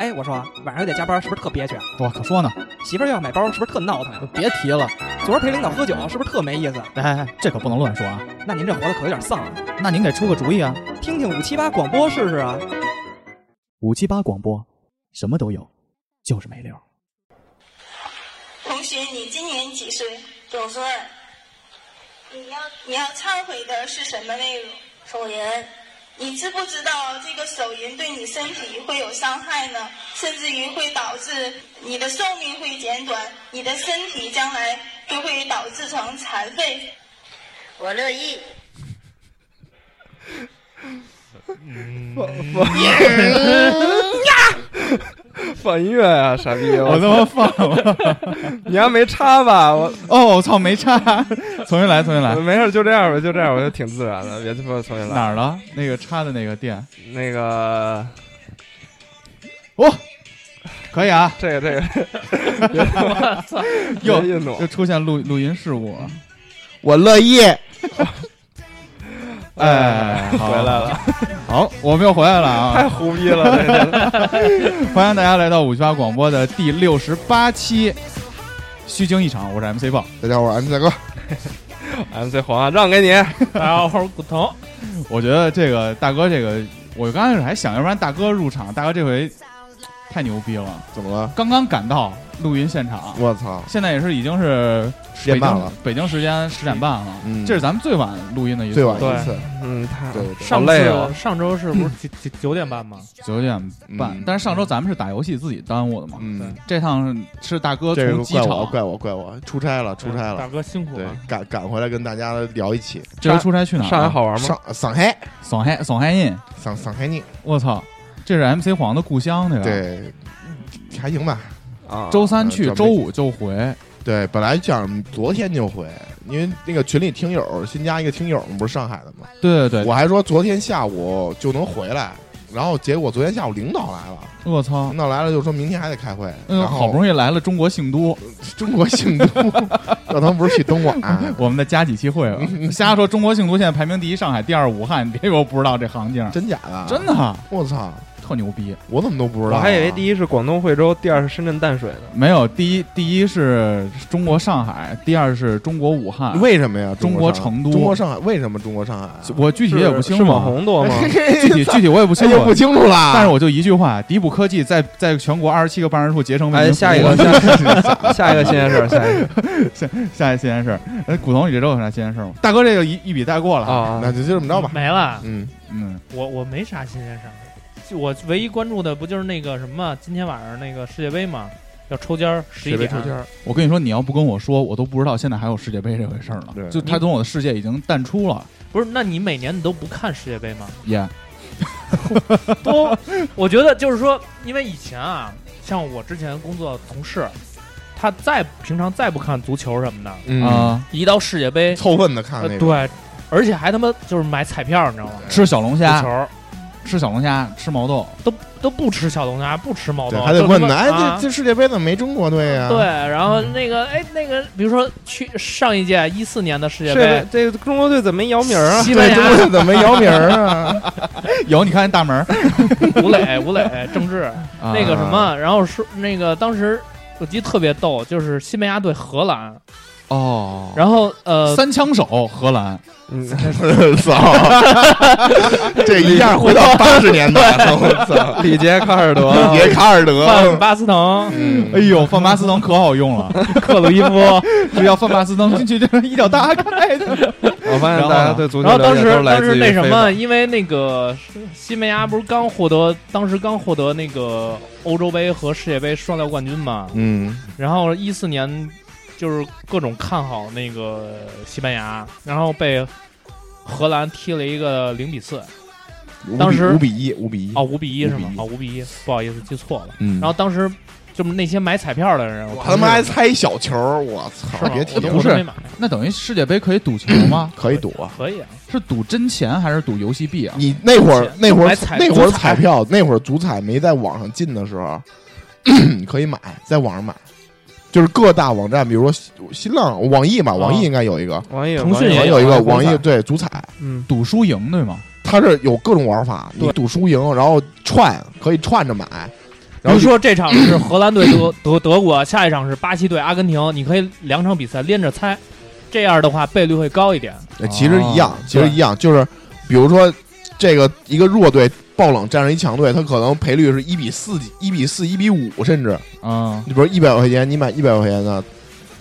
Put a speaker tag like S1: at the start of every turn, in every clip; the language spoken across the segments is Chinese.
S1: 哎，我说晚上又得加班，是不是特憋屈啊？
S2: 我可说呢，
S1: 媳妇儿又要买包，是不是特闹腾呀？
S2: 别提了，
S1: 昨儿陪领导喝酒，是不是特没意思？
S2: 哎哎，哎这可不能乱说啊。
S1: 那您这活的可有点丧啊！
S2: 那您给出个主意啊？
S1: 听听五七八广播试试啊！
S2: 五七八广播，什么都有，就是没溜儿。
S3: 同学，你今年几岁？九岁。你要你要忏悔的是什么内容？手淫。你知不知道这个手淫对你身体会有伤害呢？甚至于会导致你的寿命会减短，你的身体将来就会导致成残废。
S4: 我乐意。
S5: 放音乐啊，傻逼！
S2: 我
S5: 我
S2: 他妈放了，
S5: 你还没插吧？我
S2: 哦，我操，没插，重新来，重新来
S5: 我。没事，就这样吧，就这样，我就挺自然的，别他妈重新来。
S2: 哪儿了？那个插的那个店，
S5: 那个，
S2: 哦，可以啊，
S5: 这个，这个，别他妈
S2: 又
S5: 别硬弄
S2: 又出现录录音事故了。
S6: 我乐意。
S2: 哎，好
S5: 回来，了，
S2: 好，我们又回来了啊！
S5: 太胡逼了，这个。
S2: 欢迎大家来到五七八广播的第六十八期，虚惊一场，我是 MC 豹。
S6: 大家好，我是安大哥。
S5: MC 黄啊，让给你。
S7: 大家好，我是骨头。
S2: 我觉得这个大哥，这个我刚开始还想，要不然大哥入场，大哥这回太牛逼了，
S6: 怎么了？
S2: 刚刚赶到录音现场，
S6: 我操！
S2: 现在也是已经是
S6: 十
S2: 北
S6: 点
S2: 京
S6: 半了，
S2: 北京时间十点半了，
S6: 嗯
S2: 这是咱们最晚录音的一次，
S6: 最晚
S7: 对
S6: 一次。
S5: 嗯，他
S6: 对对对，
S7: 上
S5: 好累哦
S7: 次上周是不是九九九点半吗？
S2: 九点半
S6: 嗯。
S2: 但是上周咱们是打游戏自己耽误的嘛，
S6: 嗯，
S2: 这趟是大哥
S6: 这
S2: 从
S6: 个
S2: 机
S6: 怪我，
S2: 场，
S6: 怪我，怪我，出差了，出差
S7: 大
S6: 了。
S7: 哥辛苦
S6: 对
S7: 了。，
S6: 赶赶回来跟大家聊一起。
S2: 这回出差去哪儿了？啊
S5: 啊上海好玩吗？
S6: 上上海，
S2: 爽嗨爽嗨印，
S6: 上上海你
S2: 我操，这是 MC 黄的故乡对吧？。啊
S6: 对，还行吧。
S5: 啊，
S2: 周三去，
S6: 嗯
S2: 周五就回。
S6: 对，本来想昨天就回，因为那个群里听友新加一个听友，不是上海的吗？
S2: 对对对，
S6: 我还说昨天下午就能回来，然后结果昨天下午领导来了，
S2: 我操
S6: 领，导来了就说明天还得开会，
S2: 啊嗯，
S6: 嗯然后
S2: 好不容易来了中国姓都，
S6: 中国姓都， 要他们不是去东莞、
S2: 我们再加几期会 吧。瞎说，中国姓都现在排名第一上海，第二武汉，你 别以为我不知道这行径，
S6: 真假的？
S5: 啊
S2: 真？的啊
S6: 我操！
S2: 特牛逼。
S6: 我怎么都不知
S5: 我
S6: 道啊、
S5: 还以为第一是广东惠州，第二是深圳淡水呢。
S2: 没有第一，第一是中国上海，第二是中国武汉。
S6: 为什么呀？
S2: 中
S6: 国
S2: 国
S6: 上
S2: 成都
S6: 中国上海，为什么中国上海啊？
S2: 我具体也不
S5: 是
S2: 清
S5: 是
S2: 楚
S5: 网
S2: 啊，
S5: 红 哎多吗？
S2: 具体 具体我也不
S6: 这
S2: 清
S6: 哎就不
S2: 楚。啊
S6: 清楚
S5: 啊
S6: 啦。
S2: 但是我就一句话，迪普科技在在全国二十七个办事处竭诚为
S5: 哎，
S2: 您
S5: 下
S2: 服
S5: 一
S2: 务
S5: 个，下下一个新鲜事儿，下一个
S2: 下一新鲜事儿。哎，古潼，你这周有啥新鲜事儿吗？大哥，这个一一笔带过了。
S5: 啊，
S6: 那就就这么着吧。
S7: 没了。
S6: 嗯，
S2: 嗯，
S7: 我我没啥新鲜事儿，就我唯一关注的不就是那个什么，今天晚上那个世界杯嘛，要抽签儿，十一点。
S5: 抽签儿
S2: 我跟你说，你要不跟我说，我都不知道现在还有世界杯这回事儿呢
S6: 对。
S2: 就他从我的世界已经淡出了。
S7: 不是，那你每年你都不看世界杯 吗？
S2: 耶，
S7: 都，我觉得就是说，因为以前啊，像我之前工作的同事，他再平常再不看足球什么的，
S5: 嗯，
S2: 啊，
S7: 一到世界杯，
S6: 凑份子看
S7: 呃
S6: 那个。
S7: 对，而且还他妈就是买彩票，你知道吗？
S2: 吃小龙
S7: 足
S2: 虾
S7: 球，儿
S2: 吃小龙虾，吃毛豆，
S7: 都都不吃小龙虾，不吃毛
S6: 对
S7: 豆，
S6: 还得
S7: 就
S6: 问
S7: 他
S6: 呢。
S7: 妈
S6: 哎，
S7: 啊
S6: 这这世界杯怎么没中国队呀？
S7: 对，，然后那个哎，那个比如说去上一届一四年的世界杯
S5: 这，这中国队怎么没姚明儿 啊？
S7: 西班
S6: 对，中国
S7: 牙
S6: 队怎么没姚明儿啊？
S2: 有你看见大门儿
S7: 吴磊、吴磊、郑智
S2: 啊
S7: 那个什么，然后说那个当时我记得特别逗，就是西班牙对荷兰，
S2: 哦，
S7: 然后呃，
S2: 三枪手荷兰，
S5: 嗯，
S6: 操！这一下回到八十年代了，我操！
S5: 李杰卡尔德，
S6: 别卡尔
S7: 范
S5: 哦
S6: 德，
S7: 巴斯 滕、
S6: 嗯
S2: 哎，呦，范巴斯滕可好用了，
S7: 克鲁伊夫，
S2: 只要范巴斯滕进去就是一脚大开的。
S5: 我发现大家对足球
S7: 然后
S5: 了
S7: 当
S5: 解
S7: 时
S5: 都是来
S7: 当
S5: 自
S7: 时
S5: 于
S7: 那什
S5: 非
S7: 么，
S5: 法
S7: 因为那个西班牙不是刚获得，当时刚获得那个欧洲杯和世界杯双料冠军嘛，
S6: 嗯，
S7: 然后一四年就是各种看好那个西班牙，然后被荷兰踢了一个零比四，
S6: 五比
S7: 当时
S6: 五比一，五比一
S7: 哦，。五比一是
S6: 5
S7: 吗
S6: 比？一
S7: 哦，五比一，不好意思，记错了。
S6: 嗯
S7: 然后当时就那些买彩票的人，
S6: 我
S7: 我
S6: 他妈还猜小球儿，我操！别提
S7: 我
S6: 了，
S7: 同事没买，
S2: 那等于世界杯可以赌球吗？
S6: 可以赌啊。
S7: 可以啊，
S2: 是赌真钱还是赌游戏币啊？
S6: 你那会儿
S7: 钱
S6: 那会儿
S7: 买彩
S6: 那会儿
S7: 足彩
S6: 彩票那会儿足彩没在网上进的时候， 可以买，在网上买，就是各大网站，比如说新新浪、网易嘛，网易应该有一个，
S5: 网易
S7: 腾讯
S5: 网易
S7: 啊
S6: 网易
S7: 也有啊
S6: 一个
S5: 网
S6: 网
S5: 易
S6: 易对足彩，
S5: 嗯，
S2: 赌输赢对吗？
S6: 它是有各种玩法，你赌输赢，然后串可以串着买，然
S7: 比如说这场是荷兰队 德德德国，下一场是巴西对阿根廷，你可以两场比赛连着猜，这样的话倍率会高一点。
S6: 呃其实一样，其实一样，就是比如说这个一个弱队爆冷战胜一强队，他可能赔率是一比四、一比四、一比五，甚至
S2: 嗯，
S6: 你比如一百块钱，你买一百块钱的，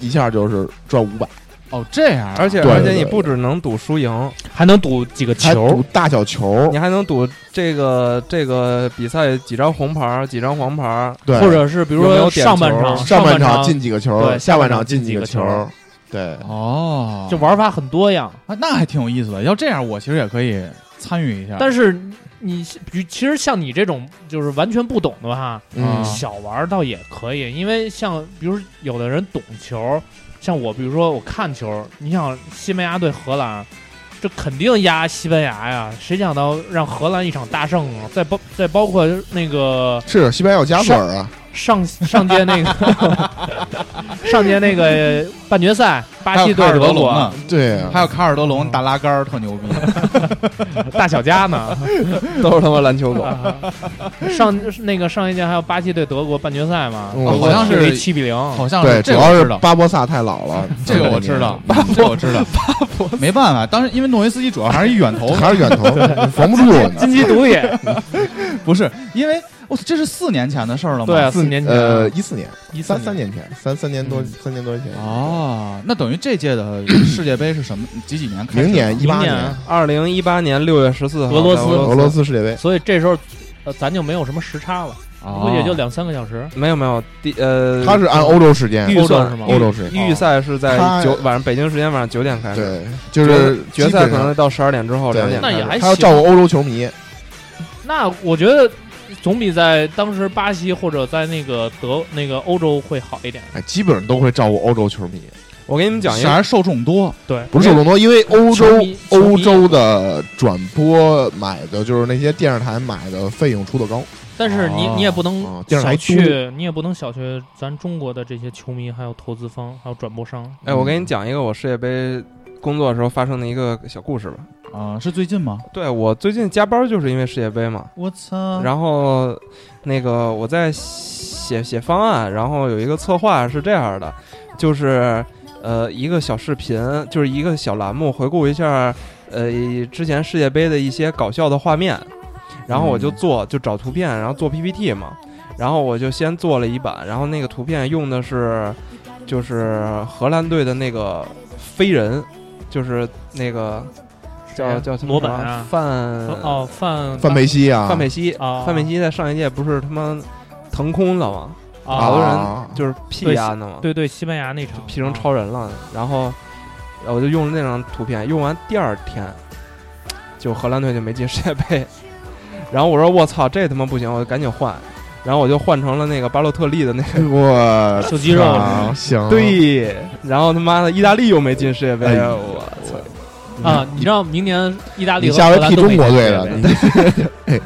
S6: 一下就是赚五百，
S2: 哦，这样啊，
S5: 而且
S6: 对
S5: 而且
S6: 对
S5: 你
S6: 对哦
S5: 不只能赌输赢，
S7: 还能赌几个
S6: 还
S7: 球
S6: 赌？大小球
S5: 你，还能赌这个这个比赛几张红牌儿，几张黄牌儿。
S6: 对，
S7: 或者是比如
S5: 有没
S7: 说
S5: 有点
S7: 上半
S5: 球
S7: 场，
S6: 上
S7: 半
S6: 半场进几个球，
S7: 对
S6: 下半
S7: 下半场
S6: 进
S7: 进几
S6: 个
S7: 个球，
S6: 对，
S2: 哦，
S7: 就玩法很多样，
S2: 啊，那还挺有意思的。要这样，我其实也可以参与一下。
S7: 但是你比其实像你这种就是完全不懂的话，
S2: 嗯
S6: 嗯，
S7: 小玩儿倒也可以，因为像比如有的人懂球，像我，比如说我看球，你想西班牙对荷兰，这肯定压西班牙呀，谁想到让荷兰一场大胜啊？再包再包括那个
S6: 是西班牙有加索尔啊，
S7: 上上届那个 上届那个半决赛，巴西对
S2: 还有卡尔
S7: 德
S2: 德隆
S7: 国
S2: 呢，，
S6: 对啊，
S2: 还有卡尔德隆打拉杆儿特牛逼。
S7: 大小加呢，
S5: 都是他妈篮球狗。
S7: 啊 上那个上一届还有巴西对德国半决赛嘛，
S6: 嗯
S7: 德国
S2: 好像是
S7: 踢七比零，
S2: 好像
S6: 对，
S2: 是
S6: 主
S2: 这个
S6: 要
S2: 我
S6: 是
S2: 知道，
S6: 巴博萨太老了，
S2: 这个我知 道，这个我知道，没办法，当时因为诺维斯基主要还是一远 投，
S6: 还是远投，防不住我们。
S7: 金鸡独眼，
S2: 不是因为我操这是四年前的事儿了吗？
S7: 对啊，四年前
S6: 呃，一四年，
S7: 一
S6: 三
S7: 三
S6: 三年前，三三年多，
S7: 嗯
S6: 三年多前，
S2: 哦，那等于这届的世界杯是什么？几几年开始的？
S6: 明年一八
S7: 明年啊
S6: 年
S5: 二零一八年六月十四号，
S7: 俄罗斯
S5: 在
S6: 俄
S5: 俄
S6: 罗
S5: 罗
S6: 斯世界杯，
S7: 所以这时候，呃，咱就没有什么时差了，
S2: 哦，
S7: 估计也就两三个小时。
S5: 没有没有第呃，
S6: 它是按欧洲时间，
S5: 预
S7: 欧洲
S5: 算
S7: 是吗
S6: 欧洲哦时间，
S5: 预赛是在
S6: 它
S5: 九晚上北京时间晚上九点开始，
S6: 对，就是
S5: 决
S6: 基
S5: 赛
S6: 本
S5: 可
S6: 上
S5: 能到十二点之后
S6: 对
S5: 两点
S7: 那
S5: 开
S7: 也
S5: 始。
S7: 还
S6: 他要
S7: 行
S6: 照顾欧洲球迷，
S7: 那我觉得总比在当时巴西或者在那个德那个欧洲会好一点。
S6: 哎，基本上都会照顾欧洲球迷，
S5: 我给你们讲一
S2: 反
S5: 个，
S2: 而受众多，
S7: 对，
S6: 不是受众多，因为欧
S7: 球
S6: 洲
S7: 迷球迷
S6: 欧洲的转播买的就是那些电视台买的费用出的高，
S7: 但是你、
S2: 哦
S7: 你也不能
S6: 哦电视
S7: 小
S6: 台
S7: 觑，你也不能小觑咱中国的这些球迷，还有投资方，还有转播商。
S5: 哎，我给你讲一个我世界杯工作的时候发生的一个小故事吧。
S2: 啊，是最近吗？
S5: 对我最近加班就是因为世界杯嘛，
S2: 我操！
S5: 然后那个我在写写方案，然后有一个策划是这样的，就是呃一个小视频，就是一个小栏目，回顾一下呃之前世界杯的一些搞笑的画面，然后我就做就找图片，然后做 PPT 嘛，然后我就先做了一版，然后那个图片用的是就是荷兰队的那个飞人，就是那个。叫叫什么
S7: 罗本啊
S5: 范
S7: 哦，范
S6: 范佩西啊，
S5: 嗯范佩西
S7: 啊
S5: 范佩西在上一届不是他妈腾空了吗？
S7: 啊
S5: 好多人
S6: 啊
S5: 就是屁丫的嘛，
S7: 对对，西班牙那场
S5: 屁成
S7: 啊
S5: 超人了。然后呃我就用了那张图片，用完第二天就荷兰队就没进世界杯。 然后我说我操，这他妈不行，我就赶紧换。然后我就换成了那个巴洛特利的那个
S6: 我
S7: 秀肌肉是
S6: 啊
S7: 吗
S5: 哦
S6: 行，
S5: 对，然后他妈的意大利又没进世界杯，
S6: 哎呦
S5: 我操！
S7: 啊！你知道明年意大利
S6: 你
S7: 和
S6: 下
S7: 荷
S6: 回
S7: 兰
S6: 踢
S7: 都没
S6: 中国
S7: 进
S6: 队
S7: 世界
S6: 了，
S7: 杯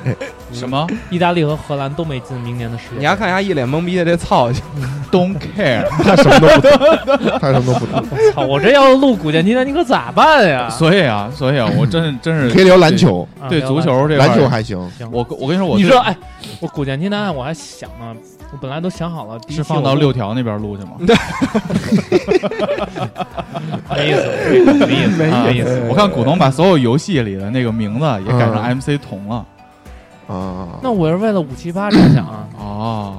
S6: 你
S2: 什么
S7: 意大利和荷兰都没进明年的世界杯。
S5: 你还看人家一脸懵逼的这操性，
S2: ？Don't care。
S6: 他什么都不懂， 他什么都不懂，
S7: 操！我这要录古剑奇谭，你可咋办呀？
S2: 所以啊，所以啊，我真是真是
S6: 可以聊篮球，
S7: 啊
S2: 对
S7: 聊
S2: 足
S7: 篮
S2: 球这块
S6: 篮
S2: 儿
S6: 球还行，
S7: 行
S2: 我跟我跟你说，我
S7: 你
S2: 最
S7: 说，哎，我古剑奇谭我还想呢，我本来都想好了，第一
S2: 是
S7: 期
S2: 放
S7: 我
S2: 到
S7: 录
S2: 六条那边录去吗？
S7: 没意思，没意思，啊没意思。
S2: 啊我看股东把所有游戏里的那个名字也改
S6: 嗯
S2: 成 MC 童了。
S6: 啊，
S7: 那我是为了五七八着想啊，
S2: 哦，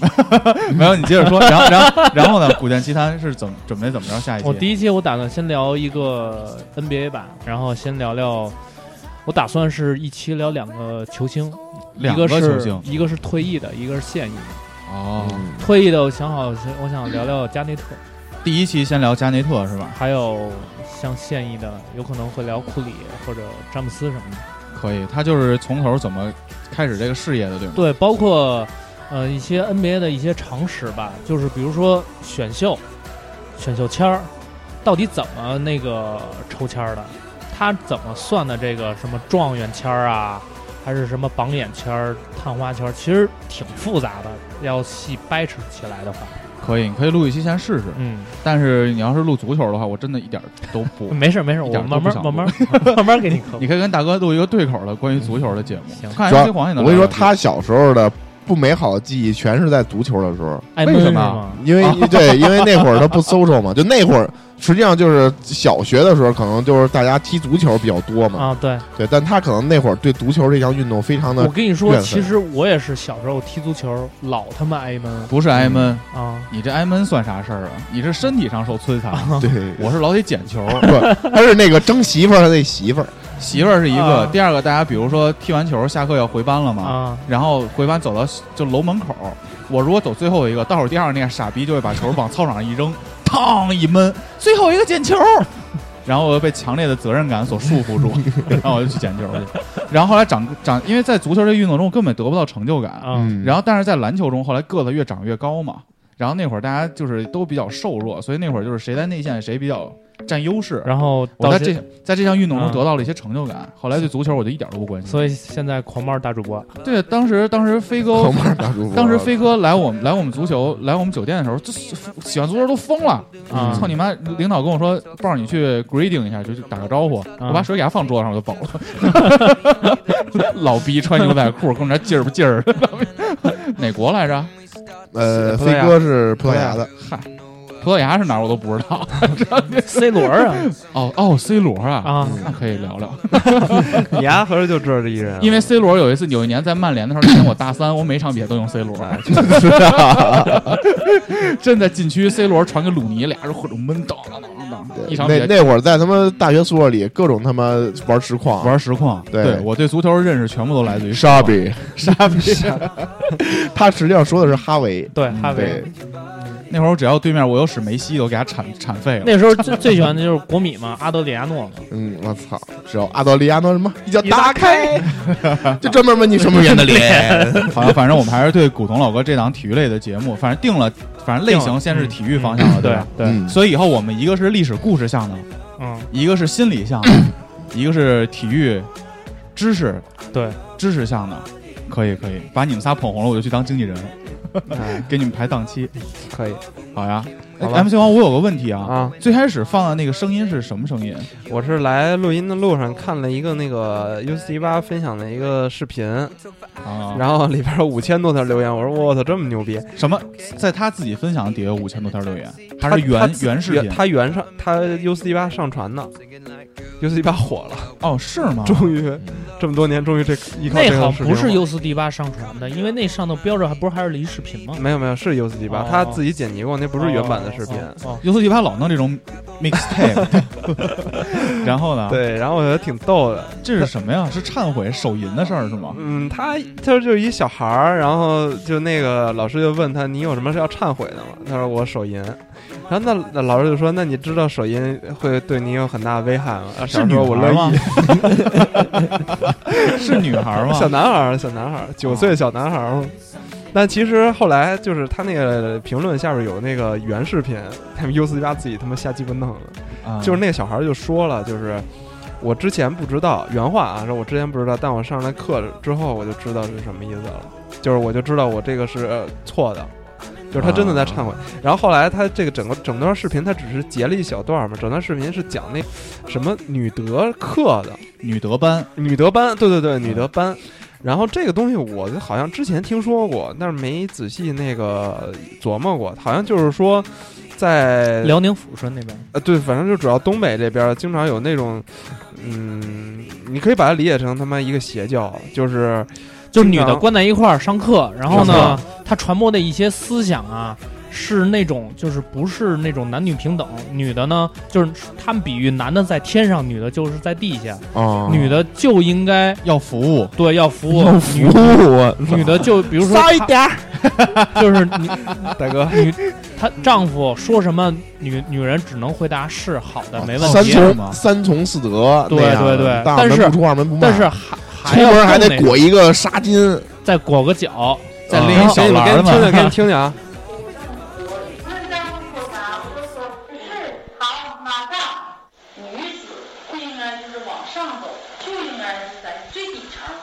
S2: 没有，你接着说。然后，然后，然后呢？古剑奇谭是怎么准备怎么着下一期？
S7: 我第一期我打算先聊一个 NBA 版，然后先聊聊，我打算是一期聊两个球星，
S2: 两
S7: 一个
S2: 球
S7: 是
S2: 星
S7: 一个是退役的，一个是现役的。
S2: 哦，
S6: 嗯
S7: 退役的我想好，我想聊聊加内特，
S2: 第一期先聊加内特是吧？
S7: 还有像现役的有可能会聊库里或者詹姆斯什么的。
S2: 可以，他就是从头怎么开始这个事业的，对吗？
S7: 对，包括呃一些 NBA 的一些常识吧，就是比如说选秀、选秀签儿，到底怎么那个抽签儿的？他怎么算的这个什么状元签儿啊，还是什么榜眼签儿、探花签儿？其实挺复杂的，要细掰扯起来的话，
S2: 可以，你可以录一期先试试。
S7: 嗯，
S2: 但是你要是录足球的话，我真的一点儿都不。
S7: 没事没事，
S2: 一
S7: 我
S2: 点儿都
S7: 慢
S2: 不
S7: 慢
S2: 想
S7: 慢慢 慢慢给你科
S2: 你
S7: 普。
S2: 可以跟大哥录一个对口的关于足球的节目。
S7: 行
S2: 看
S6: 主要
S2: MC 黄也能
S6: 我跟你说，
S2: 聊聊
S6: 他小时候的不美好的记忆全是在足球的时候，
S7: 挨
S2: 为
S7: 闷
S2: 什
S7: 是
S2: 么啊
S7: 吗？
S6: 因为、对，因为那会儿他不 social 嘛，就那会儿实际上就是小学的时候，可能就是大家踢足球比较多嘛，
S7: 啊，对，
S6: 对，但他可能那会儿对足球这项运动非常
S7: 我
S6: 的
S7: 跟你说，
S6: 怨
S7: 其
S6: 愤
S7: 实我也是小时候踢足球，老他妈挨闷
S2: 不是挨闷，
S7: 啊，
S2: 你这挨闷算啥事儿啊？你是身体上受摧 残，
S6: 对，
S2: 我是老得捡球。
S6: 不，他是那个争媳妇儿的那媳妇儿，
S2: 媳妇儿是一个
S7: 啊，
S2: 第二个大家比如说踢完球下课要回班了嘛，
S7: 啊，
S2: 然后回班走到就楼门口，我如果走最后一个，倒数第二那个傻逼就会把球往操场上一扔，嘡一闷，最后一个捡球。然后我就被强烈的责任感所束缚 住，然后我就去捡球去。然后后来长长，因为在足球这运动中我根本得不到成就感，
S7: 啊
S6: 嗯，
S2: 然后但是在篮球中后来个子越长越高嘛，然后那会儿大家就是都比较瘦弱，所以那会儿就是谁在内线谁比较占优势。
S7: 然后
S2: 我
S7: 到
S2: 在这在这项运动中
S7: 嗯
S2: 得到了一些成就感。后来对足球我就一点都不关心。
S7: 所以现在狂暴大主播，
S2: 对，当时当时飞 哥
S6: 后，面大主播，
S2: 当时飞哥来我们来我们足球来我们酒店的时候，就喜欢足球都疯了。嗯
S7: 啊
S2: 操你妈！领导跟我说，抱着你去 greeting 一下，就就打个招呼。我把手给他放桌子上，我就走了。 老逼穿牛仔裤，跟我这劲儿不劲儿？ 哪国来着？
S6: 呃，
S2: 葡萄
S6: 飞
S2: 牙
S6: 哥是葡萄牙的，
S2: 嗨，葡萄牙是哪儿我都不知道。
S7: C 罗啊
S2: 哦哦，C 罗啊，
S7: 啊，
S2: 那可以聊聊。
S5: 你丫合着就知道这一人啊，
S2: 因为 C 罗有一次有一年在曼联的时候，那年我大三，我每场比赛都用 C 罗， 真在禁区 C 罗传给鲁尼，俩人混着闷当当当当，一场比
S6: 那
S2: 赛
S6: 那会儿在他妈大学宿舍里各种他妈玩实况，啊
S2: 玩实况。
S6: 对
S2: 我对足球认识全部都来自于实
S6: 傻
S2: 况，
S6: 逼，
S2: 傻 逼。
S6: 他实际上说的是哈维，
S7: 对，哈维
S6: 对。，
S2: 那会儿我只要对面我有使梅西的，我给他铲铲废了。
S7: 那时候最最喜欢的就是国米嘛，阿德里亚诺嘛，
S6: 嗯，我操，只要阿德里亚诺什么一脚
S7: 一
S6: 打
S7: 打
S6: 开，就专门问你什么人的脸，
S2: 好像反正我们还是对古潼老哥这档体育类的节目，反正定了，反正类型先是体育方向了，
S7: 对
S2: 吧？
S7: 对，
S6: 嗯
S2: 所以以后我们一个是历史故事向的，
S7: 嗯，
S2: 一个是心理向的，一个是体育知识，
S7: 对
S2: 知识向的，可以可以，把你们仨捧红了，我就去当经纪人，
S5: 哎
S2: 给你们排档期，
S5: 可以
S2: 好呀。哎
S5: 好吧
S2: MC 王，我有个问题啊，
S5: 啊。
S2: 最开始放的那个声音是什么声音？啊
S5: 我是来录音的路上看了一个那个 U C 八分享的一个视频，
S2: 啊，
S5: 然后里边有五千多条留言，我说我操这么牛逼！
S2: 什么？在他自己分享的底下有五千多条留言，还
S5: 他
S2: 是
S5: 他
S2: 原
S5: 自
S2: 原视频？
S5: 他原上他 U C 八上传的，U C 八火了，
S2: 哦，是吗？
S5: 终于这么多年终于这依靠
S7: 那
S5: 这
S7: 好
S5: 个
S7: 像
S5: 视频
S7: 不是
S5: 火了
S7: U 四 D 八上传的，因为那上头标着还不是还是离视频吗？
S5: 没有没有是 U C 八，
S7: 哦
S5: 他自己剪辑过，那不是原版的视频。
S7: 哦哦，
S2: 尤斯迪巴老弄这种 mixtape，然后呢？，
S5: 对，然后我觉得挺逗的，
S2: 这是什么呀？是忏悔手淫的事儿是吗？
S5: 嗯，他他就是一小孩儿，然后就那个老师就问他，你有什么是要忏悔的吗？他说我手淫，然后那那老师就说，那你知道手淫会对你有很大的危害吗？啊
S2: 是
S5: 小
S2: 女
S5: 时候我
S2: 孩
S5: 乐
S2: 吗
S5: 意，？
S2: 是哦女孩吗？
S5: 小男孩儿，小男孩儿，九岁小男孩儿嘛。但其实后来就是他那个评论下边有那个原视频，他们 U 四八自己他妈瞎鸡巴弄的。
S2: 啊
S5: 就是那个小孩儿就说了，就是我之前不知道原话啊，说我之前不知道，但我上了课之后我就知道是什么意思了，就是我就知道我这个是、呃错的，就是他真的在忏悔。然后后来他这个整个整段视频，他只是截了一小段嘛，整段视频是讲那什么女德课的
S2: 女德班，
S5: 女德班，对对对，女德班。然后这个东西我好像之前听说过，但是没仔细那个琢磨过，好像就是说。在
S7: 辽宁抚顺那边
S5: 呃，对，反正就主要东北这边儿经常有那种，嗯，你可以把它理解成他妈一个邪教，就是
S7: 就是女
S5: 经
S7: 的
S5: 常
S7: 关在一块儿上课，然后
S5: 上
S7: 呢，她传播的一些思想啊，是那种就是不是那种男女平等，女的呢就是他们比喻男的在天上，女的就是在地下，
S6: 啊，
S7: 女的就应该
S2: 要服务，
S7: 对要服务，女
S6: 我
S7: 女的就比如说
S1: 骚一
S7: 她
S1: 点儿，
S7: 就是你
S5: 大哥，
S2: 啊
S7: 女她丈夫说什么，女女人只能回答是好的，没问
S6: 三
S7: 题。
S6: 从三从四德，
S7: 哦对
S6: 那样
S7: 对对
S6: 大
S7: 但
S6: 门
S7: 是
S6: 不出二门不迈，
S7: 但是还
S6: 出
S7: 还要
S6: 门还
S7: 更
S6: 得
S7: 那
S6: 裹一个纱巾，
S7: 再裹个脚，呃再
S2: 啊
S7: 拎
S2: 然
S7: 一
S2: 后
S7: 小
S2: 小
S5: 给
S2: 篮
S5: 你
S2: 儿
S5: 听听，
S2: 嘛
S5: 给你听听啊，
S3: 问丈夫口答，我说是，好，马上。女子不应该就是往上走，就应该是在最底层。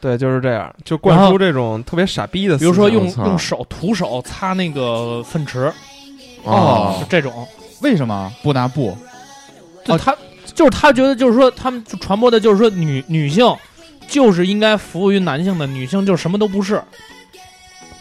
S5: 对，就是这样，就灌
S7: 然后
S5: 输这种特别傻逼的思想，
S7: 比如说用
S6: 我 操
S7: 用手徒手擦那个粪池，
S2: 哦
S7: 就这种。
S2: 为什么不拿布？
S5: 哦
S7: 就他就是他觉得就是说他们就传播的就是说女女性就是应该服务于男性的，女性就什么都不是。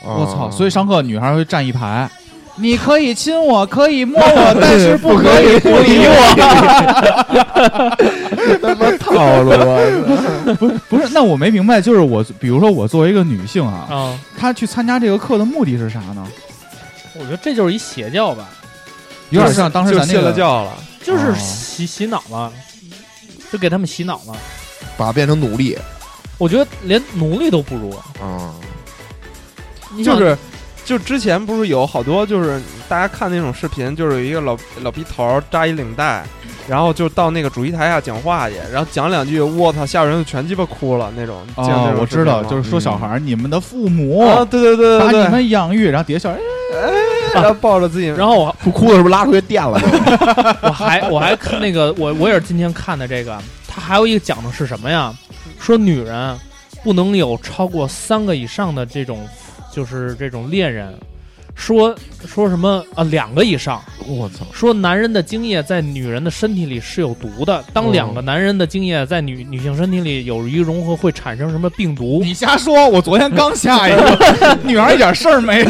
S2: 我
S5: 哦
S6: 我
S2: 操！所以上课女孩会站一排，你可以亲我，可以摸 我，但是不可以不理我。
S6: 他妈套 路啊！
S2: 不是，那我没明白，就是我，比如说我作为一个女性啊，
S5: 哦
S7: 啊，
S2: 她去参加这个课的目的是啥呢？
S7: 我觉得这就是一邪教吧，
S2: 有点像当时
S5: 就
S2: 咱那
S5: 信了
S2: 个，
S5: 教了。
S7: 就是
S2: 哦
S7: 洗洗脑嘛，就给他们洗脑嘛。
S6: 把它变成奴隶
S7: 我觉得连奴隶都不如，
S6: 啊！
S7: 你想
S5: 就是，就之前不是有好多就是大家看那种视频，就是有一个老老皮头儿扎一领带，然后就到那个主席台下讲话去，然后讲两句，我操，下边人就全鸡巴哭了那种。见
S2: 哦，我知道，就是是说小孩儿，你们的父母
S5: 啊，对对对
S2: 把
S5: 对
S2: 你
S5: 对，
S2: 们养育，然后底下小孩儿，哎
S5: 然后抱着自己，
S7: 然后我
S6: 不哭的时候拉出去电了都，
S7: 我还我还看那个我我也是今天看的这个，他还有一个讲的是什么呀？说女人不能有超过三个以上的这种，就是这种恋人。说说什么啊？两个以上。
S6: 我操！
S7: 说男人的精液在女人的身体里是有毒的，
S2: 哦
S7: 当两个男人的精液在女女性身体里有一融合，会产生什么病毒？
S2: 你瞎说，我昨天刚下一个， 女孩一点事儿没有，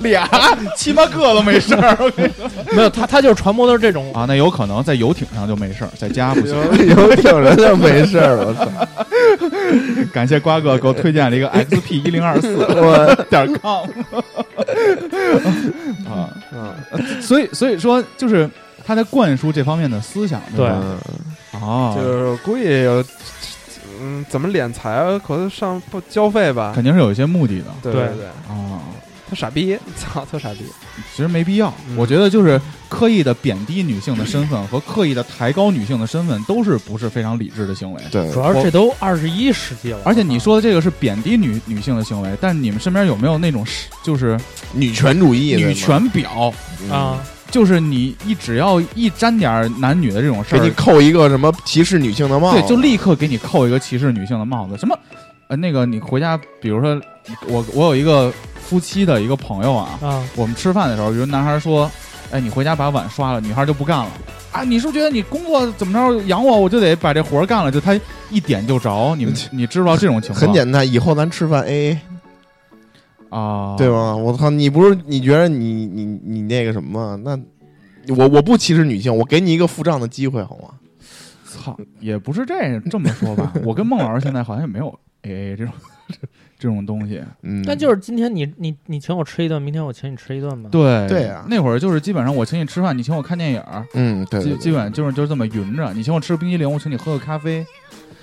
S2: 女孩俩七八个都没事儿。我跟你说
S7: 没有，他他就是传播的是这种
S2: 啊，那有可能在游艇上就没事儿，在家不行。
S6: 游艇人就没事儿，我操！
S2: 感谢瓜哥给我推荐了一个 XP 一零二四
S6: 我
S2: 点 com 啊，所以所以说就是他在灌输这方面的思想，
S7: 对
S2: 吧
S6: 嗯
S2: 哦，
S5: 就是估计有，嗯，怎么敛财啊？可能上不交费吧？
S2: 肯定是有一些目的的
S5: 对
S7: 对
S5: 对，
S2: 啊。
S5: 他傻逼， 操，他傻逼。
S2: 其实没必要，
S5: 嗯
S2: 我觉得就是刻意的贬低女性的身份和刻意的抬高女性的身份，都是不是非常理智的行为。
S6: 对
S7: 主，要是这都二十一世纪了，
S2: 而且你说的这个是贬低女女性的行为，但你们身边有没有那种是就是
S6: 女权主义，
S2: 女权婊？
S6: 嗯
S7: 啊，
S2: 就是你一只要一沾点儿男女的这种事
S6: 给你
S2: 儿，
S6: 扣一个什么歧视女性的帽子，
S2: 对，就立刻给你扣一个歧视女性的帽子。什么？呃，那个你回家，比如说我我有一个夫妻的一个朋友啊，
S7: 啊，
S2: 我们吃饭的时候，比如男孩说：“哎，你回家把碗刷了。”女孩就不干了啊！你是不是觉得你工作怎么着养我，我就得把这活儿干了？就他一点就着， 你们你知不知道这种情况？
S6: 很简单。以后咱吃饭 AA，
S2: 啊，
S6: 对？吗？我操，你不是你觉得你你你那个什么吗？那我我不歧视女性，我给你一个付账的机会好吗？
S2: 操，也不是这这么说 吧。我跟孟老师现在好像也没有 AA 这种 这种东西。
S6: 嗯，
S7: 但就是今天你你你请我吃一顿，明天我请你吃一顿嘛。
S2: 对
S6: 对啊
S2: 那会儿就是基本上我请你吃饭，你请我看电影儿，
S6: 嗯，对对
S2: 基
S6: 对
S2: 基本上就是就是这么匀着。你请我吃冰激凌，我请你喝个咖啡。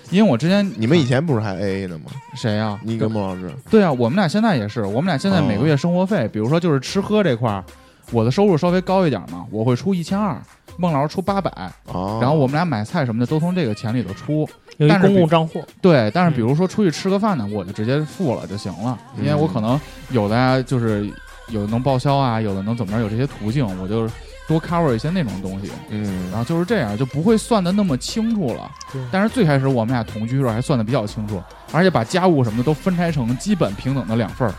S2: 因为我之前
S6: 你们以前不是还 AA 呢吗？
S2: 谁呀、
S6: 你跟孟老师，
S2: 对啊，我们俩现在也是，我们俩现在
S6: 哦
S2: 每个月生活费，比如说就是吃喝这块儿，我的收入稍微高一点嘛，我会出一千二，孟老师出八百，
S6: 哦，
S2: 然后我们俩买菜什么的都从这个钱里头出。
S7: 有一
S2: 但是
S7: 公
S2: 比
S7: 共账户，
S2: 对，但是
S7: 嗯
S2: 比如说出去吃个饭呢，我就直接付了就行了，因为
S6: 嗯
S2: 我可能有的呀就是有的能报销啊，有的能怎么着，有这些途径，我就多 cover 一些那种东西。然
S6: 嗯，
S2: 后就是这样，就不会算的那么清楚了
S7: 对。
S2: 但是最开始我们俩同居的时候还算的比较清楚，而且把家务什么的都分拆成基本平等的两份儿。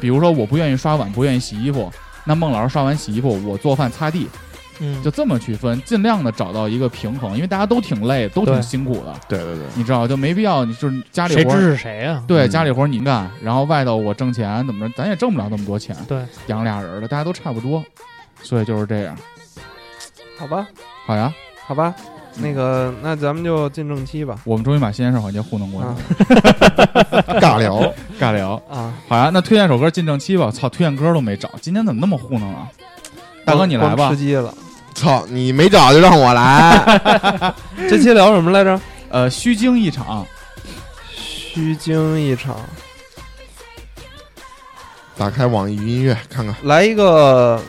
S2: 比如说我不愿意刷碗，不愿意洗衣服，那孟老师刷碗洗衣服，我做饭擦地，
S7: 嗯，
S2: 就这么去分，尽量的找到一个平衡，因为大家都挺累，都挺
S7: 对
S2: 辛苦的，
S6: 对对对，
S2: 你知道就没必要，你就是家里
S7: 谁
S2: 活
S7: 支
S2: 儿。
S7: 持谁啊呀？
S2: 对，
S6: 嗯
S2: 家里活儿你干，然后外头我挣钱，怎么着，咱也挣不了那么多钱。
S7: 对，
S2: 养俩人儿的，大家都差不多，所以就是这样。
S5: 好吧，
S2: 好呀，
S5: 好吧，
S2: 嗯
S5: 那个，那咱们就进正题吧。
S2: 我们终于把新鲜事儿环节糊弄过去了
S5: 啊，
S6: 尬聊，
S2: 尬聊。
S5: 啊，
S2: 好呀，那推荐首歌进正期吧。操，推荐歌都没找，今天怎么那么糊弄啊？ 大哥
S5: 光
S2: 你来
S5: 光
S2: 吧
S5: 吃。鸡了。
S6: 操，你没找就让我来，
S5: 这期聊什么来着？
S2: 呃，虚惊一场，
S5: 虚惊一场，
S6: 打开网易云音乐看看，
S5: 来一个，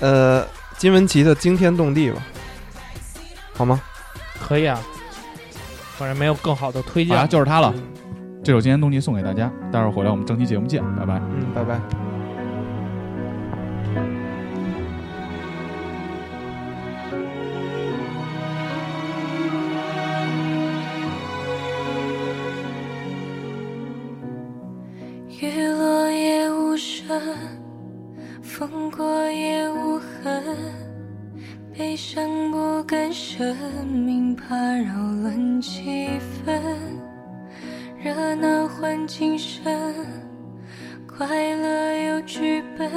S5: 呃，金玟岐的惊天动地吧，好吗？
S7: 可以啊，反正没有更好的推
S2: 好呀，
S5: 啊
S2: 啊就
S7: 荐。
S2: 是它了。这首《惊天动地》送给大家，待会儿回来我们正期节目见，拜拜。
S5: 嗯，拜拜。
S8: 雨落也无声，风过也无痕，悲伤不跟生命，怕扰乱气氛，热闹换精神，快乐有剧本，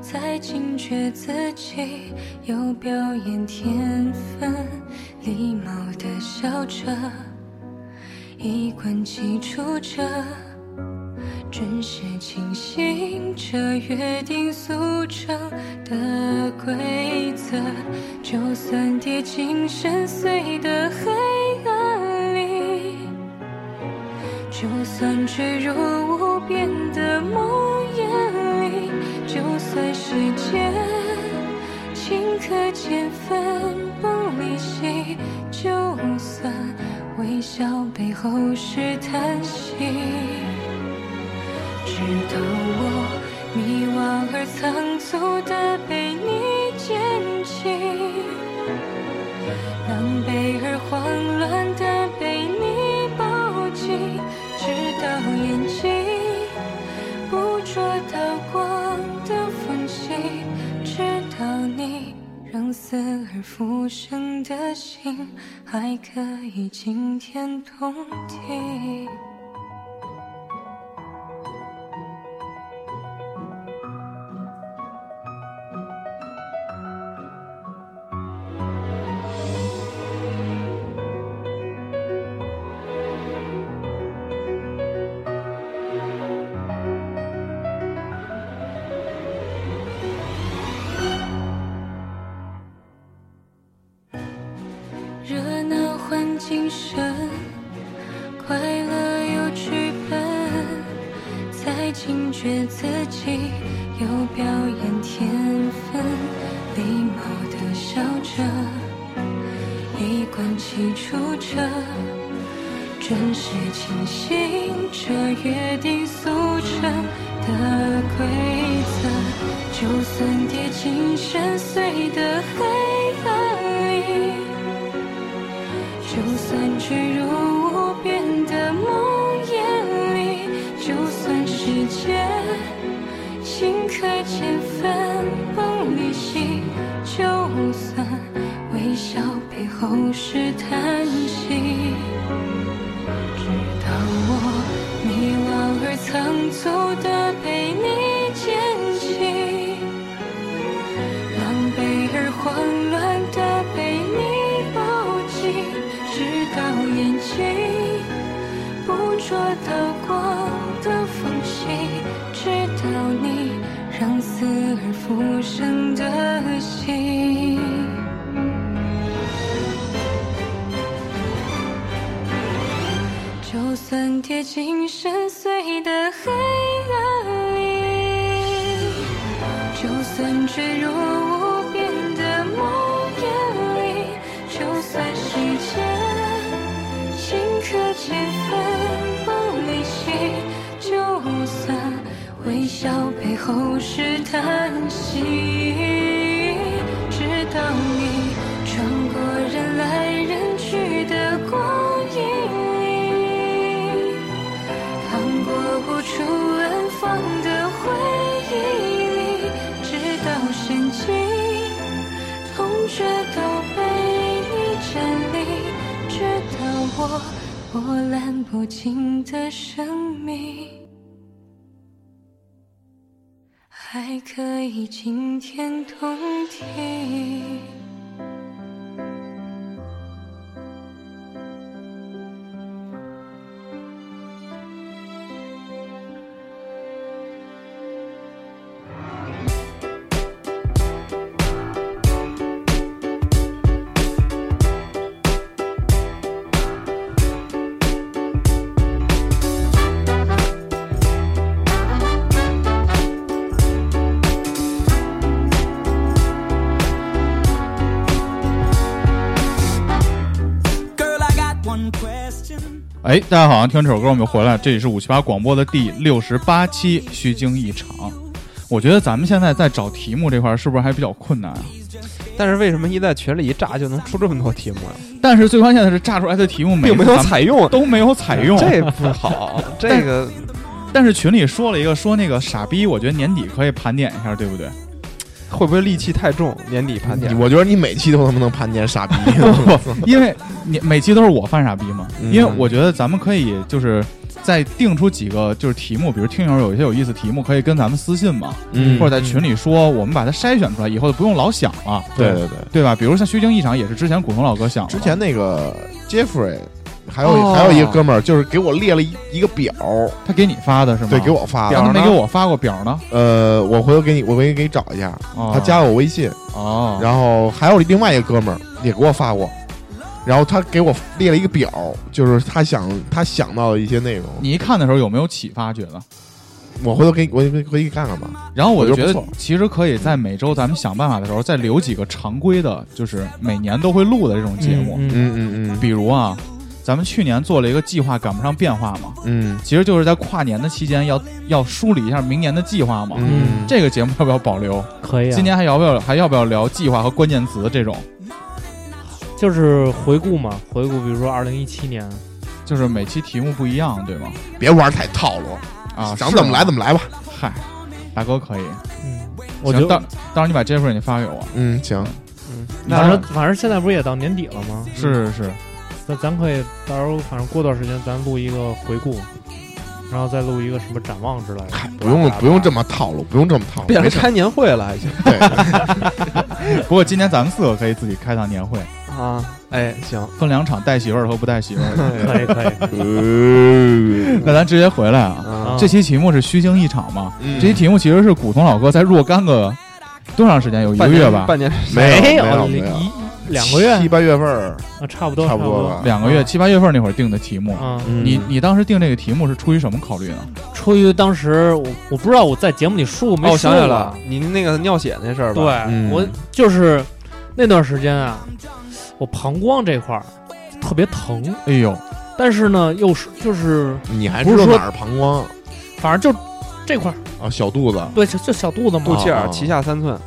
S8: 才惊觉自己有表演天分，礼貌的笑着，一贯记住着。准时清醒着约定俗成的规则，就算跌进深邃的黑暗里，就算坠入无边的梦魇里，就算时间顷刻间分崩离析，就算微笑背后是叹息。直到我迷惘而仓促地被你捡起，狼狈而慌乱地被你抱紧，直到眼睛捕捉到光的缝隙，直到你让死而复生的心还可以惊天动地。热闹换精神，快乐有剧本，才惊觉自己有表演天分，礼貌的笑着，一贯起初着，准时清醒着约定俗成的规则，就算跌进深邃的黑暗里。就算坠入无边的梦魇里，就算世界顷刻间分崩离析，就算微笑背后是叹息。直到我迷惘而仓促地被你捡起，狼狈而慌乱地被你抱紧，直到眼睛捕捉到光的缝隙，直到你让死而复生的心。就算跌进深邃的黑暗里，就算坠入无边的梦魇里，就算世界顷刻间分崩离析，就算微笑背后是叹息，直到你穿过人来人去的光影里。趟过无处安放的回忆里，直到神经痛觉都被你占领，直到我波澜不惊的生命还可以惊天动地。
S9: Girl, I got one question.
S2: 哎，大家好，像听这首歌我们就回来，这里是五七八广播的第六十八期，虚惊一场。我觉得咱们现在在找题目这块儿是不是还比较困难啊？
S5: 但是为什么一在群里一炸就能出这么多题目呀、
S2: 但是最关键的是，炸出来的题目每
S5: 并没有
S2: 咱们
S5: 采用，啊
S2: 都没有采用。啊
S5: 这不好。这个
S2: 但是群里说了一个，说那个傻逼，我觉得年底可以盘点一下，对不对？
S5: 会不会戾气太重？年底盘点，
S6: 我觉得你每期都他妈能盘 点傻逼，
S2: 因为你每期都是我犯傻逼嘛，
S5: 嗯
S2: 因为我觉得咱们可以就是再定出几个就是题目，比如听友有一些有意思题目，可以跟咱们私信嘛，
S6: 嗯
S2: 或者在群里说，我们把它筛选出来，以后就不用老想了，
S6: 对对对。
S2: 对吧？比如像虚惊一场也是之前古潼老哥想了，
S6: 之前那个 Jeffrey，还有、
S2: 哦
S6: 还有一个哥们儿，就是给我列了一一个表，
S2: 他给你发的是吗？啊
S6: 对，给我发
S2: 他
S6: 的。
S2: 没给我发过表呢，
S6: 呃，我回头给你，我回头给你找一下，
S2: 哦
S6: 他加我微信，
S2: 哦，
S6: 然后还有另外一个哥们儿也给我发过，然后他给我列了一个表，就是他想他想到的一些内容，
S2: 你一看的时候有没有启发？觉得？
S6: 我回头给你，我回头给你看看吧。
S2: 然后我就
S6: 我
S2: 觉
S6: 觉得
S2: 得
S6: 不，错
S2: 其实可以在每周咱们想办法的时候，再留几个常规的，就是每年都会录的这种节目。
S7: 嗯嗯
S6: 嗯嗯
S2: 比如啊，咱们去年做了一个计划，赶不上变化嘛，
S6: 嗯
S2: 其实就是在跨年的期间要要梳理一下明年的计划嘛。
S6: 嗯，
S2: 这个节目要不要保留？
S7: 可以、啊。
S2: 今年还要不要还要不要聊计划和关键词这种？
S7: 就是回顾嘛，回顾，比如说二零一七年，
S2: 就是每期题目不一样，对吗？
S6: 别玩太套路，
S2: 啊，
S6: 想怎么来
S2: 么
S6: 怎么来吧。
S2: 嗨，大哥可以。
S7: 嗯，我
S2: 行，
S7: 就
S2: 到到时候你把 Jeffrey 你发给我。
S6: 嗯，行，
S7: 嗯，
S2: 那
S7: 反正反正现在不是也到年底了吗？
S2: 是是是，
S7: 那咱可以到时候，反正过段时间咱录一个回顾，然后再录一个什么展望之类的。
S6: 嗨，不用不用这么套路，不用这么套路，
S5: 变
S6: 没
S5: 成
S6: 事
S5: 开年会了，还行
S6: 对，
S2: 不过今年咱们四个可以自己开趟年会，
S5: 啊，哎，行，
S2: 分两场带媳妇儿和不带媳妇儿。
S7: 可 以可以，
S6: 呃
S2: 那咱直接回来啊，
S7: 嗯
S5: 啊，
S2: 这期题目是虚惊一场嘛？
S6: 嗯
S2: 这期题目其实是古潼老哥在若干个多长时间？有一个
S5: 半年
S2: 月吧，
S5: 半年
S6: 嗯没有
S7: 有
S6: 没有
S7: 一两个月
S6: 七，八月份儿
S7: 啊差不多
S6: 差
S7: 差
S6: 不多吧
S2: 两个月、七八月份那会儿定的题目。
S7: 啊，
S5: 嗯
S2: 你你当时定这个题目是出于什么考虑呢？
S7: 嗯出于当时我我不知道我在节目里说过没
S5: 哦，
S7: 说
S5: 我想起来
S7: 过
S5: 了，你那个尿血那事儿吧？
S7: 对、
S6: 嗯
S7: 我就是那段时间啊，我膀胱这块儿特别疼，
S2: 哎呦，
S7: 但是呢又是就是
S6: 你还
S7: 不
S6: 知
S7: 是
S6: 道
S7: 说
S6: 哪儿膀胱
S7: 反正就这块儿
S6: 啊？小肚子
S7: 对就就小肚子嘛，
S5: 肚脐
S6: 啊
S5: 眼脐下三寸，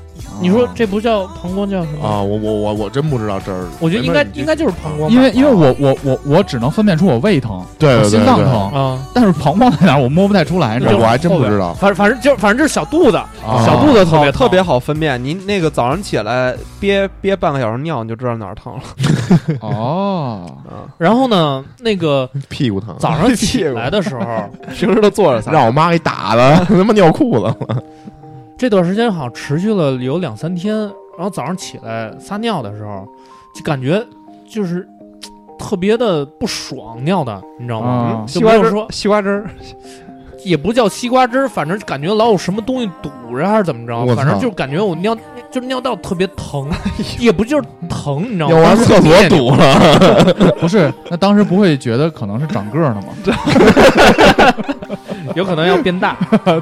S7: 你说这不叫膀胱叫什么？
S6: 啊！我我我我真不知道这儿，
S7: 我觉得应该
S6: 没事
S7: 应该就是膀胱吧，
S2: 因为因为我我我我只能分辨出我胃疼、
S6: 对对
S2: 我
S6: 对
S2: 心脏
S6: 对
S2: 疼，
S7: 啊，
S2: 但是膀胱在哪儿我摸不太出来，你知
S6: 我
S2: 道
S6: 我
S2: 吗？
S6: 还真不知道。
S7: 反反正就反正就是小肚子，
S6: 啊
S7: 小肚子特
S5: 好特
S7: 别疼
S5: 别好分辨。您那个早上起来憋憋半个小时尿，你就知道哪儿疼了
S2: 哦，
S5: 啊。
S7: 然后呢，那个
S6: 屁股疼，
S7: 早上起来的时候，
S5: 平时都坐着撒，
S6: 让我妈给打的，他妈尿裤子
S7: 哦
S6: 了。
S7: 这段时间好像持续了有两三天，然后早上起来撒尿的时候，就感觉就是嘖特别的不爽尿的，你知道吗？
S2: 啊
S5: 嗯，
S7: 就
S5: 西
S7: 不
S5: 瓜
S7: 用
S5: 汁
S7: 说
S5: 儿，西瓜汁儿，
S7: 也不叫西瓜汁儿，反正感觉老有什么东西堵着还是怎么
S6: 我
S7: 着，
S6: 操
S7: 反正就感觉我尿就尿道特别疼，也不就是疼，你知道吗？
S6: 尿完厕所
S7: 别扭
S6: 堵了，
S2: 不是，那当时不会觉得可能是长个儿呢吗？
S7: 有可能要变大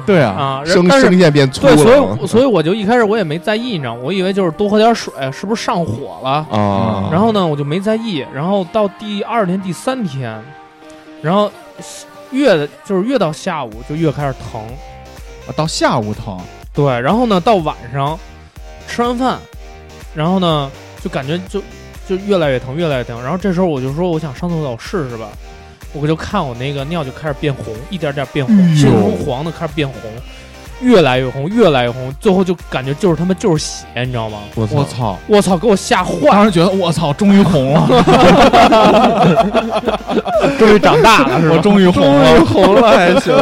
S2: 对啊，
S7: 啊，然
S6: 声
S7: 但是
S6: 声线变粗
S7: 对，
S6: 了。
S7: 所以我所以我就一开始我也没在意，你知道吗，我以为就是多喝点水，是不是上火了？
S2: 嗯
S6: 啊，
S7: 然后呢，我就没在意。然后到第二天、第三天，然后越就是越到下午就越开始疼，
S2: 到下午疼，
S7: 对。然后呢，到晚上吃完饭，然后呢就感觉就就越来越疼，越来越疼。然后这时候我就说我想上厕所试试吧，我就看我那个尿就开始变红，一点点变红，先从黄的开始变红。越来越红，越来越红，最后就感觉就是他妈就是血，你知道吗？
S6: 我
S2: 我
S6: 操，
S2: 操！啊
S7: 我操，给我吓
S2: 我
S7: 坏
S2: 当
S7: 了，
S2: 时觉得我操，终于红了，
S7: 终于长大了，是吧
S2: 我？终于红了，
S5: 红了还行，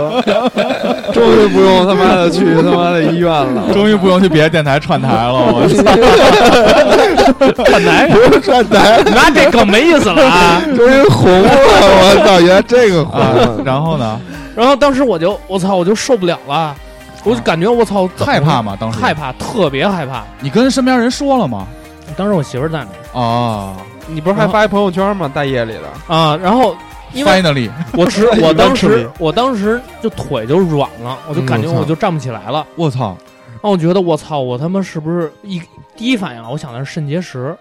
S5: 终于不用他妈的去他妈的医院 了。
S2: 终于不用去别的电台串台 了，我操！
S7: 很难
S6: 不是站台，
S7: 拿这梗没意思了啊！
S6: 终于红了！ 我操，原来这个红。
S2: 啊，然后呢？
S7: 然后当时我就我操，我就受不了了，我就感觉我操
S2: 害怕，吗？当时
S7: 害，怕，特别害怕。
S2: 你跟身边人说了吗？
S7: 当时我媳妇儿在
S2: 啊
S5: 你不是还发一朋友圈吗？大夜里的，
S7: 那啊，然后因为
S2: ，finally，
S7: 我吃，
S5: 一
S7: 我
S5: 般
S7: 当
S5: 吃
S7: 时
S5: 力
S7: 我当时就腿就软了，我就
S6: 嗯
S7: 感觉
S6: 我操
S7: 我就站不起来了。
S2: 我操！
S7: 然后我觉得我操，我他妈是不是一第一反应啊？我想的是肾结石，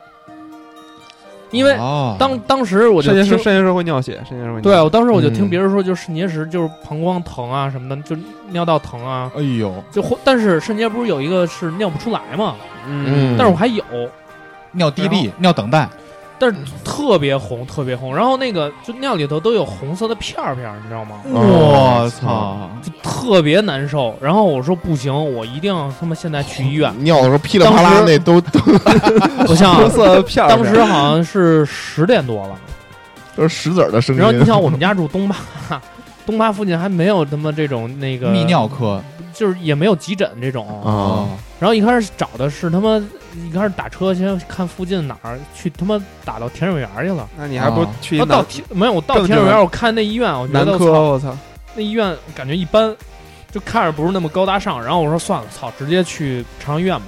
S7: 因为
S2: 啊
S7: 当当时我就
S5: 肾结石，
S7: 听
S5: 肾结石会尿血，肾结石会尿血。
S7: 对，我当时我就听
S6: 嗯。
S7: 别人说，就是肾结石就是膀胱疼啊什么的，就尿道疼啊，
S2: 哎呦，
S7: 就或但是肾结不是有一个是尿不出来嘛？
S5: 嗯，
S7: 但是我还有，
S2: 尿滴沥，尿等待，
S7: 但是特别红，特别红。然后那个就尿里头都有红色的片儿片儿，你知道吗？哦
S2: 我操！
S7: 就特别难受。然后我说不行，我一定要他妈现在去医院
S6: 尿的时候噼里啪啦
S7: 啊当时
S6: 那都都
S7: 我想
S5: 红色的片儿
S7: 当时好像是十点多了，
S6: 都是石子儿的声音。啊
S7: 然后你像我们家住东坝，东坝附近还没有他妈这种那个
S2: 泌，尿科
S7: 就是也没有急诊这种。
S6: 啊，
S7: 然后一开始找的是他妈，一开始打车先看附近哪儿，去他妈打到田水园去了。
S5: 那你还不
S2: 啊
S5: 去
S7: 我到
S5: 南
S7: 田没有，我到
S5: 正经
S7: 田水园，我看那医院，我觉
S5: 南
S7: 得我
S5: 科？
S7: 操，
S5: 我操！
S7: 那医院感觉一般，就看着不是那么高大上。然后我说算了，操，直接去长安医院吧。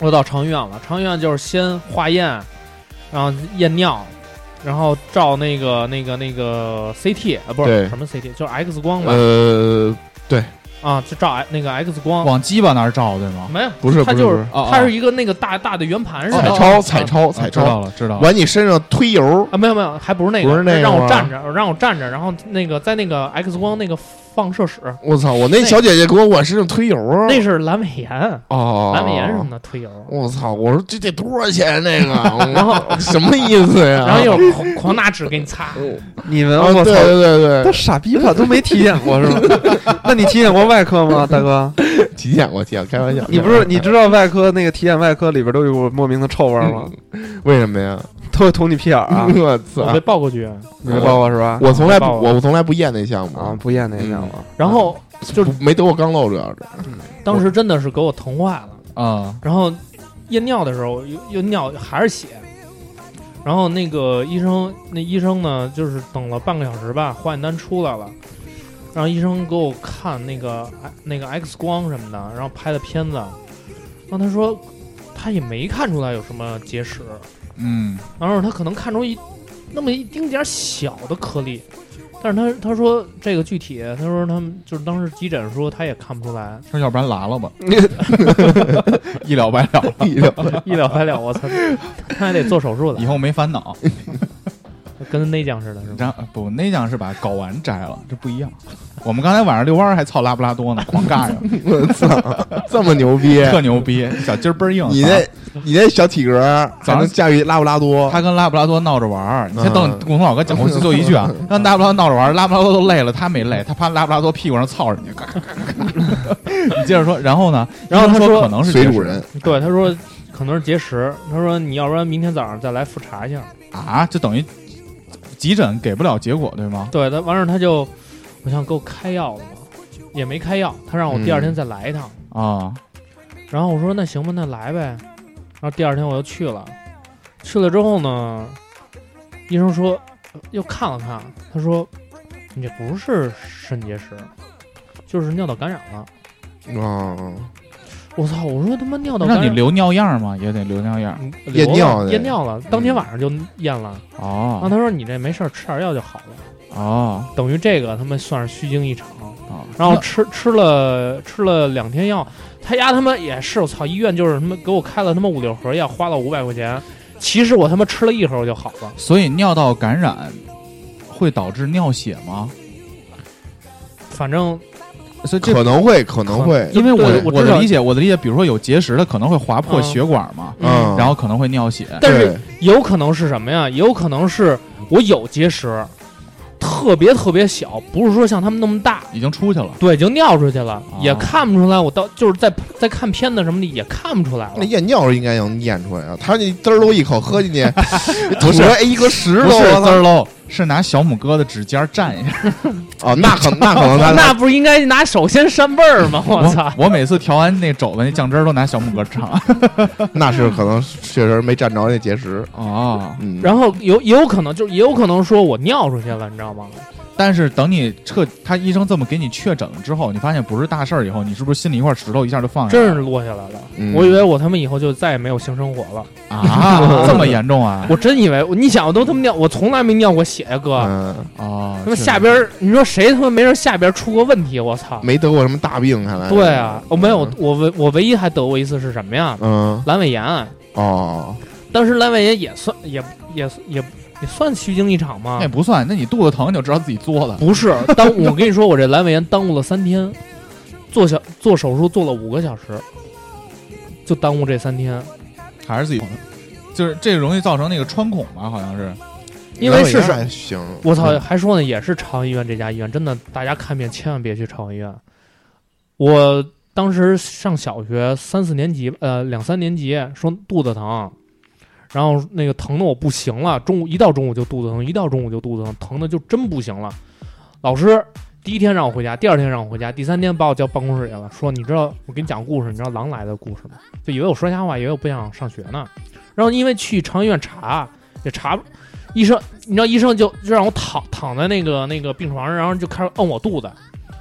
S7: 我到长安医院了，长安医院就是先化验，然后验尿，然后照那个那个那个 CT 啊，不
S6: 对
S7: 是什么 CT，就是 X 光吧，
S6: 呃，
S7: 啊，就照那个 X 光。
S2: 啊往鸡巴那儿照对吗？
S7: 没有，
S6: 不是，哦
S7: 它
S6: 不
S7: 就是
S6: 不
S2: 哦哦
S7: 它是一个那个大大的圆盘似
S6: 彩
S7: 的，啊
S6: 超，彩超，彩
S2: 啊知
S7: 哦
S2: 道
S6: 超，
S2: 了，知道了。
S6: 往你身上推油，
S7: 啊，没有没有，还不是那个，
S6: 不是那个
S7: 让我
S6: 吗
S7: 站着，让我站着，然后那个在那个 X 光那个放射室，
S6: 我操！我那小姐姐给我往身上推油啊，
S7: 那是阑尾炎，
S6: 哦，
S7: 阑尾炎什么的推油，
S6: 我操！我说这得多少钱那个？
S7: 然后
S6: 我什么意思呀？
S7: 然后又有狂狂拿纸给你擦，
S5: 你们
S6: 啊，
S5: 我
S6: 对
S5: 操，
S6: 对对
S5: 都
S6: 对，
S5: 傻逼吧？都没体检过是吗？ 那你体检过外科吗，大 哥？
S6: 体检过体检，开玩笑。
S5: 你不是你知道外科那个体检外科里边都有股莫名的臭味儿吗？
S6: 为什么呀？
S5: 都会捅你屁眼儿 啊？
S6: 我
S7: 我
S6: 操
S7: 被！抱过去，啊
S5: 你没包过是吧？
S6: 我从来不，
S7: 被爆了
S6: 我我从来不验那项目
S5: 啊，，不验那项目。
S7: 然后
S6: 就没得过肛瘘，主要是。
S7: 当时真的是给我疼坏了，
S2: 啊，
S7: 然后验尿的时候又又尿还是血，然后那个医生那医生呢，就是等了半个小时吧，化验单出来了。然后医生给我看那个那个 X 光什么的，然后拍的片子，然后他说他也没看出来有什么结石，
S2: 嗯，
S7: 然后他可能看出一那么一丁点儿小的颗粒，但是他他说这个具体，他说他们就是当时急诊说他也看不出来，
S2: 说要不然拉了 吧，一了百了，
S7: 一了百了，我操， 他还得做手术
S2: 以
S7: 的，
S2: 后没烦恼。
S7: 跟内江似的，是吧？
S2: 然后不，那讲是把睾丸摘了，这不一样。我们刚才晚上遛弯儿还操拉布拉多呢，狂尬呀，
S6: 我操，这么牛逼！
S2: 特牛逼，小鸡儿倍儿硬。
S6: 你那，你那小体格儿还能驾驭拉布拉多？
S2: 他跟拉布拉多闹着玩儿，你先
S6: 嗯
S2: 等你共同老哥讲，我就一句啊，让拉布拉多闹着玩儿，拉布拉多都累了，他没累，他趴拉布拉多屁股上操人家，嘎嘎嘎嘎嘎。你接着说，然后呢？
S7: 然后
S2: 医
S7: 他
S2: 生
S7: 说
S2: 可能是
S6: 水
S2: 结
S6: 主
S2: 石
S6: 人
S7: 对，他说可能是结石，他说你要不然明天早上再来复查一下。
S2: 啊，就等于急诊给不了结果，对吗？
S7: 对，他完事儿他就，我想给我开药了嘛，也没开药，他让我第二
S2: 嗯
S7: 天再来一趟。
S2: 啊，
S7: 然后我说那行吧，那来呗。然后第二天我又去了，去了之后呢，医生说呃又看了看，他说你这不是肾结石，就是尿道感染了。
S6: 啊，
S7: 我操！我说他妈尿道感
S2: 让
S7: 染，
S2: 你留尿样吗？也得留尿样。
S7: 嗯
S6: 验
S7: 流
S6: 尿
S7: 了
S6: 的
S7: 验尿了，当天晚上就验了。然后
S2: 哦
S7: 他说你这没事儿，吃点药就好了。
S2: 哦
S7: 等于这个他们算是虚惊一场。
S2: 哦，
S7: 然后吃吃了吃了两天药，他丫他妈也是我操，医院就是他妈给我开了他妈五六盒药，花了五百块钱。其实我他妈吃了一盒我就好了，
S2: 所以尿道感染会导致尿血吗？
S7: 反正
S2: 所以这
S6: 可能会，可能会，
S2: 因为我
S7: 对
S2: 我
S7: 我
S2: 我
S7: 知
S2: 的
S7: 道
S2: 理解，我的理解，比如说有结石的可能会划破
S7: 嗯
S2: 血管嘛，
S6: 嗯，
S2: 然后可能会尿血。
S7: 但是
S6: 对
S7: 有可能是什么呀？有可能是我有结石，特别特别小，不是说像他们那么大。
S2: 已经出去了，
S7: 对，已经尿出去了，
S2: 哦
S7: 也看不出来。我到就是在在看片子什么的也看不出来
S6: 那
S7: 了。
S6: 验尿是应该能验出来啊，他那滋儿喽一口喝 进去，吐出来哎一个石
S2: 不
S6: 头，
S2: 是
S6: 我
S2: 滋
S6: 操
S2: 儿喽，是拿小拇哥的指尖蘸一下。
S6: 哦，那可那可能
S7: 那
S6: 他
S7: 不是应该拿手先扇贝儿吗？我操！
S2: 我每次调完那肘子那酱汁儿都拿小拇哥 蘸。
S6: 那是可能确实没占着那结石，
S2: 哦，
S6: 嗯，
S7: 然后有也有可能，就是也有可能说我尿出去了，你知道吗？
S2: 但是等你彻他医生这么给你确诊了之后，你发现不是大事儿以后，你是不是心里一块石头一下就放下来了
S7: 真是落下来了。
S6: 嗯
S7: 我以为我他妈以后就再也没有性生活了，
S2: 啊？这么严重啊？
S7: 我真以为你想，我都他妈尿，我从来没尿过血呀，哥。
S6: 嗯，
S2: 哦，
S7: 他妈
S2: 是
S7: 下边儿，你说谁他妈没事下边儿出过问题？我操！
S6: 没得过什么大病，看来
S7: 啊对啊，我没有，我唯我唯一还得过一次是什么呀？
S6: 嗯，
S7: 阑尾炎，
S6: 哦，
S7: 当时阑尾炎也算也也也也算虚惊一场吗
S2: 那也？不算，那你肚子疼你就知道自己作了。
S7: 不是，当我跟你说，我这阑尾炎耽误了三天，做小做手术做了五个小时，就耽误这三天。
S2: 还是自己就是这容易造成那个穿孔吧，好像是。
S7: 因为是
S6: 原来
S7: 什
S6: 还行，嗯
S7: 我操，还说呢，也是朝阳医院这家医院，真的，大家看病千万别去朝阳医院。我当时上小学三四年级，呃，两三年级，说肚子疼，然后那个疼的我不行了，中午一到中午就肚子疼，一到中午就肚子疼，疼的就真不行了。老师第一天让我回家，第二天让我回家，第三天把我叫办公室去了，说你知道我给你讲故事，你知道狼来的故事吗？就以为我说瞎话，以为我不想上学呢。然后因为去长医院查也查不，医生你知道医生就就让我躺躺在那个那个病床上，然后就开始摁我肚子，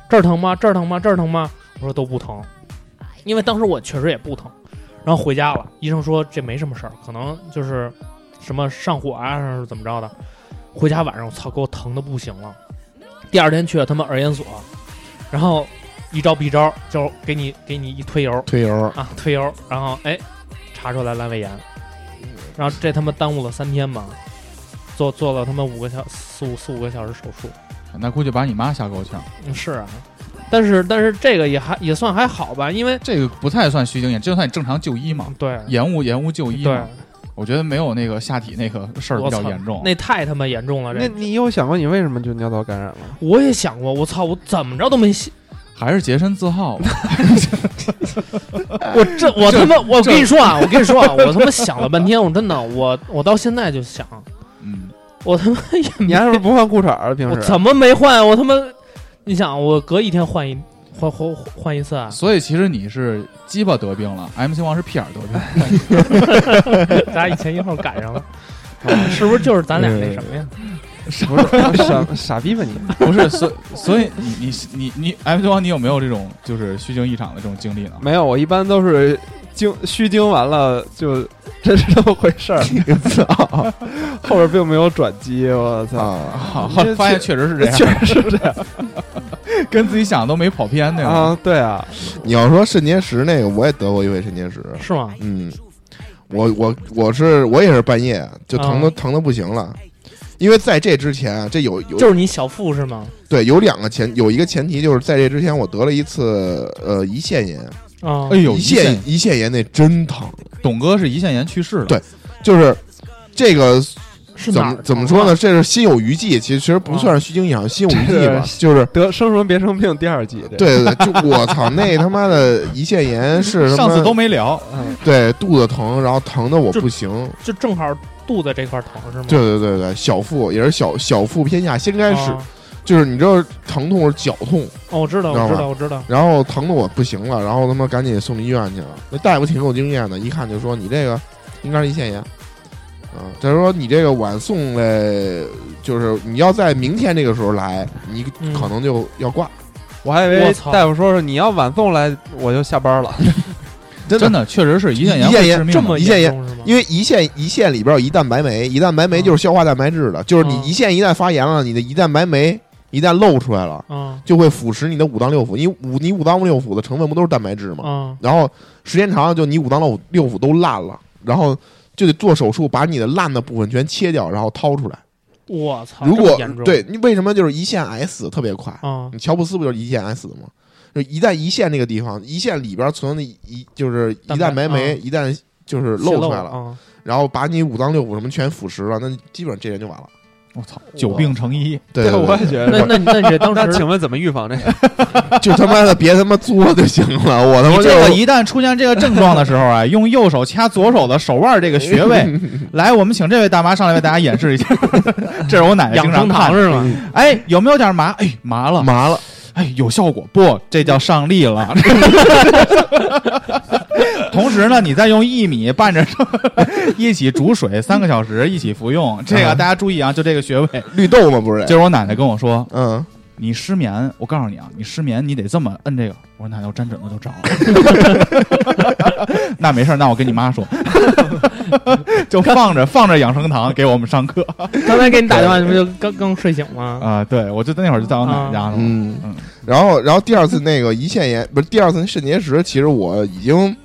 S7: 这儿疼吗？这儿疼吗？这儿疼吗？我说都不疼，因为当时我确实也不疼。然后回家了，医生说这没什么事儿，可能就是什么上火啊，还是怎么着的。回家晚上我操，给我疼的不行了。第二天去了他们儿研所，然后一招必招，就是给你给你一推油，
S6: 推油，
S7: 啊，推油，然后哎，查出来阑尾炎，然后这他妈耽误了三天嘛，做做了他妈五个小四五四五个小时手术。
S2: 那估计把你妈吓够呛。
S7: 嗯，是啊，但是但是这个也还也算还好吧，因为
S2: 这个不太算虚惊，也就算你正常就医嘛，
S7: 对
S2: 延误延误就医
S7: 对
S2: 嘛。，我觉得没有那个下体那个事儿比
S7: 我
S2: 较
S7: 操
S2: 严重。
S7: 那太他妈严重了。
S5: 那
S7: 这
S5: 你有想过你为什么就尿道感 染吗？
S7: 我也想过，我操，我怎么着都没想，
S2: 还是洁身自好吧。
S7: 我这我
S2: 这
S7: 他妈我
S2: 这
S7: 跟你说啊，我跟你说啊，我他妈想了半天，我真的我我到现在就想，
S2: 嗯，
S7: 我他妈也没
S5: 你还是不啊换裤衩儿啊？平
S7: 我
S5: 时
S7: 怎么没换？啊我他妈，你想我隔一天换一换换换一次啊？
S2: 所以其实你是鸡巴得病了，MC 王是屁眼儿得病。
S7: 咱俩一前一后赶上了，啊是不是就是咱俩那什么呀？
S5: 不 是傻傻逼吧你？
S2: 不是，所所以你你你你 MC 王，你有没有这种就是虚惊一场的这种经历 呢？
S5: 没有，我一般都是经虚惊完了就真是这么回事 儿，操，后边并没有转机，我操，
S6: 啊，
S2: 好，后来发现确实是这样，
S5: 确实是这样
S2: 跟自己想的都没跑偏那种。
S5: 啊，对啊，
S6: 你要说肾结石那个，我也得过一回肾结石，
S7: 是吗？
S6: 嗯，我我我是我也是半夜就疼的、
S7: 啊
S6: 疼的不行了，因为在这之前，这有有
S7: 就是你小腹是吗？
S6: 对有两个前有一个前提就是在这之前我得了一次呃胰腺炎，
S7: 啊
S2: 哎，呦，
S6: 胰
S2: 胰
S6: 腺
S2: 腺，
S6: 胰腺炎那真疼，
S2: 董哥是胰腺炎去世了。
S6: 对就是这个
S7: 是
S6: 怎
S7: 哪儿
S6: 么
S7: 疼啊
S6: 怎么说呢？？这是心有余悸，其实其实不算是虚惊一场，心有余悸吧，哦就是
S5: 得生什么别生病第二季，这
S6: 对对对，就我操，那他妈的胰腺炎是嗯他
S2: 上
S6: 妈
S2: 次都没聊，
S6: 对肚子疼，然后疼的我
S7: 就
S6: 不行。
S7: 就正好肚子这块疼是吗？
S6: 对对对对，小腹也是小小腹偏下，先开始
S7: 啊
S6: 就是你知道疼痛是绞痛，
S7: 哦，我知道，
S6: 知道嗯
S7: 我知
S6: 吧
S7: 道，我知道。
S6: 然后疼的我不行了，然后他妈赶紧送医院去了。那大夫挺有经验的，一看就说你这个应该是胰腺炎。啊，再说你这个晚送嘞，就是你要在明天这个时候来，你
S7: 嗯
S6: 可能就要挂。
S5: 我还以为
S7: 我操
S5: 大夫说说你要晚送来我就下班了，
S6: 真
S2: 真的确实是胰腺炎
S6: 胰腺
S2: 会
S6: 炎
S2: 致命啊
S7: 这
S2: 的。
S7: 么
S6: 胰腺
S7: 严
S6: 炎
S7: 重是吗？
S6: 因为胰腺胰腺里边有胰蛋白酶，胰蛋白酶就是消化蛋白质的，就是你
S7: 嗯
S6: 胰腺一旦发炎了，你的胰蛋白酶一旦露出来了，
S7: 啊
S6: 就会腐蚀你的五脏六腑。你五你五脏六腑的成分不都是蛋白质吗？
S7: 啊
S6: 然后时间长了，就你五脏六腑六腑都烂了，然后就得做手术把你的烂的部分全切掉，然后掏出来。
S7: 我操！
S6: 如
S7: 这
S6: 果
S7: 么严重
S6: 对你为什么就是胰腺癌死特别快？
S7: 啊
S6: 你乔布斯不就是胰腺癌死的吗？就一旦胰腺这个地方，胰腺里边存的胰就是
S7: 蛋
S6: 胰
S7: 白
S6: 蛋白酶，
S7: 嗯
S6: 一旦就是
S7: 泄
S6: 露出来了，
S7: 啊！
S6: 然后把你五脏六腑什么全腐蚀了，那基本上这人就完了。
S2: 我操，久病成医。
S6: 对对
S5: 我也觉
S7: 啊那
S5: 得。
S7: 那那你这当
S5: 那
S7: 时
S5: 请问怎么预防这个？
S6: 就他妈的别他妈作就行了，我他妈
S2: 你
S6: 就
S2: 这个一旦出现这个症状的时候啊，用右手掐左手的手腕这个穴位。来，我们请这位大妈上来为大家演示一下。这是我奶奶
S7: 养
S2: 经常
S7: 生
S2: 看
S7: 堂
S2: 的。
S7: 是吗？
S2: 哎，有没有点麻？哎，麻了。
S6: 麻了，
S2: 哎，有效果不？这叫上力了。 同时呢，你再用薏米拌着 一起煮水三个小时，一起服用。这个大家注意啊，就这个穴位。
S6: 绿豆嘛不是
S2: 这？是我奶奶跟我说，
S6: 嗯，
S2: 你失眠，我告诉你啊，你失眠你得这么摁这个。 我说奶奶，我沾枕头就着了。 那没事儿，那我跟你妈说， 就放着放着养生堂给我们上 课
S7: 刚才给你打电话，你不就刚刚睡醒吗？
S2: 啊、对，我就那会儿就在我奶奶家了。
S6: 嗯
S2: 嗯，
S6: 然后然后第二次那个胰腺炎不是第二次肾结石，其实我已经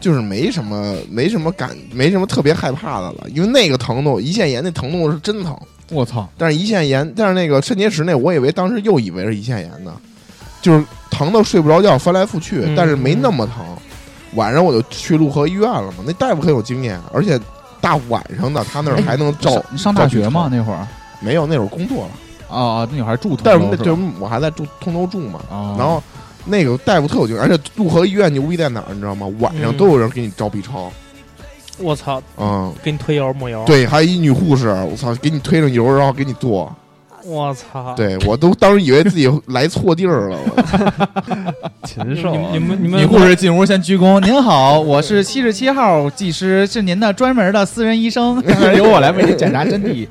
S6: 就是没什么没什么感，没什么特别害怕的了，因为那个疼痛，胰腺炎那疼痛是真疼，
S2: 我操，
S6: 但是胰腺炎，但是那个肾结石那，我以为当时又以为是胰腺炎呢，就是疼的睡不着觉，翻来覆去
S7: 嗯，
S6: 但是没那么疼。晚上我就去陆河医院了嘛，那大夫很有经验，而且大晚上的，他那儿
S2: 哎
S6: 还能照
S2: 上。上大学
S6: 照
S2: 吗？那会儿
S6: 剧场？没有，那会儿工作了。
S2: 啊，那会儿还住同
S6: 但是
S2: 楼
S6: 那
S2: 吧
S6: 就是我还在住通州住嘛，
S2: 啊，
S6: 然后那个大夫特有经验，而且陆河医院牛逼在哪儿，你知道吗？晚上
S7: 嗯
S6: 都有人给你照 B 超，
S7: 我操，
S6: 嗯，
S7: 给你推油抹油，，
S6: 对，还有一女护士，我操，给你推上油，然后给你做，
S7: 我操，
S6: 对我都当时以为自己来错地儿了，我
S7: 你
S5: 禽兽
S7: 们
S5: 啊
S7: 你！们你们
S2: 女护士进屋先鞠躬，您好，我是七十七号技师，是您的专门的私人医 生，当然由我来为您检查身体。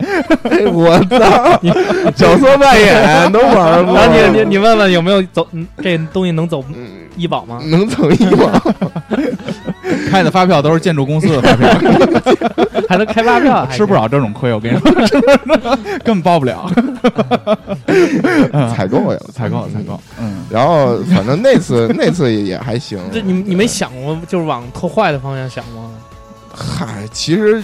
S5: 我 操，角色扮演都玩
S7: 然后
S6: 哦
S7: 你你你问问有没有走嗯这东西能走
S6: 嗯
S7: 医保吗？
S6: 能走一吗？
S2: 开的发票都是建筑公司的发票，
S7: 还能开发
S5: 啊
S7: 票，
S2: 吃
S6: 啊
S2: 不
S7: 了。
S2: 了这种亏，我跟你 说，根本报不了。
S6: 采购 去了，
S2: 采购采购。，嗯，
S6: 然后反正那次那次也还行，
S7: 这你你没想过就是往特坏的方向想吗？
S6: 嗨，其实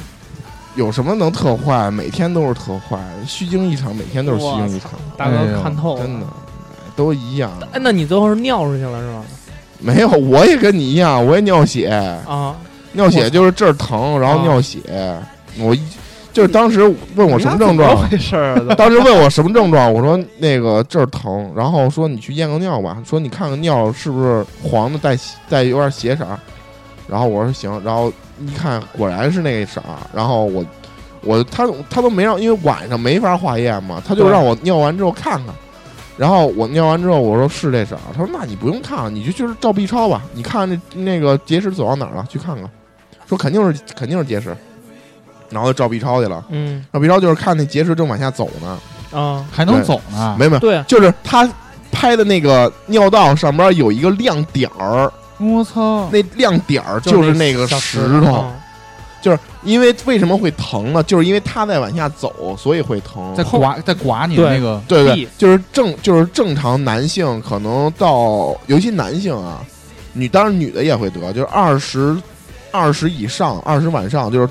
S6: 有什么能特坏？每天都是特坏，虚惊一场，每天都是虚惊一场，
S7: 大
S2: 哎呦
S7: 哥看透了，
S6: 真的都一样。
S7: 哎，那你最后是尿出去了是吗？
S6: 没有，我也跟你一样，我也尿血，
S7: 啊，
S6: 尿血就是这儿疼，然后尿血。我一就是当时问我什么症状，啊
S5: 回事儿？啊
S6: 当时问我什么症状，我说那个这儿疼，然后说你去验个尿吧，说你看看尿是不是黄的带血带有点血色儿，然后我说行，然后一看果然是那个色儿，然后我我他他都没让，因为晚上没法化验嘛，他就
S7: 对
S6: 让我尿完之后看看。然后我尿完之后，我说是这色儿，他说那你不用看了，你就就是照 B 超吧，你看那那个结石走到哪儿了，去看看，说肯定是肯定是结石，然后就照 B 超去了，
S7: 嗯
S6: 照 B 超就是看那结石正往下走呢，
S7: 啊，
S2: 还能走呢？
S6: 没没，
S7: 对啊，
S6: 就是他拍的那个尿道上边有一个亮点儿，
S2: 我操！
S6: 那亮点儿就是那个
S7: 小
S6: 石
S7: 石
S6: 头，
S7: 啊
S6: 就是因为为什么会疼呢？就是因为它在往下走，所以会疼
S2: 在。刮在刮你的
S7: 对
S2: 那个，
S6: 对对
S7: 地，
S6: 就是正就是正常男性可能到，尤其男性啊，女当然女的也会得，就是二十二十以上，二十晚上就是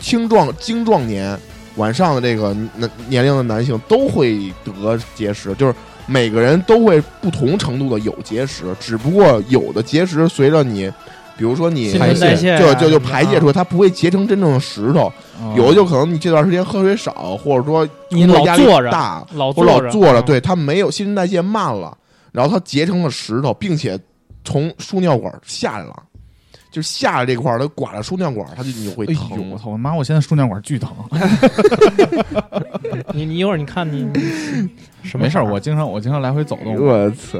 S6: 青壮青壮年晚上的这个年年龄的男性都会得结石，就是每个人都会不同程度的有结石，只不过有的结石随着你。比如说你
S7: 新
S6: 排
S7: 陈代谢
S6: 泄，
S7: 啊
S6: 就就
S7: 什
S6: 就
S7: 么的哦
S6: 排泄出来，它不会结成真正的石头。
S2: 嗯
S6: 有的就可能你这段时间喝水少，或者说
S7: 你
S6: 工作
S7: 老
S6: 压力
S7: 坐着
S6: 大，
S7: 老
S6: 我
S7: 坐
S6: 老
S7: 着
S6: 坐着，
S7: 啊
S6: 对它没有新陈代谢慢了，然后它结成了石头，并且从输尿管下来了，就是下来这块儿，它刮了输尿管，它就你就会
S2: 哎呦
S6: 疼
S2: 我。操！我妈，我现在输尿管巨 疼。
S7: 你你一会儿你看你你什么
S2: 没事儿，我经常我经常来回走动。
S6: 哎我操！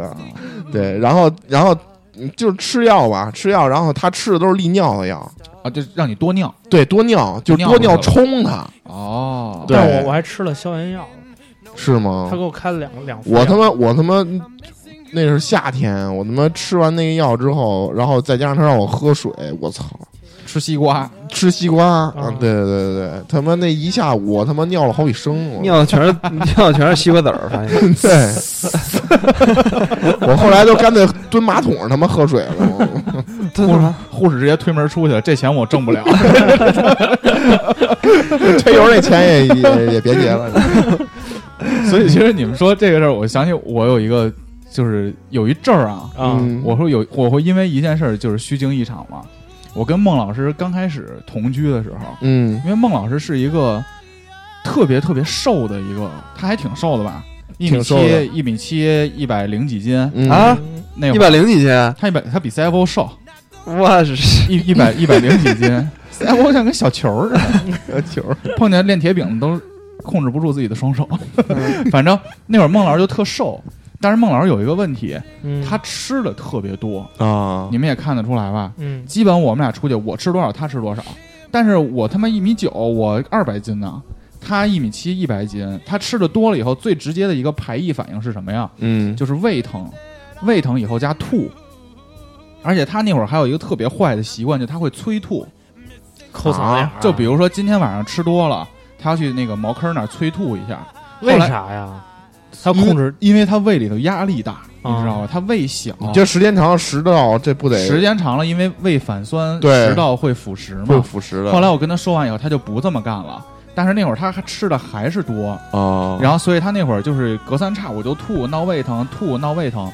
S6: 对，然后然后嗯就是吃药吧，吃药，然后他吃的都是利尿的药，
S2: 啊，就让你多尿
S6: 对，多尿就是多
S2: 尿
S6: 尿
S2: 不是
S6: 冲它，
S2: 哦。
S6: 对
S7: 但我我还吃了消炎药，
S6: 是
S7: 他
S6: 吗
S7: 给？我开了两两副药。啊
S6: 我他妈我他妈。那是夏天，我他妈吃完那个药之后，然后再加上他让我喝水，我操！
S2: 吃西瓜，
S6: 吃西瓜啊
S7: 啊！
S6: 对对对对，他妈那一下午我他妈尿了好几升，我
S5: 尿的全是尿的全是西瓜籽儿，发 现
S6: 对，我后来都干脆蹲马桶上他妈喝水了。 我
S5: 真的吗？
S2: 护士直接推门出去了，这钱我挣不了。
S6: 吹油那钱也也也别结了，
S2: 所以其实你们说这个事儿，我想起我有一个，就是有一阵儿啊，
S7: 啊，
S6: 嗯
S2: 我说有我会因为一件事儿就是虚惊一场嘛。我跟孟老师刚开始同居的时候，
S6: 嗯
S2: 因为孟老师是一个特别特别瘦的一个，他还挺瘦的吧，一米
S6: 挺瘦的
S2: 七一米七一百零几斤，
S6: 嗯
S5: 啊
S7: 嗯
S2: 那
S5: 一
S2: 会儿
S5: 百零几斤，
S2: 他一百他比 CFO 瘦
S5: 我是
S2: 一一百一百零几斤，CFO 像跟小球儿似的。
S6: 球
S2: 碰见练铁饼的都控制不住自己的双手。
S6: 嗯
S2: 反正那会儿孟老师就特瘦，但是孟老师有一个问题，
S7: 嗯
S2: 他吃的特别多，
S6: 啊
S2: 你们也看得出来吧？
S7: 嗯
S2: 基本我们俩出去，我吃多少他吃多少，但是我他妈一米九，我二百斤呢。他一米七，一百斤。他吃的多了以后，最直接的一个排异反应是什么呀？
S6: 嗯
S2: 就是胃疼，胃疼以后加吐，而且他那会儿还有一个特别坏的习惯，就他会催吐。
S7: 抠嗓子眼
S6: 啊
S7: 儿，啊
S2: 就比如说今天晚上吃多了，他要去那个茅坑那儿催吐一下，
S7: 为
S2: 后来
S7: 啥呀？他控制啊
S2: 因为，因为他胃里头压力大，你知道吧？他胃小，
S6: 你这时间长了食道这不得
S2: 时间长了，因为胃反酸，
S6: 对
S2: 食道会腐蚀
S6: 会
S2: 嘛。
S6: 腐蚀啊的。
S2: 后来我跟他说完以后，他就不这么干了。但是那会儿他还吃的还是多，
S6: 啊，
S2: 然后所以他那会儿就是隔三差五就吐，闹胃疼，吐闹胃疼。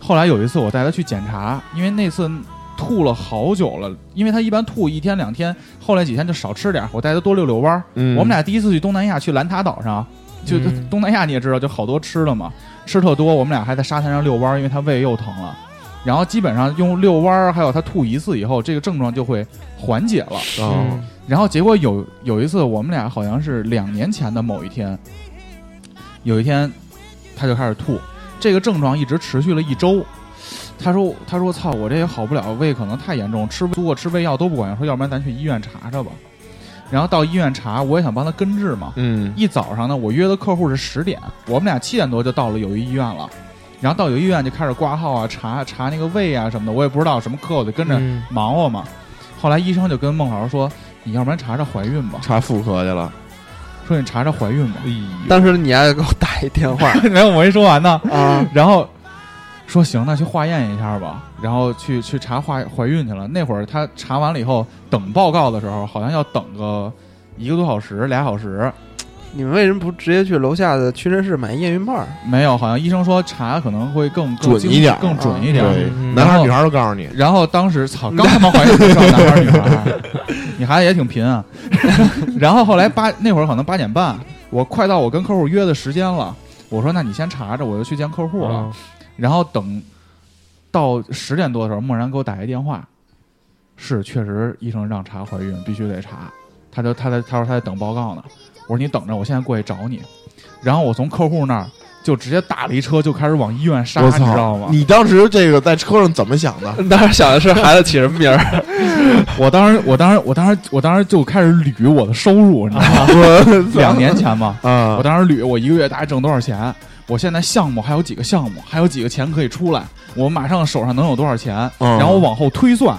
S2: 后来有一次我带他去检查，因为那次吐了好久了，因为他一般吐一天两天，后来几天就少吃点儿，我带他多溜溜弯儿。
S6: 嗯，
S2: 我们俩第一次去东南亚，去兰塔岛上，就、
S7: 嗯
S2: 东南亚你也知道，就好多吃的嘛，吃特多。我们俩还在沙滩上遛弯儿，因为他胃又疼了。然后基本上用遛弯儿，还有他吐一次以后，这个症状就会缓解了。
S6: 哦
S2: 然后结果有有一次，我们俩好像是两年前的某一天，有一天他就开始吐，这个症状一直持续了一周。他说：“他说操，我这也好不了，胃可能太严重，吃如果吃胃药都不管用，说要不然咱去医院查查吧。”然后到医院查，我也想帮他根治嘛。
S6: 嗯
S2: 一早上呢，我约的客户是十点，我们俩七点多就到了友谊医院了。然后到友谊医院就开始挂号啊，查查那个胃啊什么的，我也不知道什么科，我就跟着
S7: 嗯
S2: 忙活嘛。后来医生就跟孟老师说：“你要不然查查怀孕吧，
S6: 查妇科去了，
S2: 说你查查怀孕吧。
S6: 哎
S5: 当时你还给我打一电话
S2: 没有，我没说完呢。
S5: 啊，
S2: 然后说行，那去化验一下吧。然后去去查怀怀孕去了。那会儿他查完了以后，等报告的时候好像要等个一个多小时、俩小时。
S5: 你们为什么不直接去楼下的屈臣氏买验孕棒儿？
S2: 没有，好像医生说查可能会更更
S6: 准
S2: 精
S6: 一点儿啊
S2: 更准一点儿。
S6: 对
S7: 嗯，
S6: 男孩儿女孩儿都告诉你，
S2: 然后当时操，
S6: 嗯
S2: 刚他妈怀孕的时候，男 孩儿女孩儿，你孩子也挺贫啊。 然后后来八那会儿可能八点半，我快到我跟客户约的时间了，我说那你先查着，我就去见客户了。
S6: 嗯
S7: 啊
S2: 然后等到十点多的时候，梦然给我打一电话，是确实医生让查怀孕，必须得查。他就他在他说他在等报告呢，我说你等着，我现在过去找你。然后我从客户那儿就直接打了一车，就开始往医院杀，
S6: 我
S2: 你知道
S6: 操！
S2: 吗？
S6: 你当时这个在车上怎么想 的？
S5: 当时想的是孩子起什么名儿，
S2: 我当时，我当时，我当时，我当时就开始捋我的收入，你知 道吗？两年前嘛，
S6: 啊
S2: 我，当时捋我一个月大概挣多少钱，我现在项目还有几个项目，还有几个钱可以出来，我马上手上能有多少钱，
S5: 哦
S6: 嗯
S2: 然后我往后推算，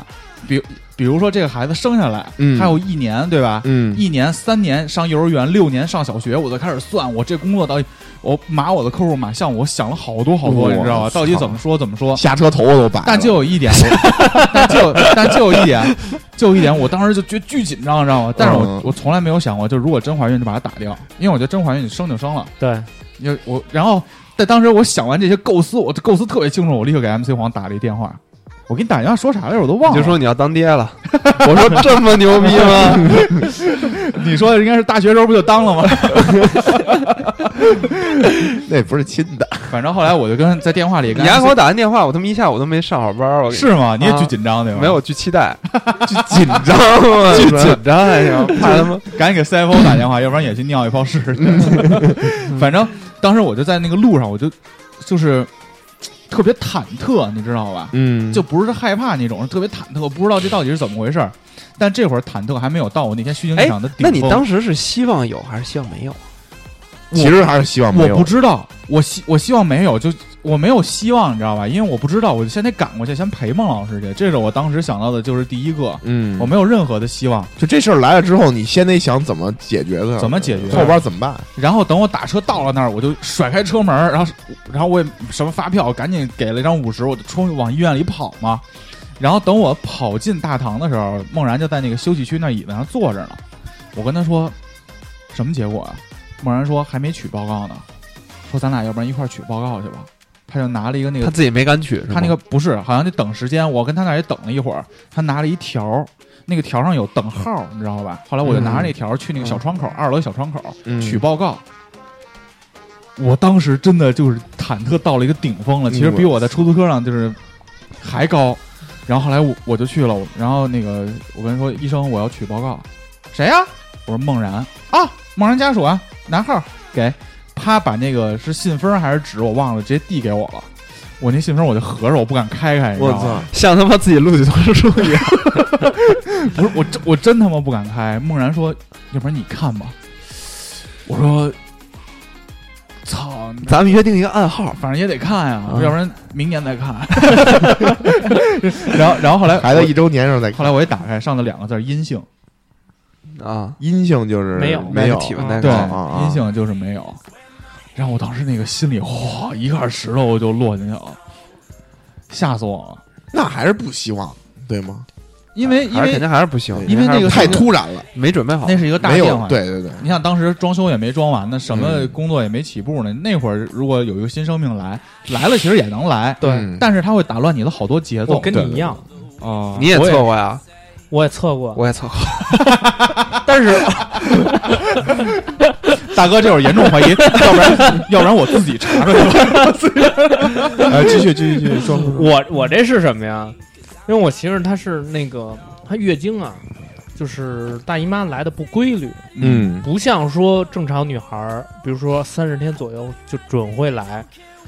S2: 比比如说这个孩子生下来，
S6: 嗯
S2: 还有一年，对吧？
S6: 嗯
S2: 一年、三年上幼儿园，六年上小学，我就开始算我这工作到底，我码我的客户码项目，我想了好多好多，
S6: 哇
S2: 你知道吧？到底怎么说怎么说？
S6: 下车头发都白了，
S2: 但就有一点，我 但就有但就有一点，就有一点，我当时就觉得巨紧张，你知道吗？但是我、
S6: 嗯
S2: 我从来没有想过，就如果真怀孕就把它打掉，因为我觉得真怀孕你生就生了，
S7: 对，
S2: 因为我然后在当时我想完这些构思，我这构思特别清楚，我立刻给 MC 黄打了一电话。我给你打电话说啥来着？我都忘
S5: 你
S2: 了。
S5: 就说你要当爹 了。我说这么牛逼吗？
S2: 你说的应该是大学时候不就当了吗？
S6: 那不是亲的，
S2: 反正后来我就跟在电话里跟
S5: 你还给
S2: MC
S5: 我打完电话，我他妈一下午都没上好班儿，我跟你
S2: 是吗？你也
S5: 啊
S2: 巨紧张对吧？
S5: 没有，，我巨期 待，
S6: 就紧张啊，
S5: 巨
S6: 是吧
S5: 紧张还行，怕 他妈
S2: 赶紧给 CFO 打电话，要不然也去尿一泡试试去。反正当时我就在那个路上，我就就是特别忐忑，你知道吧？
S6: 嗯，
S2: 就不是害怕那种，是特别忐忑，不知道这到底是怎么回事儿。但这会儿忐忑还没有到我那天虚惊一场的顶
S5: 那
S1: 哎
S2: 峰。
S5: 你当时是希望有还是希望没有？
S6: 其实还是希望没
S2: 我
S6: 有
S2: 不知道，我希我希望没有，就我没有希望，你知道吧？因为我不知道，我就先得赶过去，先陪孟老师去。这是我当时想到的，就是第一个，
S6: 嗯，
S2: 我没有任何的希望。
S6: 就这事儿来了之后，你先得想怎么解决它，
S2: 怎么解决
S6: 后边怎么办？
S2: 然后等我打车到了那儿，我就甩开车门儿，然后然后我也什么发票，赶紧给了一张五十，我就冲往医院里跑嘛。然后等我跑进大堂的时候，梦然就在那个休息区那椅子上坐着呢。我跟他说什么结果啊？梦然说还没取报告呢，说咱俩要不然一块儿取报告去吧。他就拿了一个那个
S5: 他自己没敢取，是吗
S2: 他那个不是，好像得等时间。我跟他那儿也等了一会儿，他拿了一条儿，那个条上有等号儿，你知道吧？后来我就拿着那条儿去那个小窗口，二楼小窗口
S6: 嗯
S2: 取报告。我当时真的就是忐忑到了一个顶峰了，其实比嗯我在出租车上就是还高。然后后来我我就去了，我然后那个我跟他说医生我要取报告，谁呀、我说孟然啊，孟然家属啊，拿号儿给，啪把那个是信封还是纸我忘了，直接递给我了。我那信封我就合着，我不敢开开，你知
S6: 我
S2: 道吗？
S6: 操，
S5: 像他妈自己录取通知书一样。
S2: 不是我真我真他妈不敢开。梦然说：“要不然你看吧。”我说：“操，
S5: 咱们约定一个暗号，
S2: 反正也得看呀，
S5: 嗯
S2: 要不然明年再看。”然后然后后来
S6: 孩子一周年时候再看
S2: 后来我一打开，上的两个字儿阴性，
S5: 啊，
S6: 阴性就是
S7: 没有
S6: 没有，
S5: 体
S7: 有
S5: 温太
S2: 对，
S5: 高，
S6: 啊啊
S2: 阴性就是没有。然后我当时那个心里哗，一块石头就落进去了，吓死我了。
S6: 那还是不希望，对吗？
S2: 因为
S6: 啊
S2: 因
S5: 还是肯
S2: 为
S5: 定还是不行，
S2: 因为那个
S6: 太
S2: 是
S6: 突然了，
S5: 没准备好
S2: 那。是一个大
S6: 没
S2: 变
S6: 有，
S2: 化，
S6: 对对对，
S2: 你想当时装修也没装完呢，什么
S6: 嗯
S2: 工作也没起步呢。那会儿如果有一个新生命来，来了其实也能来，
S7: 对
S6: 嗯
S2: 但是它会打乱你的好多节奏。
S7: 我跟你一样，
S2: 哦，
S5: 你也
S7: 我也
S5: 测过呀？
S7: 我也测过，
S5: 我也测过。
S7: 但是
S2: 大哥，这会儿严重 怀疑，要不然要不然我自己查查去吧。
S6: 呃，继续继续继续说，
S7: 我我这是什么呀？因为我媳妇儿她是那个她月经啊，就是大姨妈来的不规律，
S6: 嗯
S7: 不像说正常女孩儿，比如说三十天左右就准会来，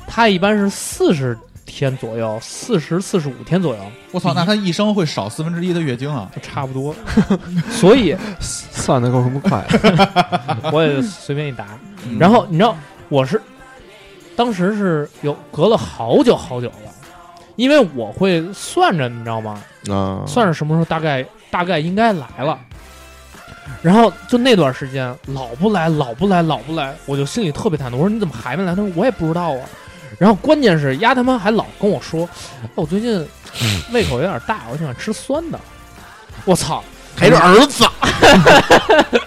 S7: 她一般是四十天左右，四十四十五天左右
S2: 我操，那他一生会少四分之一的月经啊！
S7: 就差不多，所以
S5: 算的够什么快 的？
S7: 我也随便一答。
S2: 嗯
S7: 然后你知道我是当时是有隔了好久好久了，因为我会算着，你知道吗？
S6: 啊，
S7: 算是什么时候大概大概应该来了。然后就那段时间老不来，老不来，老不来，我就心里特别忐忑。我说你怎么还没来？他说我也不知道啊。然后关键是丫他妈还老跟我说，哎我 最近胃口有点大，我想吃酸的。我操！
S6: 还是儿子，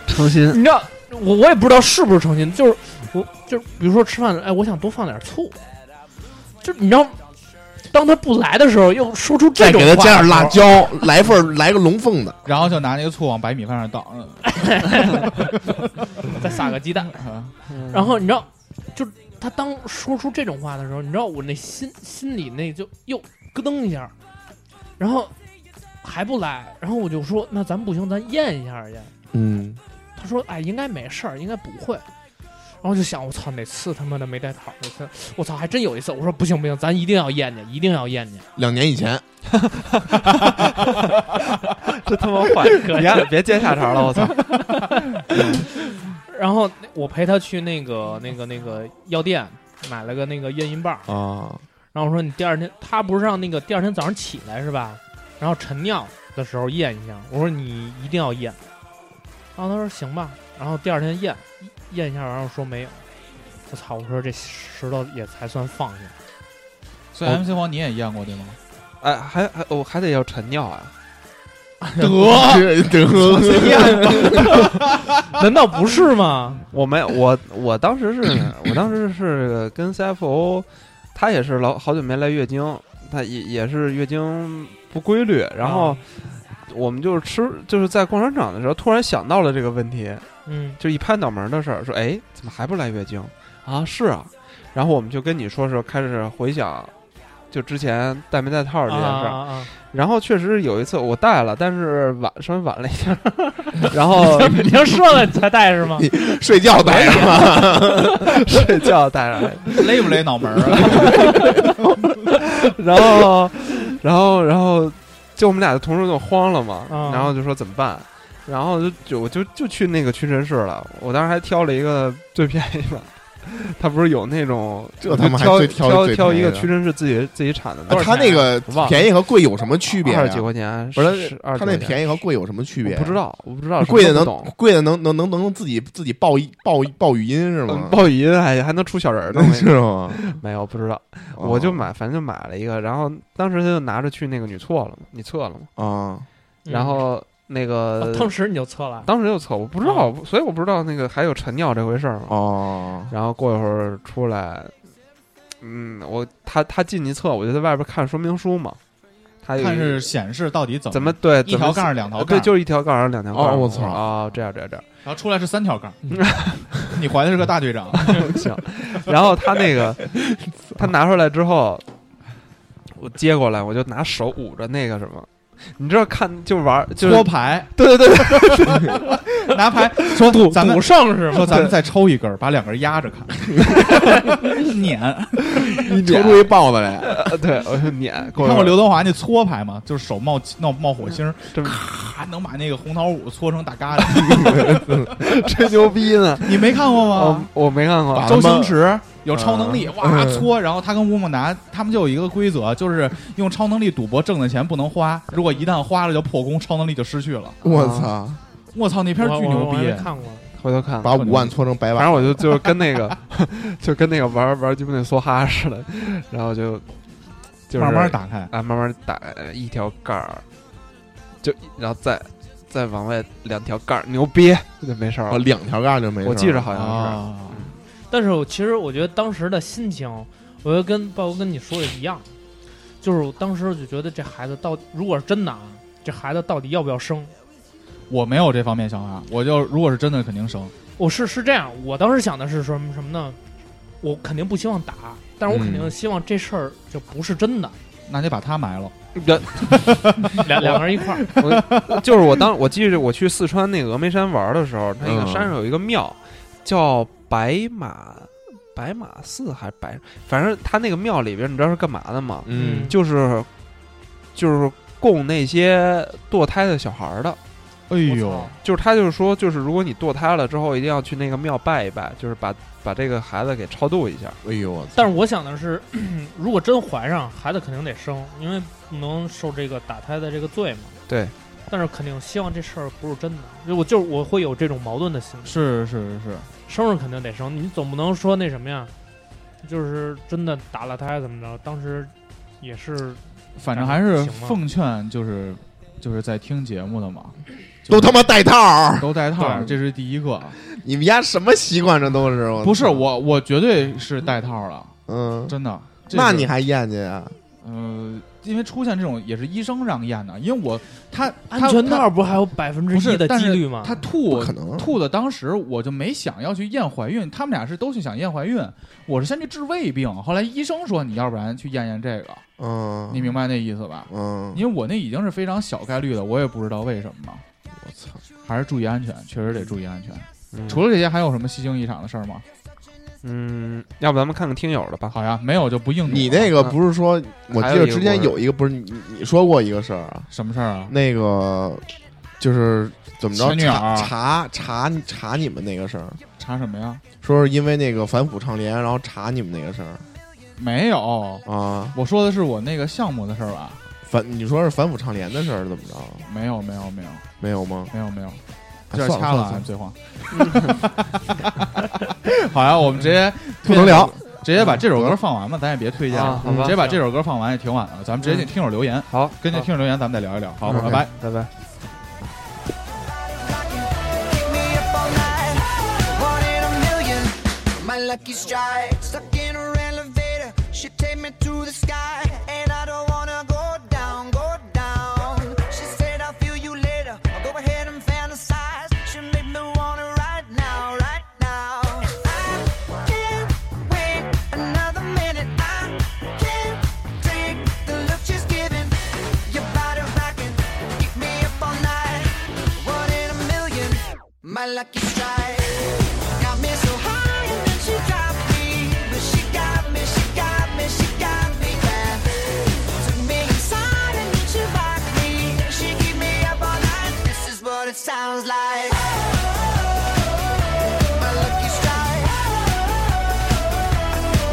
S5: 诚心
S7: 你知道我我也不知道是不是诚心，就是我就是比如说吃饭，哎，我想多放点醋，就你知道，当他不来的时候，又说出这
S6: 再
S7: 种
S6: 给他
S7: 话的
S6: 加
S7: 时候，
S6: 点辣椒，来份儿来个龙凤的，
S2: 然后就拿那个醋往白米饭上倒，
S7: 再撒个鸡蛋。
S2: 嗯
S7: 然后你知道，就是他当说出这种话的时候，你知道我那心心里那就又咯噔一下，然后还不来，然后我就说那咱不行，咱验一下去。
S6: 嗯，
S7: 他说哎，应该没事儿，应该不会。然后就想我操，哪次他妈的没带套？我操，我操，还真有一次。我说不行不行，咱一定要验去，一定要验去。
S6: 两年以前，
S5: 这他妈坏！ 别别接下茬了，我操！
S7: 然后我陪他去那个那个那个药店买了个那个验孕棒。
S6: 啊，
S7: 然后我说你第二天，他不是让那个第二天早上起来是吧？然后晨尿的时候验一下。我说你一定要验。然后他说行吧。然后第二天验验一下，然后说没有。我操！我说这石头也才算放下。
S2: 所以 MC 黄你也验过对吗？
S5: 哎，还还我还得要晨尿啊！
S6: 得 得，
S7: 难道不是吗？
S5: 我没有，我我当时是我当时是跟 CFO，他也是老好久没来月经，他也也是月经不规律，然后
S7: 啊
S5: 我们就是吃就是在逛商场的时候，突然想到了这个问题，
S7: 嗯，
S5: 就一拍脑门的事儿，说哎，怎么还不来月经啊？是啊，然后我们就跟你说说，开始回想。就之前戴没戴套这件事儿，
S7: 啊啊啊
S5: 然后确实有一次我戴了，但是晚稍微晚了一点儿，然 后
S7: 啊你要说了才带是吗？
S6: 睡觉带上了，
S5: 睡觉戴上了，
S2: 勒不勒脑门儿 啊？
S5: 然后，然后，然后，就我们俩的同事就慌了嘛，
S7: 嗯
S5: 然后就说怎么办？然后就就我就就去那个屈臣氏了，我当时还挑了一个最便宜的， 他不是有那种
S6: 这他妈还
S5: 挑
S6: 最挑
S5: 挑
S6: 最
S5: 挑一个
S6: 便宜的啊
S5: 屈臣氏自己自己产的，
S6: 他那个便宜和贵有什么区别呀
S5: 啊
S6: 啊
S5: 二十？几块钱，
S6: 不是
S5: 二
S6: 他那便宜和贵有什么区别
S5: 宜
S6: 呀？
S5: 不知道，我不知道，
S6: 贵
S5: 什
S6: 的
S5: 么
S6: 能
S5: 都不懂。
S6: 贵的能能能能自己自己报一报一报语音是吗
S5: 嗯？鲍鱼还还能出小人儿呢，
S6: 是哦吗？
S5: 没有不知道， 我就买，反正就买了一个，然后当时他就拿着去那个女厕了嘛，你测了嘛，
S6: 啊，
S5: 然后那
S7: 嗯
S5: 个
S2: 呃
S7: 啊当时你就测了，
S5: 当时就测，我不知道，
S2: 哦
S5: 所以我不知道那个还有晨尿这回事儿嘛。
S6: 哦，
S5: 然后过一会儿出来，嗯，我他他进去测，我就在外边看说明书嘛，他有一
S2: 看是显示到底怎么
S5: 怎么对
S2: 一条
S5: 怎么呃
S2: 杠儿两条杠
S5: 对，
S2: 儿，
S5: 就是一条杠儿两条杠儿。
S6: 哦我操
S5: 啊，这样这样这样，
S2: 然后出来是三条杠儿。
S5: 嗯
S2: 你怀的是个大队长，
S5: 行。然后他 那个他拿出来之后，我接过来，我就拿手捂着那个什么，你知道看就玩儿 就是
S2: 搓牌，
S5: 对对 对，
S2: 拿牌说赌咱们
S7: 赌圣是吗？
S2: 说咱们再抽一根儿，把两根儿压 着看， 撵。
S5: 你
S6: 抽出一豹子 来，
S5: 呃对，我就撵过
S2: 你
S5: 来
S2: 看过刘德华那搓牌吗？就是手冒冒冒火星儿，
S5: 这么
S2: 咔能把那个红桃五搓成大疙瘩。
S5: 吹牛逼呢，
S2: 你没看过
S5: 我
S2: 吗？
S5: 我没看过
S6: 把。
S2: 周星驰有超能力，
S6: 嗯
S2: 哇
S6: 嗯
S2: 搓，然后他跟吴孟达他们就有一个规则，就是用超能力赌博挣的钱不能花，如果一旦花了就破功，超能力就失去了。
S5: 嗯
S6: 我操，
S2: 我操，那片儿
S7: 我
S2: 巨牛
S7: 我我还没
S2: 逼！
S7: 看过。
S5: 回头看，
S6: 把五万搓成白
S5: 反
S6: 碗，
S5: 正我就就是跟那个 就跟那个玩玩鸡巴那梭哈似的，然后就就是
S2: 慢慢打开，
S5: 啊，慢慢打一条杠儿，就然后再再往外两条杠儿，牛逼，就没事儿
S6: 哦，
S5: 了。
S6: 两条杠就没事儿了。
S5: 我记着好像是，
S2: 啊，
S7: 但是我其实我觉得当时的心情，我觉得跟包括跟你说的一样，就是我当时就觉得这孩子到如果是真的啊，这孩子到底要不要生？
S2: 我没有这方面想法，我就如果是真的肯定生。
S7: 我是是这样，我当时想的是什么什么呢？我肯定不希望打，但是我肯定
S6: 嗯
S7: 希望这事儿就不是真的。
S2: 那得把他埋了。
S7: 两两个人一块 儿，
S5: 就是我当我记着我去四川那个峨眉山玩的时候，它那个
S6: 嗯
S5: 山上有一个庙，叫白马白马寺还是白，反正它那个庙里边，你知道是干嘛的吗？
S6: 嗯
S5: 就是就是供那些堕胎的小孩儿的。
S2: 哎呦，
S5: 就是他就是说，就是如果你堕胎了之后，一定要去那个庙拜一拜，就是把把这个孩子给超度一下。
S6: 哎呦我操，
S7: 但是我想的是， 如果真怀上，孩子肯定得生，因为不能受这个打胎的这个罪嘛。
S5: 对。
S7: 但是肯定希望这事儿不是真的，就我就是我会有这种矛盾的心理。
S2: 是是是，
S7: 生是肯定得生，你总不能说那什么呀，就是真的打了胎怎么着？当时也是
S2: 反正还是
S7: 行吗
S2: 奉劝，就是就是在听节目的嘛，
S6: 都他妈带套 儿，
S2: 都带套儿，
S6: 对
S2: 这是第一个。
S6: 你们家什么习惯这都是？
S2: 不是
S6: 操，
S2: 我，我绝对是带套儿了，
S6: 嗯，
S2: 真的。这
S6: 那
S2: 是
S6: 你还验去啊？
S2: 呃，因为出现这种也是医生让验的，因为我他他
S7: 安全
S2: 他
S7: 套不还有百分之
S2: 不是
S7: 一的
S2: 但
S7: 几
S2: 是
S7: 率吗？
S2: 他
S6: 不
S2: 吐
S6: 可能，
S2: 吐的，当时我就没想要去验怀孕，他们俩是都去想验怀孕，我是先去治胃病，后来医生说你要不然去验验这个，
S6: 嗯，
S2: 你明白那意思吧？
S6: 嗯，
S2: 因为我那已经是非常小概率的，我也不知道为什么嘛。
S6: 我操，
S2: 还是注意安全，确实得注意安全。
S5: 嗯
S2: 除了这些，还有什么吸睛异常的事儿吗？
S5: 嗯，要不咱们看看听友的吧？
S2: 好呀，没有就不应
S6: 你那个不是说，我
S5: 还
S6: 记
S5: 有
S6: 得
S5: 一个
S6: 之前
S5: 故事
S6: 有一个不是你你说过一个事儿啊，
S2: 什么事儿啊？
S6: 那个就是怎么着
S2: 前女友啊
S6: 查查查查你们那个事儿，
S2: 查什么呀？
S6: 说是因为那个反腐倡廉，然后查你们那个事儿
S2: 没有，
S6: 啊，
S2: 我说的是我那个项目的事儿吧？
S6: 反你说是反腐倡廉的事儿怎么着？
S2: 没有，没有，没有，
S6: 没有吗？
S2: 没有，没有，
S6: 哎
S2: 这
S6: 算
S2: 儿掐了
S6: 了算了
S2: 啊，
S6: 算了，
S2: 最黄。 好呀，我们直接
S6: 不能聊，
S2: 直接把这首歌放完吧，咱也别推荐
S5: 啊
S2: 了
S5: 好，吧
S2: 直接把这首歌放完也挺晚了，咱们直接进听友留言，
S5: 好，
S2: 跟进
S5: 好
S2: 听友留言咱们再聊一聊。好，
S6: 嗯
S2: 拜拜。
S5: 拜拜。
S9: Keep me up all night. One in a million. My lucky strike. Stuck in her elevator. She take me to the sky. And I don't wanna go down, go down. She said, I'll feel you later. I'll go ahead and fantasize. She made me wanna right now, right now. I can't wait another minute. I can't take the look she's giving. Your body rocking. Keep me up all night. One in a million. My lucky strike got me so high, and then she dropped me. But she got me, she got me, she got me back. Took me inside, and then she rocked me. She keep me up all night. This is what it sounds like. My lucky strike.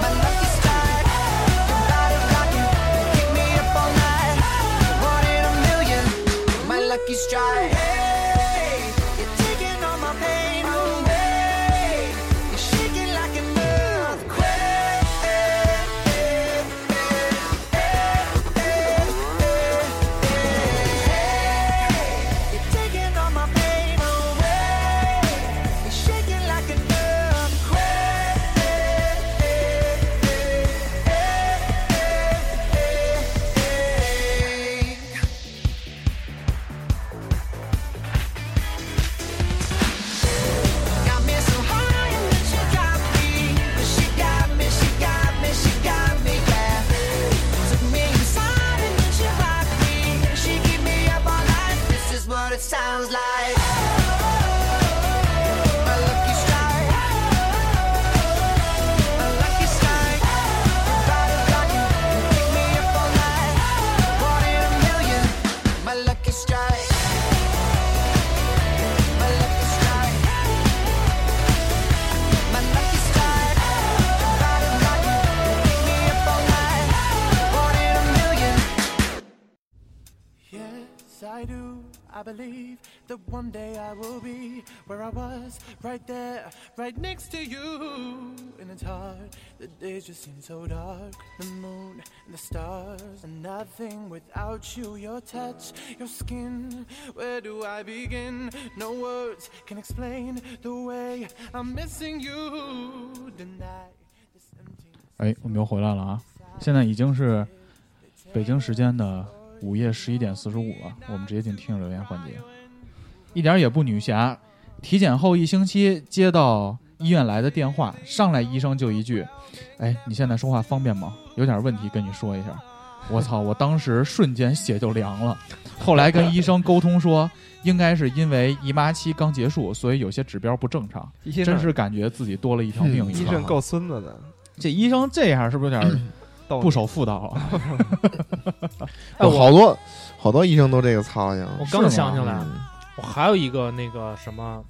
S9: My lucky strike. Your body rocking, keep me up all night. One in a million. My lucky strike. Hey, you're taking all my pain away. You're shaking like an earthquake. You're taking all my pain away. You're shaking like an earthquake. Got me so high and then she got me, but she got me, she got me, she got me back. Took me inside and then she rocked me, she keep me up all night. This is what it sounds like. My lucky strike, my lucky strike. Body rocking, keep me up all night. One in a million, my lucky strike, my lucky strike. My lucky strike, body rocking, keep me up all night. One in a million.
S10: Yes, I do. I believe that one day I will be where I was, right there, right next to you. And it's hard, the days just seem so dark. The moon and the stars, and nothing without you. Your touch, your skin, where do I begin? No words can explain the way I'm missing you. Deny this empty.
S2: 哎，我们又回来了啊！现在已经是北京时间的午夜十一点四十五了，我们直接进听友留言环节，一点儿也不女侠。体检后一星期接到医院来的电话，上来医生就一句：“哎，你现在说话方便吗？有点问题跟你说一下。”我操！我当时瞬间血就凉了。后来跟医生沟通说，应该是因为姨妈期刚结束，所以有些指标不正常，
S5: 医生
S2: 真是感觉自己多了一条命一
S5: 嗯医
S2: 样
S5: 生。够孙子的，
S2: 这医生这样是不是有点
S5: 逗
S2: 不
S5: 你
S2: 守妇道啊？
S7: 哎，我
S6: 好多好多医生都这个操心。啊
S7: 我
S2: 是吗
S7: 刚想起来，
S6: 嗯
S7: 我还有一个那个什么，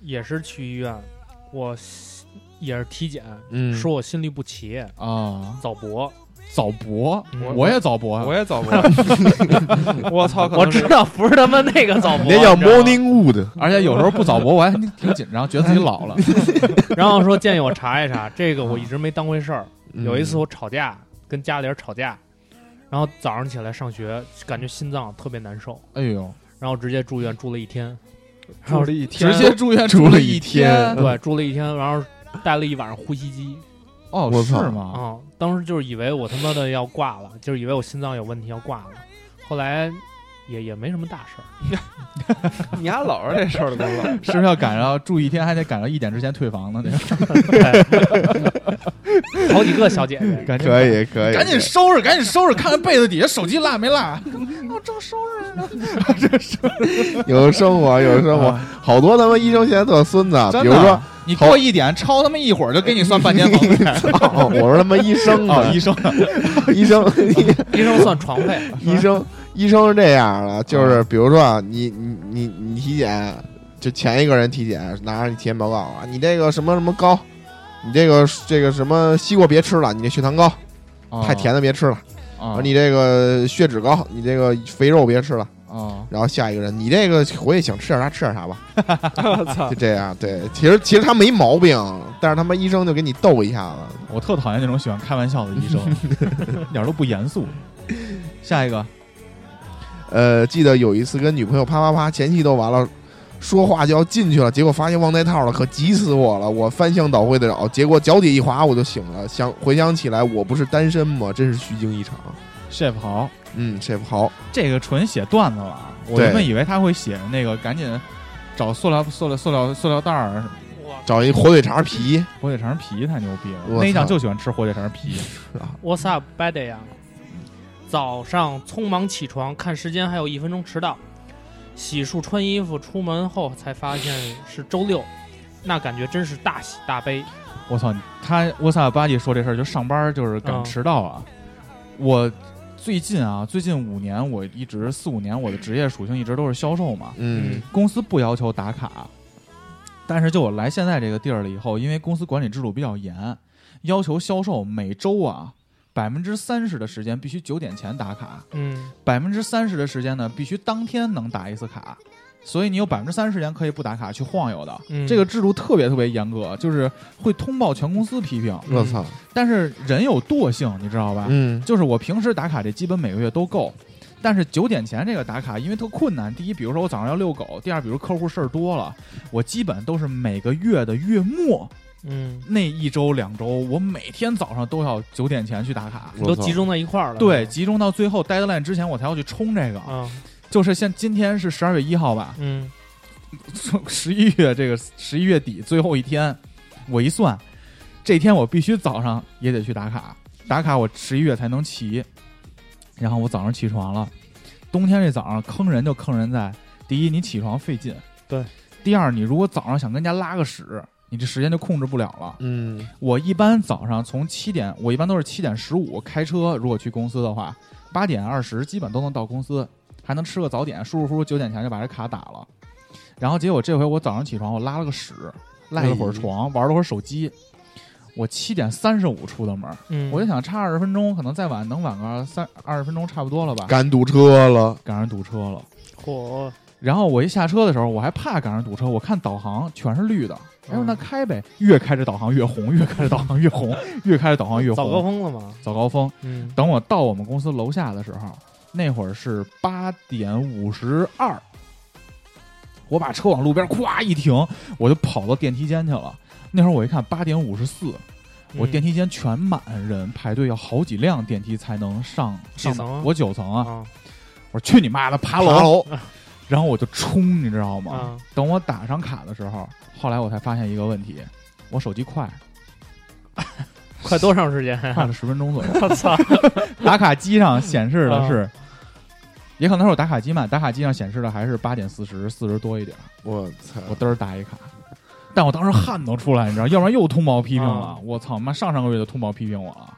S7: 也是去医院，我心也是体检，
S6: 嗯，
S7: 说我心律不齐，
S2: 啊，
S7: 早搏。
S2: 早搏，
S7: 嗯
S2: 我也早搏，啊
S5: 我也早 过。我操！可
S7: 我
S5: 能是
S7: 知道不是他妈那个早搏，
S6: 你那叫
S7: 你知道吗
S6: morning wood，
S2: 而且有时候不早搏，我还挺紧张，觉得自己老了。
S7: 然后说建议我查一查，这个我一直没当回事儿。
S6: 嗯
S7: 有一次我吵架，跟家里人吵架，然后早上起来上学，感觉心脏特别难受，
S2: 哎呦，
S7: 然后直接住院住了一天，然
S5: 住
S7: 后
S5: 了一天，啊
S2: 直接住院
S6: 住
S2: 了
S6: 了一
S2: 天
S6: 天，
S7: 对住了一天，然后戴了一晚上呼吸机
S2: 哦，
S6: 我
S2: 是
S6: 操
S7: 啊、
S2: 吗？
S7: 当时就是以为我他妈的要挂了，就是以为我心脏有问题要挂了，后来也也没什么大事儿。
S5: 你丫老是这事儿的功劳。
S2: 是不是要赶上住一天，还得赶上一点之前退房呢？那个
S7: 好几个小姐姐，
S2: 赶紧
S6: 可，以可以，
S2: 赶紧收拾，赶 紧收拾，看看被子底下手机落没落。我正收拾呢，
S6: 有生活有生活，好多他妈医生现在特孙子，啊比
S2: 真
S6: 如说
S2: 的。你过一点，超他妈一会儿就给你算半年房费
S6: 哦我说他妈医生啊
S2: 哦，
S6: 呢
S2: 医生
S6: 医生
S7: 医生算床费，
S6: 医生医生是这样的，就是比如说啊，你你你你体检，就前一个人体检拿着你体检报告啊，你这个什么什么高，你这个这个什么西瓜别吃了，你这血糖高，太甜的别吃了，然
S2: 啊
S6: 后！你这个血脂高，你这个肥肉别吃了，
S2: 啊，
S6: 然后下一个人，你这个回去想吃点啥吃点 啥吧，
S5: 我操
S6: 就！这样。对，其实其实他没毛病，但是他妈医生就给你逗一下子。
S2: 我特讨厌那种喜欢开玩笑的医生，一点都不严肃。下一个，
S6: 呃，记得有一次跟女朋友啪啪啪，前戏都完了，说话就要进去了，结果发现忘带套了，可急死我了！我翻箱倒柜的找，结果脚底一滑我就醒了。想回想起来，我不是单身吗？真是虚惊一场。
S2: 谢豪，
S6: 嗯，这不好，
S2: 这个纯写段子了啊！我
S6: 对
S2: 原本以为他会写那个，赶紧找塑料、塑料、塑料、塑料袋儿、
S6: 找一火腿肠皮，
S2: 火腿肠皮，太牛逼了！
S6: 我操
S2: 那一讲就喜欢吃火腿肠皮，
S7: What's up, bad day 啊？早上匆忙起床，看时间还有一分钟迟到，洗漱穿衣服出门后才发现是周六，那感觉真是大喜大悲。
S2: 我操！他沃萨巴蒂说这事儿，就上班儿就是敢
S7: 嗯
S2: 迟到啊！我最近啊，最近五年我一直四五年我的职业属性一直都是销售嘛，
S6: 嗯，
S2: 公司不要求打卡，但是就我来现在这个地儿了以后，因为公司管理制度比较严，要求销售每周啊百分之三十的时间必须九点前打卡，
S7: 嗯，
S2: 百分之三十的时间呢必须当天能打一次卡，所以你有百分之三十时间可以不打卡去晃悠的。
S7: 嗯
S2: 这个制度特别特别严格，就是会通报全公司批评。
S6: 嗯我操，
S2: 但是人有惰性，你知道吧？
S6: 嗯
S2: 就是我平时打卡这基本每个月都够，但是九点前这个打卡因为特困难。第一，比如说我早上要遛狗；第二，比如客户事儿多了，我基本都是每个月的月末
S7: 嗯，
S2: 那一周两周，我每天早上都要九点前去打卡。
S6: 我
S7: 都
S6: 操
S7: 集中在一块儿了。
S2: 对，集中到最后 deadline 之前，我才要去冲这个。
S7: 啊，
S2: 就是像今天是十二月一号吧，
S7: 嗯
S2: 十一月这个十一月底最后一天，我一算，这天我必须早上也得去打卡，打卡我十一月才能骑。然后我早上起床了，冬天这早上坑人就坑人在，第一你起床费劲，
S7: 对；
S2: 第二你如果早上想跟家拉个屎，你这时间就控制不了了。
S6: 嗯，
S2: 我一般早上从七点，我一般都是七点十五开车，如果去公司的话，八点二十基本都能到公司，还能吃个早点，舒舒服服九点前就把这卡打了。然后结果这回我早上起床，我拉了个屎，赖了会儿床，玩了会儿手机。我七点三十五出的门，
S7: 嗯，
S2: 我就想差二十分钟，可能再晚能晚个三二十分钟差不多了吧，
S6: 赶堵车 了，
S2: 赶上堵车了。
S7: 嚯，
S2: 然后我一下车的时候，我还怕赶上堵车，我看导航全是绿的，哎呦
S7: 嗯
S2: 那开呗，越开着导航越红，越开着导航越红，越开着导航越红。
S7: 早高峰了嘛？
S2: 早高峰。
S7: 嗯，
S2: 等我到我们公司楼下的时候，那会儿是八点五十二，我把车往路边咵一停，我就跑到电梯间去了。那会儿我一看八点五十四，我
S7: 嗯
S2: 电梯间全满人，排队要好几辆电梯才能上
S7: 几
S2: 上
S7: 层啊
S2: 我九层啊，
S7: 啊
S2: 我说去你妈的爬楼，
S6: 爬楼
S2: 然后我就冲，你知道吗？
S7: 啊
S2: 等我打上卡的时候，后来我才发现一个问题，我手机 快，
S7: 快多长时间呀？
S2: 快了十分钟左右，
S7: 我 操！
S2: 打卡机上显示的 是，也可能是我打卡机慢，打卡机上显示的还是八点四十，四十多一点儿，
S6: 我操！
S2: 我嘚儿打一卡。但我当时汗都出来，你知道，要不然又通报批评
S7: 啊
S2: 了。我操妈，上上个月就通报批评我了。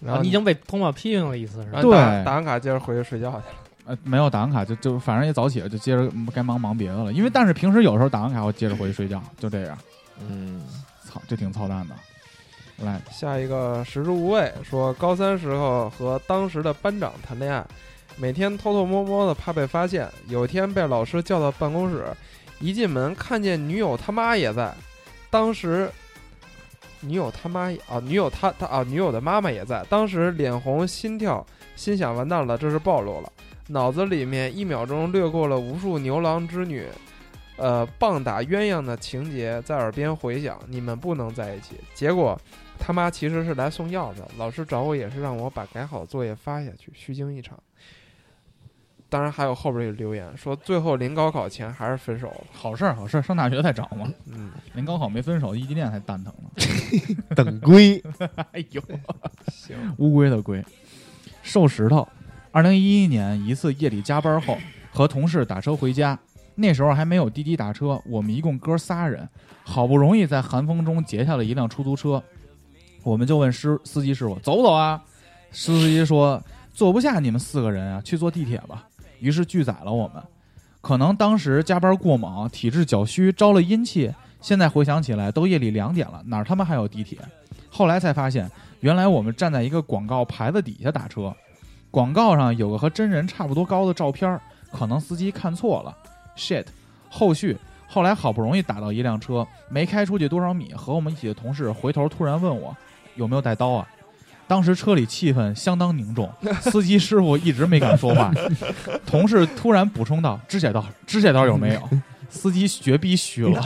S5: 然后
S7: 你已经被通报批评了一次是吧？
S5: 然后打
S2: 对
S5: 打完卡接着回去睡觉去了。
S2: 呃，没有打完卡就就反正也早起了，就接着嗯该忙忙别的了。因为但是平时有时候打完卡我接着回去睡觉，就这样。
S6: 嗯，
S2: 操，这挺操蛋的。来，
S5: 下一个食之无味说，高三时候和当时的班长谈恋爱，每天偷偷摸摸的怕被发现。有一天被老师叫到办公室，一进门看见女友他妈也在，当时。女友他妈也啊，女友他他啊，女友的妈妈也在。当时脸红心跳，心想完蛋了，这是暴露了。脑子里面一秒钟掠过了无数牛郎织女，呃，棒打鸳鸯的情节在耳边回响。你们不能在一起。结果他妈其实是来送药的，老师找我也是让我把改好的作业发下去，虚惊一场。当然还有后边有留言说，最后临高考前还是分手了。
S2: 好事儿好事儿，上大学再找嘛。
S5: 嗯，
S2: 连高考没分手，异地恋还蛋疼呢。
S6: 等归
S2: 哎呦，
S5: 行，
S2: 乌龟的龟，瘦石头。二零一一年一次夜里加班后，和同事打车回家，那时候还没有滴滴打车，我们一共哥仨人，好不容易在寒风中截下了一辆出租车，我们就问司司机师傅走不走啊？司机说坐不下你们四个人啊，去坐地铁吧。于是拒载了我们。可能当时加班过猛，体质较虚，招了阴气。现在回想起来，都夜里两点了，哪儿他妈还有地铁？后来才发现，原来我们站在一个广告牌子底下打车，广告上有个和真人差不多高的照片儿，可能司机看错了。shit，后续后来好不容易打到一辆车，没开出去多少米，和我们一起的同事回头突然问我有没有带刀啊。当时车里气氛相当凝重，司机师傅一直没敢说话。同事突然补充道：“指甲刀，指甲刀有没有？”司机绝逼虚了。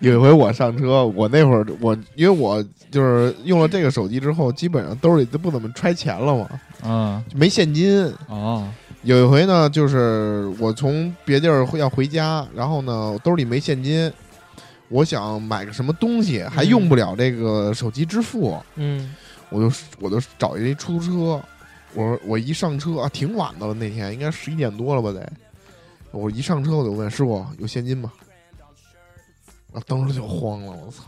S6: 有一回我上车，我那会儿我因为我就是用了这个手机之后，基本上兜里都不怎么揣钱了嘛，
S2: 嗯，
S6: 就没现金。
S2: 哦，
S6: 有一回呢，就是我从别地儿要回家，然后呢兜里没现金，我想买个什么东西，还用不了这个手机支付，
S7: 嗯
S6: 我就我就找一出租车，我说我一上车啊，挺晚的了，那天应该十一点多了吧得，我一上车我就问师傅有现金吗？然后当时就慌了，我操！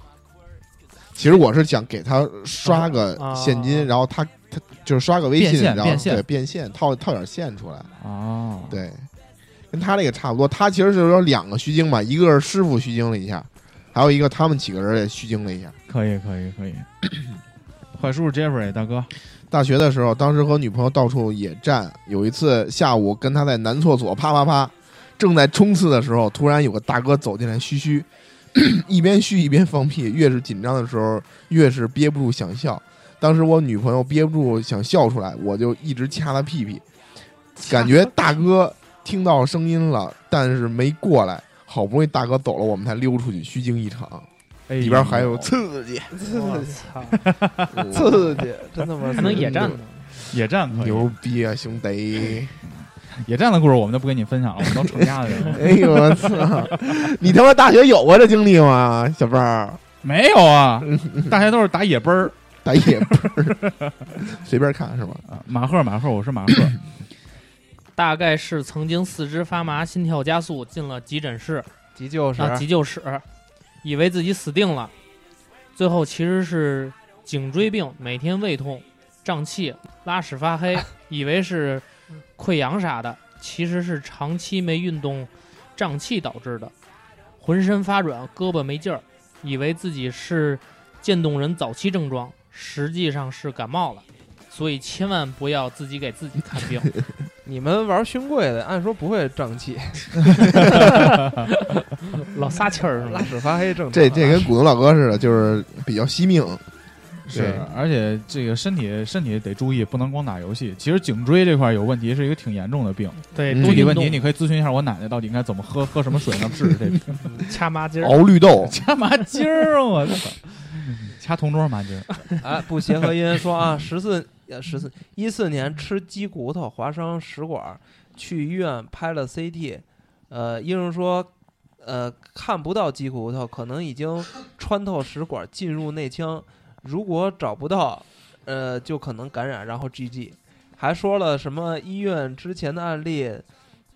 S6: 其实我是想给他刷个
S7: 啊啊
S6: 现金，然后他他就是刷个微信，
S2: 变现
S6: 然后
S2: 变现
S6: 对变现套套点现出来，
S2: 哦，
S6: 对，跟他这个差不多。他其实就是说两个虚惊吧，一个是师傅虚惊了一下，还有一个他们几个人也虚惊了一下。
S2: 可以，可以，可以。 坏叔叔 Jeffrey 大哥，
S6: 大学的时候，当时和女朋友到处野战。有一次下午跟她在男厕所啪啪啪，正在冲刺的时候，突然有个大哥走进来嘘嘘， 一边嘘一边放屁。越是紧张的时候，越是憋不住想笑。当时我女朋友憋不住想笑出来，我就一直掐她屁屁，感觉大哥听到声音了，但是没过来。好不容易大哥走了，我们才溜出去，虚惊一场。哎里边
S2: 哎
S6: 还有刺激，
S7: 我操！
S5: 刺激，真他妈
S7: 还能野战呢？
S2: 野战可以，
S6: 牛逼啊，兄弟！
S2: 野战的故事我们就不跟你分享了，我们 都成家的人了。
S6: 哎呦我操！你他妈大学有过这经历吗，小妹儿？
S2: 没有啊，大家都是打野奔儿。
S6: 打野不是随便看是吧？
S2: 啊马赫，马赫，我是马赫。
S6: 嗯
S7: 大概是曾经四肢发麻、心跳加速，进了急诊室
S5: 急救时，
S7: 啊急救室，以为自己死定了，最后其实是颈椎病，每天胃痛、胀气、拉屎发黑，以为是溃疡啥的，其实是长期没运动、胀气导致的，浑身发软，胳膊没劲儿，以为自己是渐冻人早期症状，实际上是感冒了。所以千万不要自己给自己看病，
S5: 你们玩勋贵的，按说不会胀 气，
S7: 老撒气儿是吧
S5: 拉？屎发黑 正常啊。
S6: 这这跟股东老哥似的，就是比较惜命。
S2: 对，而且这个身体身体得注意，不能光打游戏。其实颈椎这块有问题，是一个挺严重的病。
S7: 对，
S6: 嗯
S7: 多
S2: 具体
S7: 运
S2: 问题
S7: 动
S2: 你可以咨询一下我奶奶，到底应该怎么喝喝什么水能治这 病？
S7: 掐麻筋儿，
S2: 哦
S6: 熬绿豆，
S2: 掐麻筋儿，我操！掐同桌麻 筋儿，
S5: 哎，不协和音说啊，十四呃十四一四年吃鸡骨头划伤食管，去医院拍了 CT，呃，医生说呃看不到鸡骨头，可能已经穿透食管进入内腔，如果找不到，呃就可能感染，然后 GG，还说了什么医院之前的案例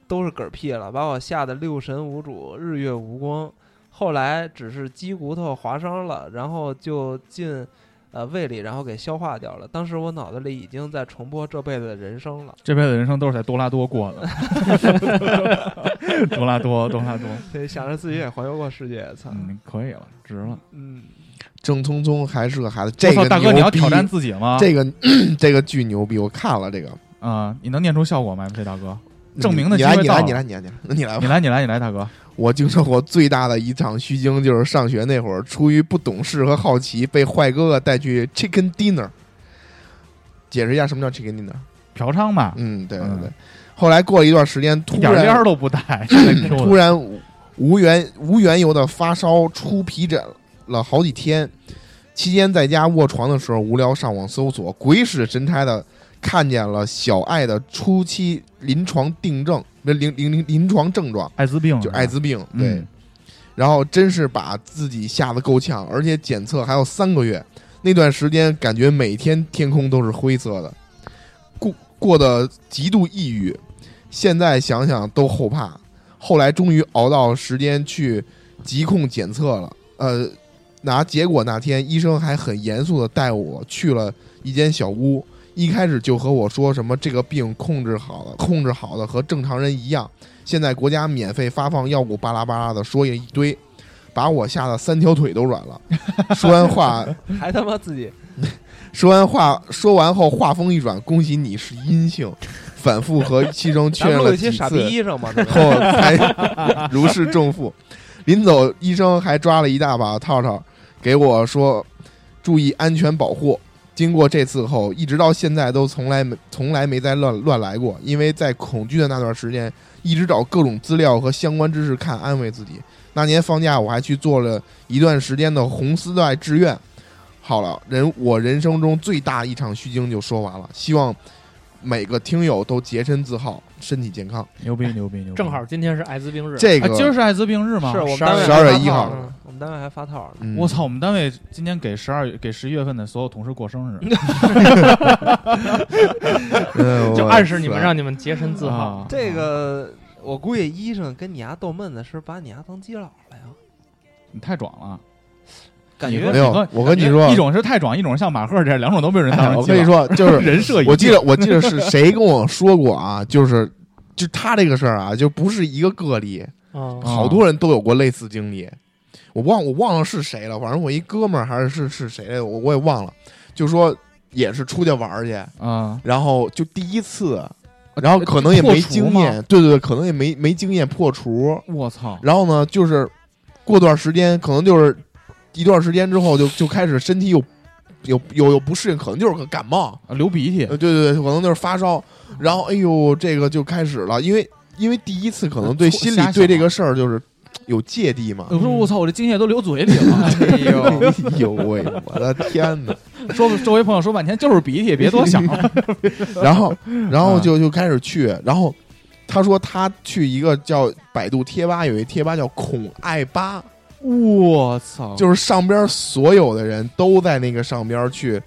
S5: 都是嗝屁了，把我吓得六神无主，日月无光。后来只是鸡骨头划伤了，然后就进呃胃里，然后给消化掉了。当时我脑子里已经在重播这辈子的人生了。
S2: 这辈子人生都是在多拉多过的。多拉多，多拉 多，
S5: 对，想着自己也环游过世界，操，
S2: 嗯，可以了，值了。
S5: 嗯，
S6: 郑聪聪还是个孩子，这
S2: 我
S6: 个
S2: 操，大哥，你
S6: 牛
S2: 要
S6: 逼
S2: 挑战自己吗？
S6: 这个 这个巨牛逼，我看了这个，
S2: 啊，你能念出效果吗？MC 大哥，证明的
S6: 你
S2: 机
S6: 来，
S2: 会
S6: 你
S2: 到
S6: 来，
S2: 了
S6: 你来，你来，你来，你来吧
S2: 你。来，你来，你来，大哥，
S6: 我经受过最大的一场虚惊，就是上学那会儿，出于不懂事和好奇，被坏哥哥带去 Chicken Dinner。解释一下什么叫 Chicken Dinner？
S2: 嫖娼吧，
S6: 嗯，对对
S2: 嗯
S6: 对。后来过了一段时间，
S2: 一
S6: 突
S2: 点边
S6: 然
S2: 儿都不带，现在 Q 的
S6: 突然无无缘无缘由的发烧，出皮疹了好几天。期间在家卧床的时候，无聊上网搜索，鬼使神差的看见了小爱的初期临床定症，不是临临临临床症状，
S2: 艾滋病，
S6: 就艾滋病。对，
S2: 嗯
S6: 然后真是把自己吓得够呛，而且检测还有三个月，那段时间感觉每天天空都是灰色的，过过得极度抑郁，现在想想都后怕。后来终于熬到时间去疾控检测了，呃，拿结果那天，医生还很严肃的带我去了一间小屋，一开始就和我说什么这个病控制好了，控制好了和正常人一样。现在国家免费发放药物，巴拉巴拉的说了一堆，把我吓得三条腿都软了。说完话，
S5: 还他妈自己
S6: 说完话，说完后话锋一转，恭喜你是阴性，反复和医生确
S5: 咱
S6: 认
S5: 们录
S6: 了
S5: 一
S6: 几
S5: 期
S6: 次
S5: 傻逼医生嘛，对吧？
S6: 后才如释重负。临走，医生还抓了一大把套套给我说，注意安全保护。经过这次后，一直到现在都从来没从来没再乱乱来过，因为在恐惧的那段时间，一直找各种资料和相关知识看，安慰自己。那年放假，我还去做了一段时间的红丝带志愿。好了，人我人生中最大一场虚惊就说完了，希望每个听友都洁身自好，身体健康。
S2: 牛逼，牛逼，牛逼，
S7: 正好今天是艾滋病日，
S6: 这
S2: 啊，
S6: 个
S2: 今儿是艾滋病日吗？
S5: 是我们
S7: 12
S5: 单位
S6: 12
S5: 还
S6: 月
S5: 发
S6: 1
S5: 套
S6: 号
S5: 呢，嗯我们单位还发套呢。
S6: 嗯
S2: 我操！我们单位今天给十二月、给十一月份的所有同事过 生日，
S6: 嗯
S7: 就
S6: 我
S7: 暗示你们
S6: 是
S7: 让你们洁身自好。
S2: 啊
S5: 这个我估计医生跟你丫逗闷子是把你丫当基佬了呀，
S2: 你太壮了。
S5: 感
S2: 你说
S5: 觉
S6: 没有
S2: 你说
S6: 我跟你说
S2: 一种是太壮，一种是像马赫这样，两种都被人当
S6: 哎
S2: 成
S6: 我
S2: 基佬
S6: 跟你，说， 就是
S2: 人设一致。
S6: 我记得我记得是谁跟我说过啊，就是就他这个事儿啊，就不是一个个例，
S7: 嗯
S2: 啊
S6: 好多人都有过类似经历。我忘我忘了是谁了，反正我一哥们儿还是是是谁来着，我我也忘了，就说也是出去玩儿去，
S2: 啊，
S6: 然后就第一次，然后可能也
S2: 呃破
S6: 没
S2: 除
S6: 经
S2: 吗
S6: 验，对对对，可能也没没经验破除，
S2: 我操！
S6: 然后呢，就是过段时间，可能就是一段时间之后就，就开始身体有有有有不适应，可能就是个感冒，
S2: 啊流鼻涕，
S6: 呃，对对对，可能就是发烧。然后，哎呦，这个就开始了，因为因为第一次可能对
S2: 错
S6: 心
S2: 呃瞎
S6: 里
S2: 想
S6: 对这个事儿就是有芥蒂嘛。
S2: 我说我操，我这精液都流嘴里 了。
S5: 哎呦，
S6: 哎呦喂，我的天哪！
S2: 说周围朋友说半天就是鼻涕，别多想了。
S6: 然后，然后就就开始去，然后他说他去一个叫百度贴吧，有一贴吧叫“孔爱吧”，
S2: 我操！
S6: 就是上边所有的人都在那个上边去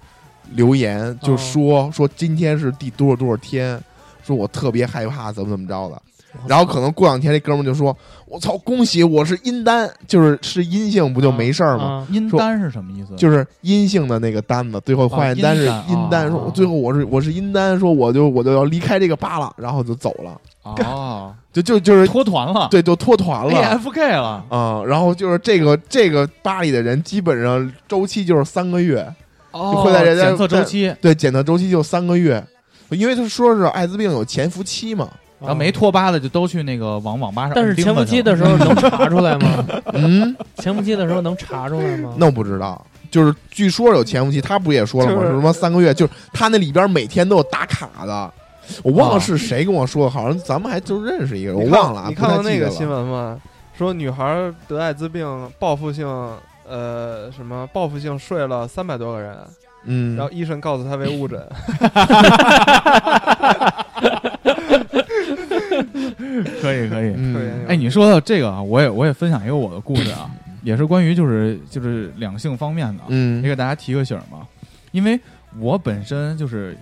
S6: 留言，就说、说今天是第多少多少天，说我特别害怕，怎么怎么着的。然后可能过两天这哥们儿就说：“我操，恭喜我是阴单，就是是阴性，不就没事儿吗？
S7: 啊
S2: 阴
S6: 说
S2: 单是什么意思？
S6: 就是阴性的那个单子，最后发
S2: 啊
S6: 现
S2: 阴
S6: 单是
S2: 单
S6: 阴单，
S2: 哦
S6: 说
S2: 哦
S6: 最后我是我是阴单，说我就我就要离开这个吧了，然后就走了，
S2: 哦，
S6: 就就就是
S2: 脱哎团了，
S6: 对，就脱团了。
S2: ，AFK 了。
S6: 啊、然后就是这个这个吧里的人，基本上周期就是三个月，
S2: 哦
S6: 会在人家
S2: 检测周期，
S6: 对，检测周期就三个月，因为他说是艾滋病有潜伏期嘛。
S2: 然后没脱疤的就都去那个网网吧上
S7: 嗯但是
S2: 钉子去
S7: 潜
S2: 了。
S7: 伏期的时候能查出来吗？
S6: 嗯，
S7: 潜伏期的时候能查出来吗？
S6: 那我不知道，就是据说有潜伏期，他不也说了吗？
S5: 就是
S6: 什么三个月，就是他那里边每天都有打卡的。我忘
S2: 啊
S6: 了是谁跟我说，好像咱们还就认识一个人，
S5: 你
S6: 我
S5: 看
S6: 忘了啊，
S5: 你
S6: 不
S5: 看
S6: 太
S5: 到那
S6: 记得
S5: 个
S6: 了
S5: 新闻吗？说女孩得艾滋病，报复性呃什么报复性睡了三百多个人，
S6: 嗯，
S5: 然后医生告诉她为误诊。
S2: 可以可以。
S6: 嗯，
S2: 哎，你说到这个啊，我也我也分享一个我的故事啊，也是关于就是就是两性方面的啊，也
S6: 嗯，
S2: 给大家提个醒儿嘛。因为我本身就是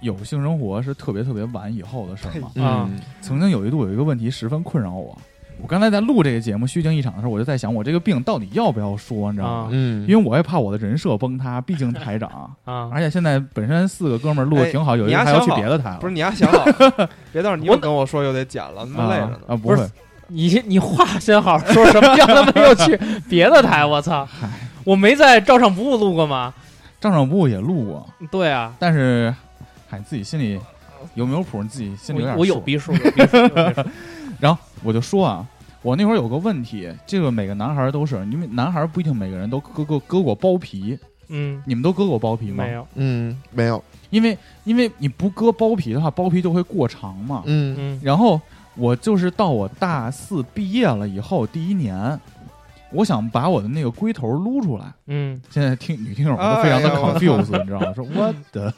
S2: 有性生活是特别特别晚以后的事儿嘛，
S6: 嗯
S7: 啊，
S2: 曾经有一度有一个问题十分困扰我。我刚才在录这个节目虚惊一场的时候，我就在想，我这个病到底要不要说，你知道吗？
S7: 啊
S6: 嗯，
S2: 因为我也怕我的人设崩塌，毕竟台 长，
S7: 啊！
S2: 而且现在本身四个哥们儿
S5: 哎
S2: 录的挺好，有一个还要去别的台了，
S5: 不是你丫想好了， 别到时候你又跟我说又得剪了，他妈累着
S2: 啊
S5: 呢。
S2: 啊，不会
S7: 不，你你话先好好说，什么叫他们又 去别的台？我操！我没在照上不误录过吗？
S2: 张尚部也录过，
S7: 对啊，
S2: 但是，嗨，自己心里有没有谱，你自己心里有点
S7: 我我有
S2: 数
S7: 逼数，有逼数有逼 数
S2: 然后我就说啊，我那会儿有个问题，这个每个男孩儿都是，因为男孩儿不一定每个人都割过割过包皮，
S7: 嗯，
S2: 你们都割过包皮吗？
S7: 没。有，
S6: 嗯，没有，
S2: 因为因为你不割包皮的话，包皮就会过长嘛。
S6: 嗯
S7: 嗯
S2: 然后我就是到我大四毕业了以后第一年，我想把我的那个龟头撸出来。
S7: 嗯，
S2: 现在听女听友们都非常的
S5: 哎呀我
S2: confused，、你知道吗？说 what the，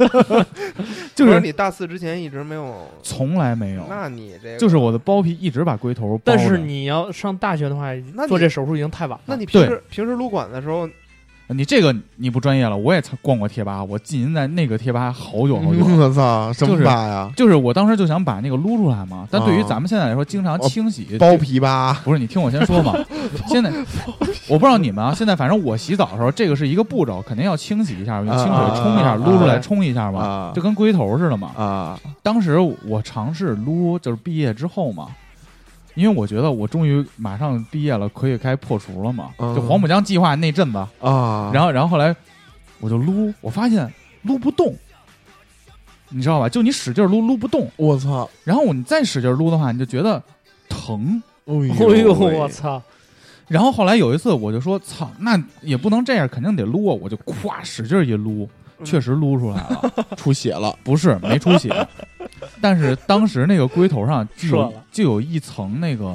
S2: 就
S5: 不
S2: 是
S5: 是你大四之前一直没有，
S2: 从来没有。
S5: 那你这个
S2: 就是我的包皮一直把龟头包着，
S7: 但是你要上大学的话
S5: 那，你
S7: 做这手术已经太晚
S5: 那
S7: 了。
S5: 你平时平时撸管的时候，
S2: 你这个你不专业了，我也才逛过贴吧，我浸淫在那个贴吧好久好久。
S6: 嗯我操，什
S2: 就是
S6: 么吧呀？
S2: 就是我当时就想把那个撸出来嘛，但对于
S6: 啊
S2: 咱们现在来说，经
S5: 哦
S2: 常清洗
S6: 包皮吧，
S2: 不是你听我先说 嘛。现在我不知道你们啊，现在反正我洗澡的时候，这个是一个步骤，肯定要清洗一下，用清水冲一下，
S6: 啊
S2: 撸出来
S6: 啊
S2: 冲一下嘛
S6: 啊，
S2: 就跟龟头似的嘛。
S6: 啊，
S2: 当时我尝试撸，就是毕业之后嘛，因为我觉得我终于马上毕业了，可以该破除了嘛，
S6: 嗯
S2: 就黄浦江计划那阵子。
S6: 啊，
S2: 然后然后后来我就撸，我发现撸不动，你知道吧？就你使劲撸撸不动，
S6: 我操，
S2: 然后你再使劲撸的话，你就觉得疼。
S6: 哎
S7: 哎呦，
S6: 呦喂，
S7: 我操！
S2: 然后后来有一次，我就说：“操，那也不能这样，肯定得撸啊！”我就咵使劲一撸，确实撸出来了，
S6: 出血了，
S2: 不是没出血，但是当时那个龟头上就
S7: 射
S2: 有
S7: 了
S2: 就有一层那个，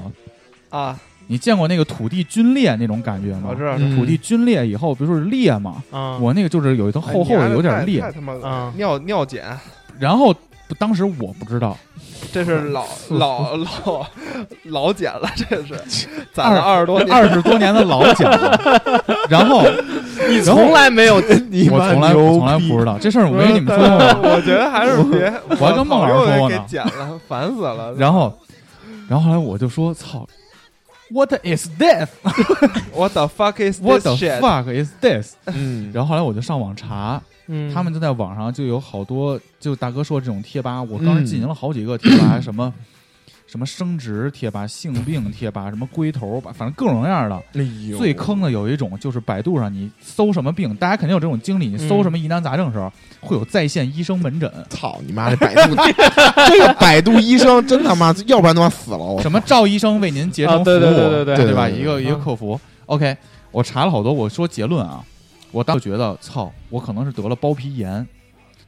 S5: 啊，
S2: 你见过那个土地皲裂那种感觉吗
S5: 我？知道
S6: 嗯
S2: 土地皲裂以后，比如说是裂嘛，
S7: 啊，
S2: 我那个就是有一层厚厚的，有点裂
S5: 哎太。他妈恶心了
S7: 啊
S5: 尿尿检，
S2: 然后当时我不知道，
S5: 这 是老老老老检了，这是攒了二十多年。
S2: 二十多年的老茧 了，然后
S7: 你
S2: 然后
S7: 从 来没有
S6: 你
S2: 我
S6: 妈
S2: 从来
S6: 嗯牛
S2: 我从来
S6: 逼
S2: 不知道这事儿，我没跟你们说
S5: 但
S2: 过
S5: 是
S2: 吗。
S5: 我觉得还是别，
S2: 我还跟孟老师说过呢
S5: 给剪了，烦死了。
S2: 然后，然后后来我就说：“操，What is this？What
S5: What the fuck is this
S2: the
S5: shit？
S2: fuck is this？”
S6: 嗯，
S2: 然后后来我就上网查，
S7: 嗯
S2: 他们就在网上就有好多，就大哥说这种贴吧，我
S5: 嗯
S2: 当时进行了好几个贴吧，什么什么生殖贴吧、性病贴吧、什么龟头吧，反正各种各样的。
S6: 哎呦
S2: 最坑的有一种就是百度上你搜什么病，大家肯定有这种经历，你搜
S5: 嗯
S2: 什么疑难杂症的时候，会有在线医生门诊，
S6: 操你妈！这百度，这个百度医生真他妈，要不然他妈死了我。
S2: 什么赵医生为您竭诚
S7: 啊
S2: 服务，
S7: 对对对对对
S2: 对
S6: 对
S2: 吧？
S6: 对对
S2: 一个一个客服，OK，我查了好多，我说结论啊，我当时觉得操，我可能是得了包皮炎。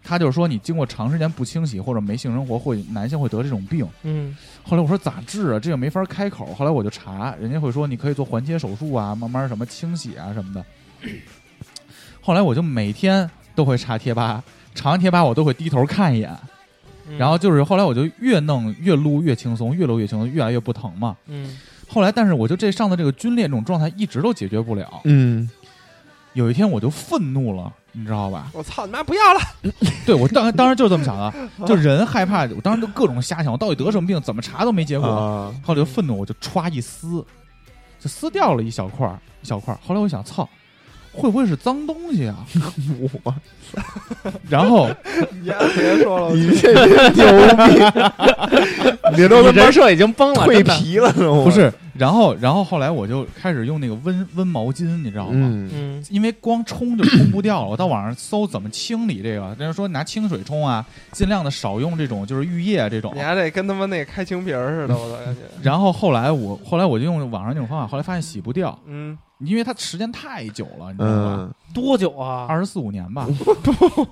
S2: 他就是说，你经过长时间不清洗或者没性生活，会男性会得这种病。
S7: 嗯
S2: 后来我说咋治啊？这个没法开口。后来我就查，人家会说你可以做环切手术啊，慢慢什么清洗啊什么的。后来我就每天都会查贴吧，查完贴吧我都会低头看一眼，
S7: 嗯
S2: 然后就是后来我就越弄越撸越轻松，越撸越轻松，越来越不疼嘛。
S7: 嗯
S2: 后来但是我就这上的这个皲裂这种状态一直都解决不了。
S6: 嗯，
S2: 有一天我就愤怒了，你知道吧？
S5: 我操你妈！不要了！
S2: 对我当当时就这么想啊的，就人害怕，我当时就各种瞎想，我到底得什么病，怎么查都没结果。
S6: 啊，
S2: 后来就愤怒，我就歘一撕，就撕掉了一小块儿，一小块儿。后来我想，操，会不会是脏东西啊？
S6: 我
S2: 然后
S5: 你丫别说了，
S6: 你这牛逼，你这都
S7: 你
S6: 他妈
S7: 人设已经崩了，
S6: 蜕
S7: 真的
S6: 皮了，
S2: 不
S5: 哦
S6: 不
S2: 是，然后，然后后来我就开始用那个温温毛巾，你知道吗？
S6: 嗯，
S1: 嗯，
S2: 因为光冲就冲不掉了，我到网上搜怎么清理这个，人家说拿清水冲啊，尽量的少用这种就是浴液啊这种
S5: 你。还得跟他们那开青瓶儿似的，我都感觉。
S2: 然后后来我后来我就用网上那种方法，后来发现洗不掉，
S5: 嗯，
S2: 因为它时间太久了，你知道吧？
S6: 嗯，
S11: 多久啊？
S2: 二十四五年吧，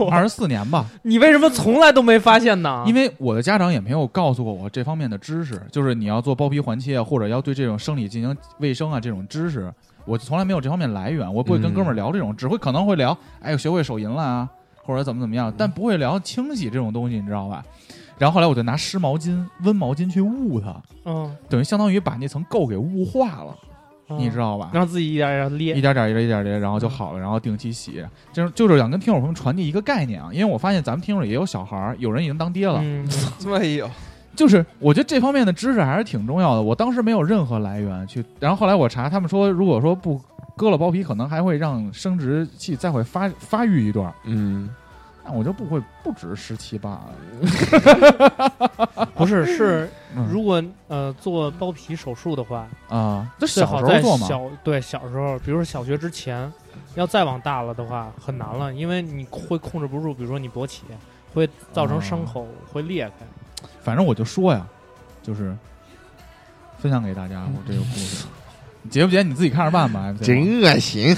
S2: 二十四年吧，
S11: 你为什么从来都没发现呢？
S7: 啊
S2: 因为我的家长也没有告诉过我这方面的知识，就是你要做包皮环切或者要对这种生理进行卫生啊这种知识，我从来没有这方面来源，我不会跟
S6: 嗯
S2: 哥们儿聊这种，只会可能会聊，哎呦学会手淫了啊，或者怎么怎么样，但不会聊清洗这种东西，你知道吧？然后后来我就拿湿毛巾、温毛巾去捂它，
S11: 嗯，
S2: 等于相当于把那层垢给雾化了，
S7: 哦
S11: 嗯
S2: 你知道吧？
S11: 让自己一点一点
S2: 一
S11: 裂。
S2: 点点儿一点儿一点儿的，然后就好了，然后定期洗，就是就是想跟听友朋友们传递一个概念啊，因为我发现咱们听友里也有小孩儿，有人已经当爹了，
S11: 嗯，
S5: 哎呦，
S2: 就是我觉得这方面的知识还是挺重要的。我当时没有任何来源去，然后后来我查，他们说如果说不割了包皮，可能还会让生殖器再会发发育一段儿。
S6: 嗯，
S2: 那我就不会不止十七八了。
S7: 不是是，
S2: 嗯
S7: 如果呃做包皮手术的话，
S2: 啊，这
S7: 最
S2: 小
S7: 好
S2: 时候
S7: 在
S2: 做嘛，
S7: 小对小时候，比如说小学之前，要再往大了的话很难了，因为你会控制不住，比如说你勃起会造成伤口、
S2: 哦
S7: 会裂开。
S2: 反正我就说呀，就是分享给大家我这个故 事。你结不结你自己看着办吧。MC
S6: 真恶心，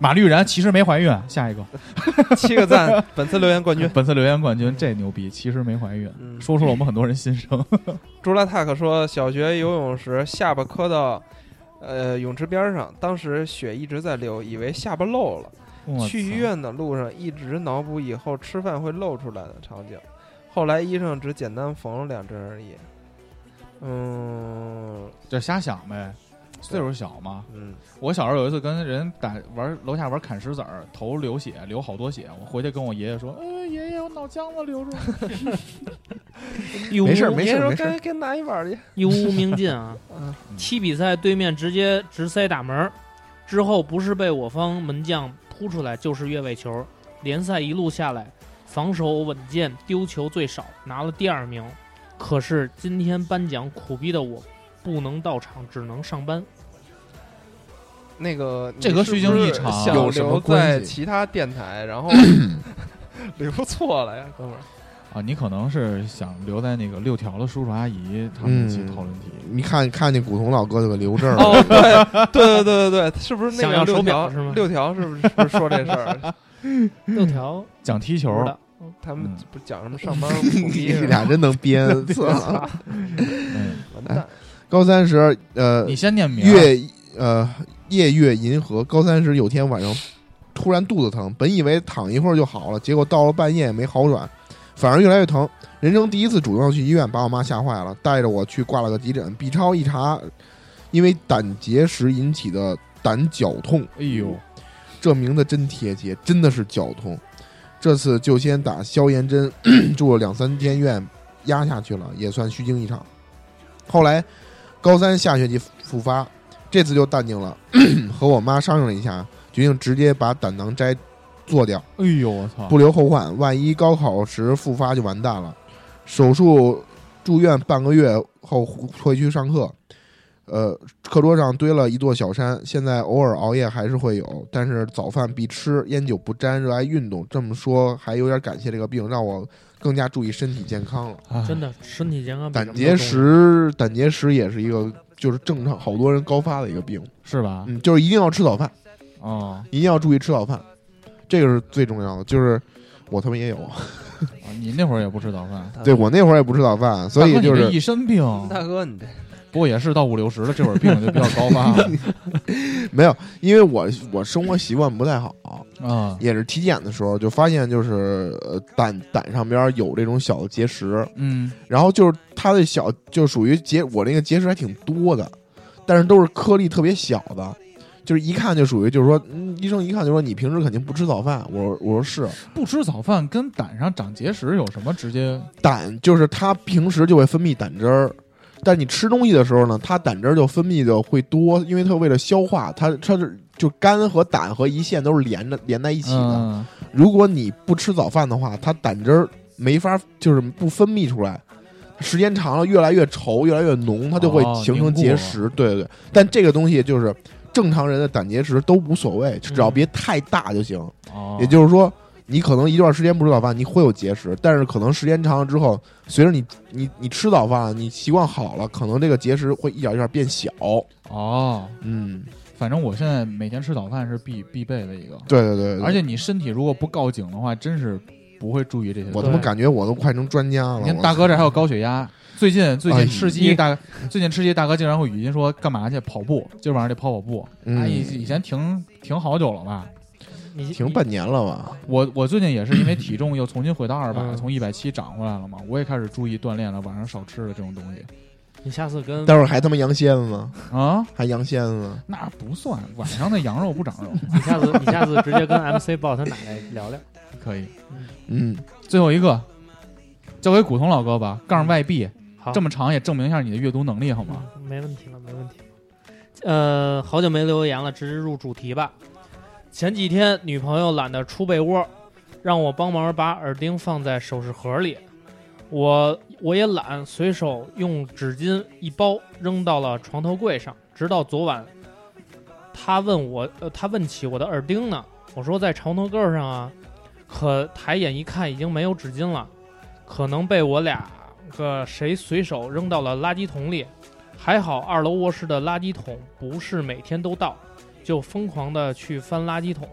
S2: 马绿然其实没怀孕，下 一个
S5: 哎七个赞，本次留言冠军。
S2: 本次留言冠军这牛逼，其实没怀孕，
S5: 嗯
S2: 说出了我们很多人心声。
S5: 朱拉塔克说，小学游泳时下巴磕到，呃，泳池边上，当时血一直在流，以为下巴漏了。
S2: 我
S5: 去医
S2: 操
S5: 院的路上一直脑补以后吃饭会漏出来的场景，后来医生只简单缝了两针而已。嗯
S2: 就瞎想呗，岁数小嘛。
S5: 嗯，
S2: 我小时候有一次跟人打玩楼下玩砍石子儿，头流血，流好多血。我回去跟我爷爷说：“呃，爷爷，我脑浆子 流出来了。
S7: 一无
S6: 没事儿没事
S5: 别
S6: 儿
S5: 说
S6: 没事儿
S5: 该，该拿一碗去。
S7: 一无名进啊
S5: 嗯！
S7: 踢比赛对面直接直塞打门儿，之后不是被我方门将扑出来，就是越位球。联赛一路下来，防守稳健，丢球最少，拿了第二名。可是今天颁奖苦逼的我，不能到场，只能上班。
S5: 那个
S2: 这和虚惊一场啊
S5: 你是不是想
S6: 有什么
S5: 留
S6: 关系
S5: 在其他电台，然 后留错了呀，哥们儿。”
S2: 啊，你可能是想留在那个六条的叔叔阿姨他们一
S6: 嗯
S2: 起讨论题。
S6: 你看看见古潼老哥就给留这儿了，
S5: 哦，对对对对对，是不是那
S7: 想
S5: 个
S7: 要
S5: 六
S7: 手
S5: 条
S7: 表是吗
S5: 六条是不是是不是说这事儿？
S7: 六条
S2: 讲踢球
S7: 不，知道
S5: 他们
S2: 嗯
S5: 不是讲什么上班苦逼
S6: 你
S5: 是吧
S6: 俩真能编，操
S2: 嗯，
S5: 完蛋，
S6: 高三时，呃
S2: 你，先念名儿。
S6: 月呃夜月银河，高三时有天晚上突然肚子疼，本以为躺一会儿就好了，结果到了半夜也没好转，反而越来越疼。人生第一次主动去医院，把我妈吓坏了，带着我去挂了个急诊。B 超一查，因为胆结石引起的胆绞痛，
S2: 哎呦，
S6: 这名字真贴切，真的是绞痛。这次就先打消炎针， 住了两三天院，压下去了，也算虚惊一场。后来高三下学期复发，这次就淡定了， 和我妈商量了一下，决定直接把胆囊摘做掉，
S2: 哎呦，我操！
S6: 不留后患，万一高考时复发就完蛋了。手术住院半个月后回去上课，呃，课桌上堆了一座小山。现在偶尔熬夜还是会有，但是早饭必吃，烟酒不沾，热爱运动。这么说还有点感谢这个病，让我更加注意身体健康了。
S2: 哎
S7: 真的身体健康比什
S6: 嗯胆
S7: 么都重
S6: 结
S7: 要。
S6: 石，胆结石也是一个就是正常好多人高发的一个病，
S2: 是吧？
S6: 嗯，就是一定要吃早饭，
S2: 哦，
S6: 一定要注意吃早饭，这个是最重要的。就是我他妈也有，
S2: 啊你那会儿也不吃早饭，
S6: 对我那会儿也不吃早饭，所
S2: 大
S6: 以
S2: 哥嗯
S6: 就
S2: 你这
S6: 是
S2: 一身病，
S5: 大哥你这
S2: 不过也是到五六十了，这会儿病就比较高发了
S6: 没有，因为我我生活习惯不太好，
S2: 啊。
S6: 也是体检的时候就发现，就是呃胆胆上边有这种小的结石，
S2: 嗯，
S6: 然后就是它的小就属于结我那个结石还挺多的，但是都是颗粒特别小的，就是一看就属于就是说，嗯、医生一看就说你平时肯定不吃早饭，我说我说是
S2: 不吃早饭跟胆上长结石有什么直接？
S6: 胆就是它平时就会分泌胆汁儿。但你吃东西的时候呢，它胆汁儿就分泌的会多，因为它为了消化，它它是就肝和胆和胰腺都是连着连在一起的，
S2: 嗯，
S6: 如果你不吃早饭的话，它胆汁儿没法就是不分泌出来，时间长了越来越稠，越来越浓，它就会
S2: 哦
S6: 形成
S2: 凝固
S6: 结
S2: 了
S6: 石。对对对，但这个东西就是正常人的胆结石都无所谓，只
S2: 嗯
S6: 要别太大就行。
S2: 哦
S6: 也就是说，你可能一段时间不吃早饭，你会有结石，但是可能时间长了之后，随着你你你吃早饭，你习惯好了，可能这个结石会一点一点变小。
S2: 哦，
S6: 嗯，
S2: 反正我现在每天吃早饭是必必备的一个，
S6: 对对对对
S2: 而且你身体如果不告警的话，真是不会注意这些东西。
S6: 我他妈感觉我都快成专家了。
S2: 你看
S6: 我
S2: 大哥这还有高血压，最近最
S6: 哎
S2: 近吃鸡大， 最近吃鸡大哥竟然会语音说干嘛去跑步，今儿晚上得跑跑步。
S6: 嗯
S2: 啊，以以前停停好久了吧？
S7: 你
S6: 停半年了吧？
S2: 我我最近也是因为体重又重新回到二百、
S7: 嗯
S2: 从一百七涨回来了嘛，我也开始注意锻炼了，晚上少吃了这种东西
S7: 你下次跟
S6: 待会儿还他妈羊蝎子呢，
S2: 啊，
S6: 还羊蝎子呢。
S2: 那不算晚上的羊肉不长 肉，
S7: 你下次你下次直接跟 MC 豹他奶奶聊聊。
S2: 可以。
S6: 嗯，
S2: 最后一个，交给古潼老哥吧，杠 YB，、
S7: 好，
S2: 这么长也证明一下你的阅读能力好吗？
S7: 嗯没问题了，没问题了。呃，好久没留言了，直接入主题吧。前几天女朋友懒得出被窝，让我帮忙把耳钉放在首饰盒里。我我也懒，随手用纸巾一包扔到了床头柜上。直到昨晚，她问我，呃，她问起我的耳钉呢，我说在床头柜上啊。可抬眼一看，已经没有纸巾了，可能被我俩个谁随手扔到了垃圾桶里。还好二楼卧室的垃圾桶不是每天都到，就疯狂的去翻垃圾桶。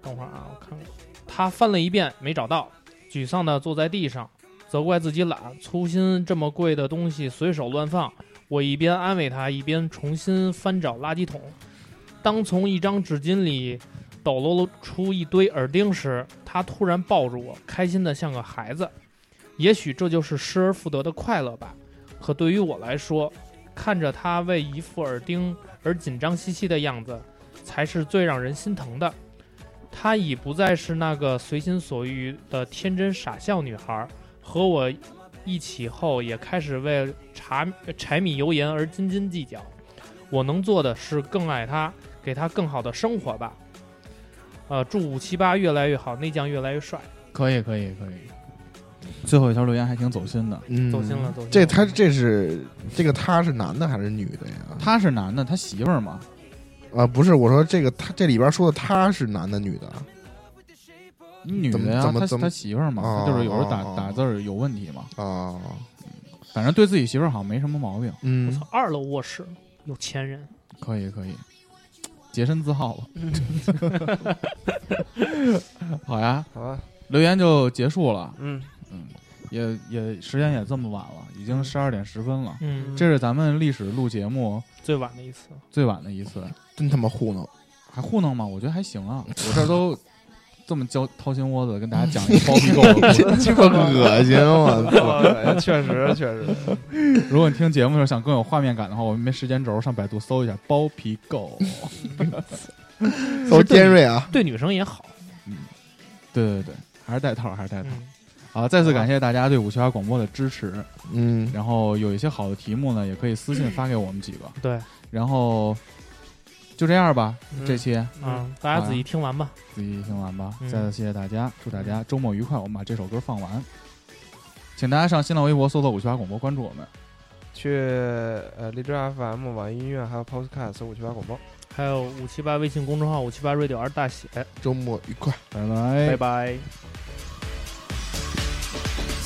S7: 等会儿啊，我看看，他翻了一遍没找到，沮丧的坐在地上，责怪自己懒，粗心这么贵的东西随手乱放。我一边安慰他，一边重新翻找垃圾桶。当从一张纸巾里抖落出一堆耳钉时，他突然抱住我，开心的像个孩子。也许这就是失而复得的快乐吧。可对于我来说，看着他为一副耳钉而紧张兮兮的样子，才是最让人心疼的。她已不再是那个随心所欲的天真傻笑女孩，和我一起后也开始为柴柴米油盐而斤斤计较。我能做的是更爱她，给她更好的生活吧。呃，祝五七八越来越好，内酱越来越帅。
S2: 可以，可以，可以。最后一条留言还挺走心的，
S6: 嗯
S7: 走心了，。走心了。
S6: 这他这是这个他是男的还是女的呀？
S2: 他是男的，他媳妇儿嘛，
S6: 啊，不是，我说这个他这里边说的他是男的女的
S2: 女
S6: 怎么
S2: 的呀，
S6: 怎么
S2: 他
S6: 怎么
S2: 他媳妇儿嘛，
S6: 哦
S2: 他就是有时候打
S6: 哦哦
S2: 打字儿有问题嘛，
S6: 啊？
S2: 反正对自己媳妇儿好像没什么毛病，
S7: 我
S6: 嗯
S7: 操，二楼卧室有钱人。
S2: 可以，可以，洁身自好吧。 好呀，
S5: 好吧，
S2: 留言就结束了，
S5: 嗯，
S2: 也也时间也这么晚了，已经十二点十分了，
S7: 嗯，
S2: 这是咱们历史录节目
S7: 最晚的一次。
S2: 最晚的一次，
S6: 真他妈糊弄！
S2: 还糊弄吗？我觉得还行啊，我这儿都这么交掏心窝子跟大家讲一个包皮 狗的故事。
S6: 鸡巴恶心我操！
S5: 呃确实确实，
S2: 如果你听节目的时候想更有画面感的话，我们没时间轴上百度搜一下包皮狗。
S6: 都尖锐啊！
S7: 对女生也好。
S2: 对对对，还是带套，还是带套。
S7: 嗯，
S2: 好，再次感谢大家对五七八广播的支持。
S6: 嗯，
S2: 然后有一些好的题目呢，也可以私信发给我们几个。
S7: 对，
S2: 然后就这样吧，
S5: 嗯
S2: 这啊期
S7: 嗯，大家仔细听完吧。
S2: 自己听完吧。
S7: 嗯
S2: 再次谢谢大家，祝大家周末愉快。我们把这首歌放完，请大家上新浪微博搜索五七八广播，关注我们。
S5: 去呃荔枝 FM、网易音乐还有 Podcast 搜五七八广播。
S7: 还有五七八微信公众号五七八 radio 二大写，
S6: 周末愉快。
S2: 拜拜
S7: 拜拜。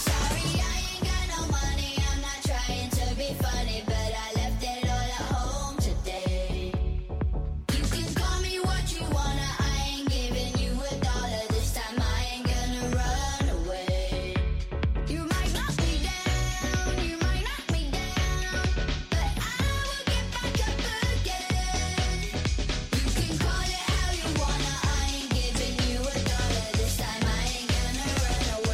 S3: Sorry, I ain't got no money. I'm not trying to be funny, but I left it all at home today. You can call me what you wanna. I ain't giving you a dollar this time. I ain't gonna run away. You might knock me down, you might knock me down, but I will get back up again. You can call it how you wanna. I ain't giving you a dollar this time. I ain't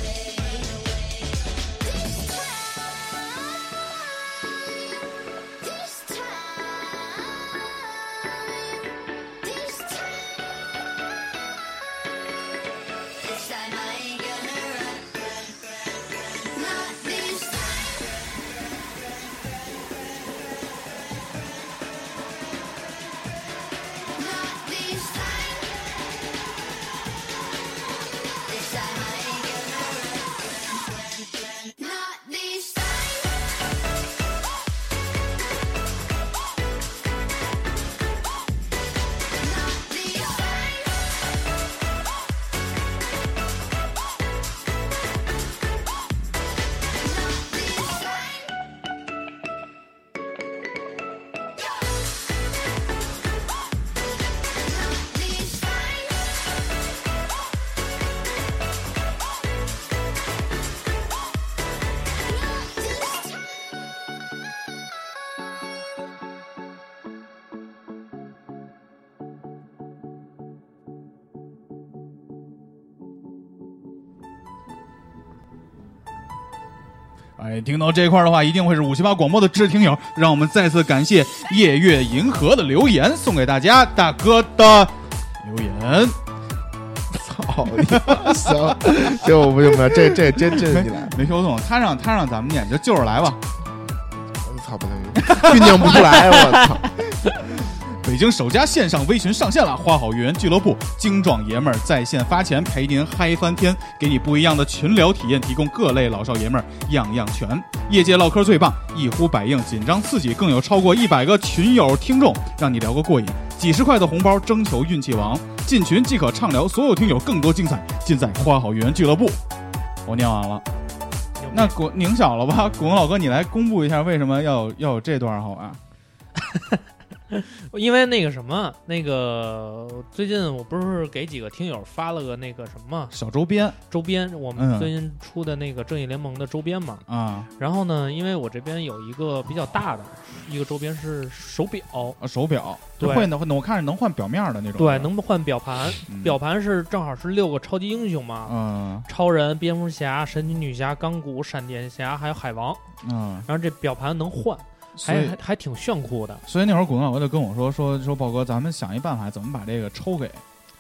S2: 哎，听到这块儿的话，一定会是五七八广播的知识听友。让我们再次感谢夜月银河的留言，送给大家大哥的留言。
S6: 操你妈！行，这我不明白，这这真真是你来，
S2: 没听懂，他让他让咱们念，就就是来吧。
S6: 我操不能，酝酿不出来，我操！
S2: 北京首家线上微群上线了，花好月圆俱乐部精壮爷们儿在线发钱，陪您嗨翻天，给你不一样的群聊体验，提供各类老少爷们儿样样全。业界唠嗑最棒，一呼百应，紧张刺激，更有超过一百个群友听众，让你聊个过瘾。几十块的红包征求运气王，进群即可畅聊所有听友更多精彩，尽在花好月圆俱乐部。我念完了，那古宁小了吧？古文老哥，你来公布一下为什么要要有这段啊好吧？
S7: 因为那个什么，那个最近我不是给几个听友发了个那个什么
S2: 小周边
S7: 周边，我
S2: 嗯
S7: 们最近出的那个正义联盟的周边嘛。
S2: 啊、
S7: 然后呢，因为我这边有一个比较大的一个周边是手表，
S2: 啊手表，
S7: 对
S2: 会能我看是能换表面的那种，
S7: 对，能换表盘，
S2: 嗯
S7: 表盘是正好是六个超级英雄嘛，
S2: 嗯
S7: 超人、蝙蝠侠、神奇女侠、钢骨、闪电侠，还有海王。
S2: 嗯，
S7: 然后这表盘能换，
S2: 所
S7: 还
S2: 以
S7: 还还挺炫酷的。
S2: 所以那会儿古文老哥就跟我说说说豹哥，咱们想一办法，怎么把这个抽给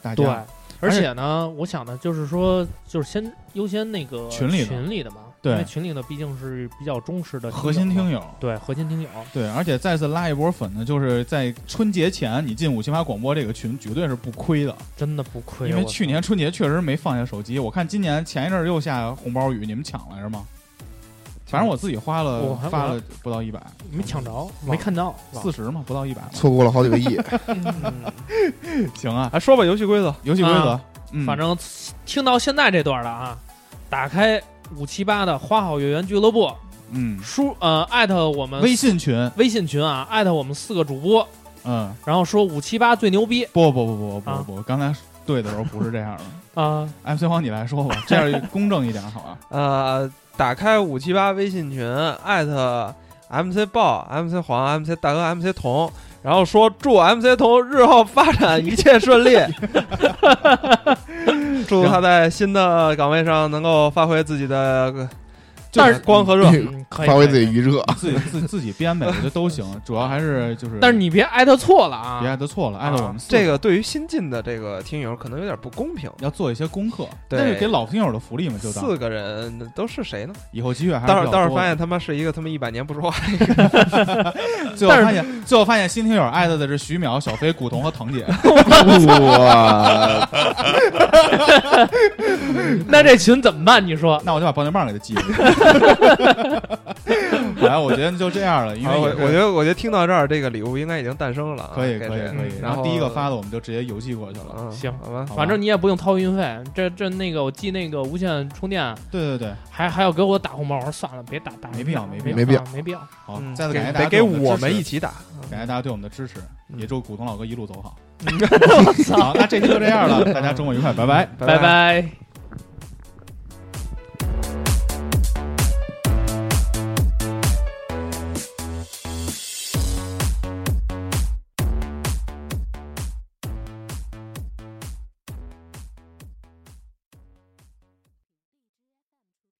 S2: 大
S7: 对
S2: 家，，而
S7: 而
S2: 且
S7: 且呢，我想的就是说，就是先优先那个
S2: 群里的
S7: 群里的嘛，
S2: 对
S7: 因为群里的毕竟是比较忠实的
S2: 核心
S7: 友
S2: 听
S7: 嘛，
S2: 友。
S7: 对核心听友，
S2: 对，而且再次拉一波粉呢，就是在春节前你进五七八广播这个群，绝对是不亏的，
S7: 真的不亏。
S2: 因为
S7: 我
S2: 去
S7: 操
S2: 年春节确实没放下手机。我看今年前一阵儿又下红包雨，你们抢来着吗？反正我自己花了
S7: 我还
S2: 发了不到一百，
S7: 没抢着，没看到，
S2: 四十嘛，不到一百嘛。
S6: 错过了好几个亿，
S7: 嗯
S2: 行啊，
S5: 哎，说吧，游戏规则，
S2: 游戏规则
S7: 啊，
S2: 嗯
S7: 反正听到现在这段了啊，打开五七八的花好月圆俱乐部，
S2: 嗯，
S7: 输呃艾特我
S5: 啊
S7: 们
S2: 微信群，
S7: 微信群啊，艾特我们四个主播，
S2: 嗯，
S7: 然后说五七八最牛逼
S2: 不不不不不
S7: 啊
S2: 不，刚才对的时候不是这样的。
S7: 啊，
S2: MC 黄，你来说吧，这样公正一点好啊吧？
S5: 呃，打开五七八微信群，艾特 MC 豹、MC 黄、MC 大哥、MC 童，然后说祝 MC 童日后发展一切 顺利，祝他在新的岗位上能够发挥自己的呃
S2: 但是
S5: 光和热。
S7: 嗯可以
S6: 发挥自己
S7: 可以
S6: 余热。
S2: 自己自自己编呗，我觉得都行， 主要还是就是，
S7: 但是你别艾特错了啊，
S2: 别艾特错了，艾特我们四
S5: 这个对于新进的这个听友可能有点不 公平。
S2: 要做一些功课，
S5: 对
S2: 但是给老听友的福利嘛，就当
S5: 四个人都是谁呢？
S2: 以后机会还是
S5: 待会
S2: 比
S5: 儿
S2: 较
S5: 待会儿
S2: 多
S5: 发
S2: 的
S5: 现他妈是一个他妈一百年不说话。
S2: 最后发现最后发现新听友艾特的是徐淼、小飞、古潼和腾姐，
S6: 哇，
S2: 嗯
S7: 那这群怎么办？你说
S2: 那我就把棒球棒给他寄了。来，我觉得就这样了，因为
S5: 我
S2: 也是
S5: 我觉得我觉得听到这儿，这个礼物应该已经诞生了啊。
S2: 可以
S5: 给
S2: 可以
S5: 这个
S2: 可以，
S5: 嗯
S2: 然
S5: 然
S2: 后
S5: 后
S2: 第一个发的我们就直接邮寄过去了。
S5: 嗯，
S7: 行
S5: 好吧。
S2: 好吧
S7: 反正你也不用掏运费，这这那个我寄那个无线充电，
S2: 对对对，
S7: 还还要给我打红包，我说算了，别打打，
S2: 没必要没必
S6: 要
S7: 没
S6: 没必要
S7: 啊没必要。
S2: 好，
S5: 嗯
S2: 再次
S5: 给
S2: 感谢大
S5: 得
S2: 家
S5: 给
S2: 对我们的
S5: 我
S2: 支
S5: 们
S2: 持
S5: 一起嗯打。
S2: 感谢大家对我们的支持，也祝
S5: 嗯
S2: 古潼老哥一路走好。
S7: 我操，
S2: 好，那这期就这样了，大家周末愉快，拜拜。
S7: 拜拜。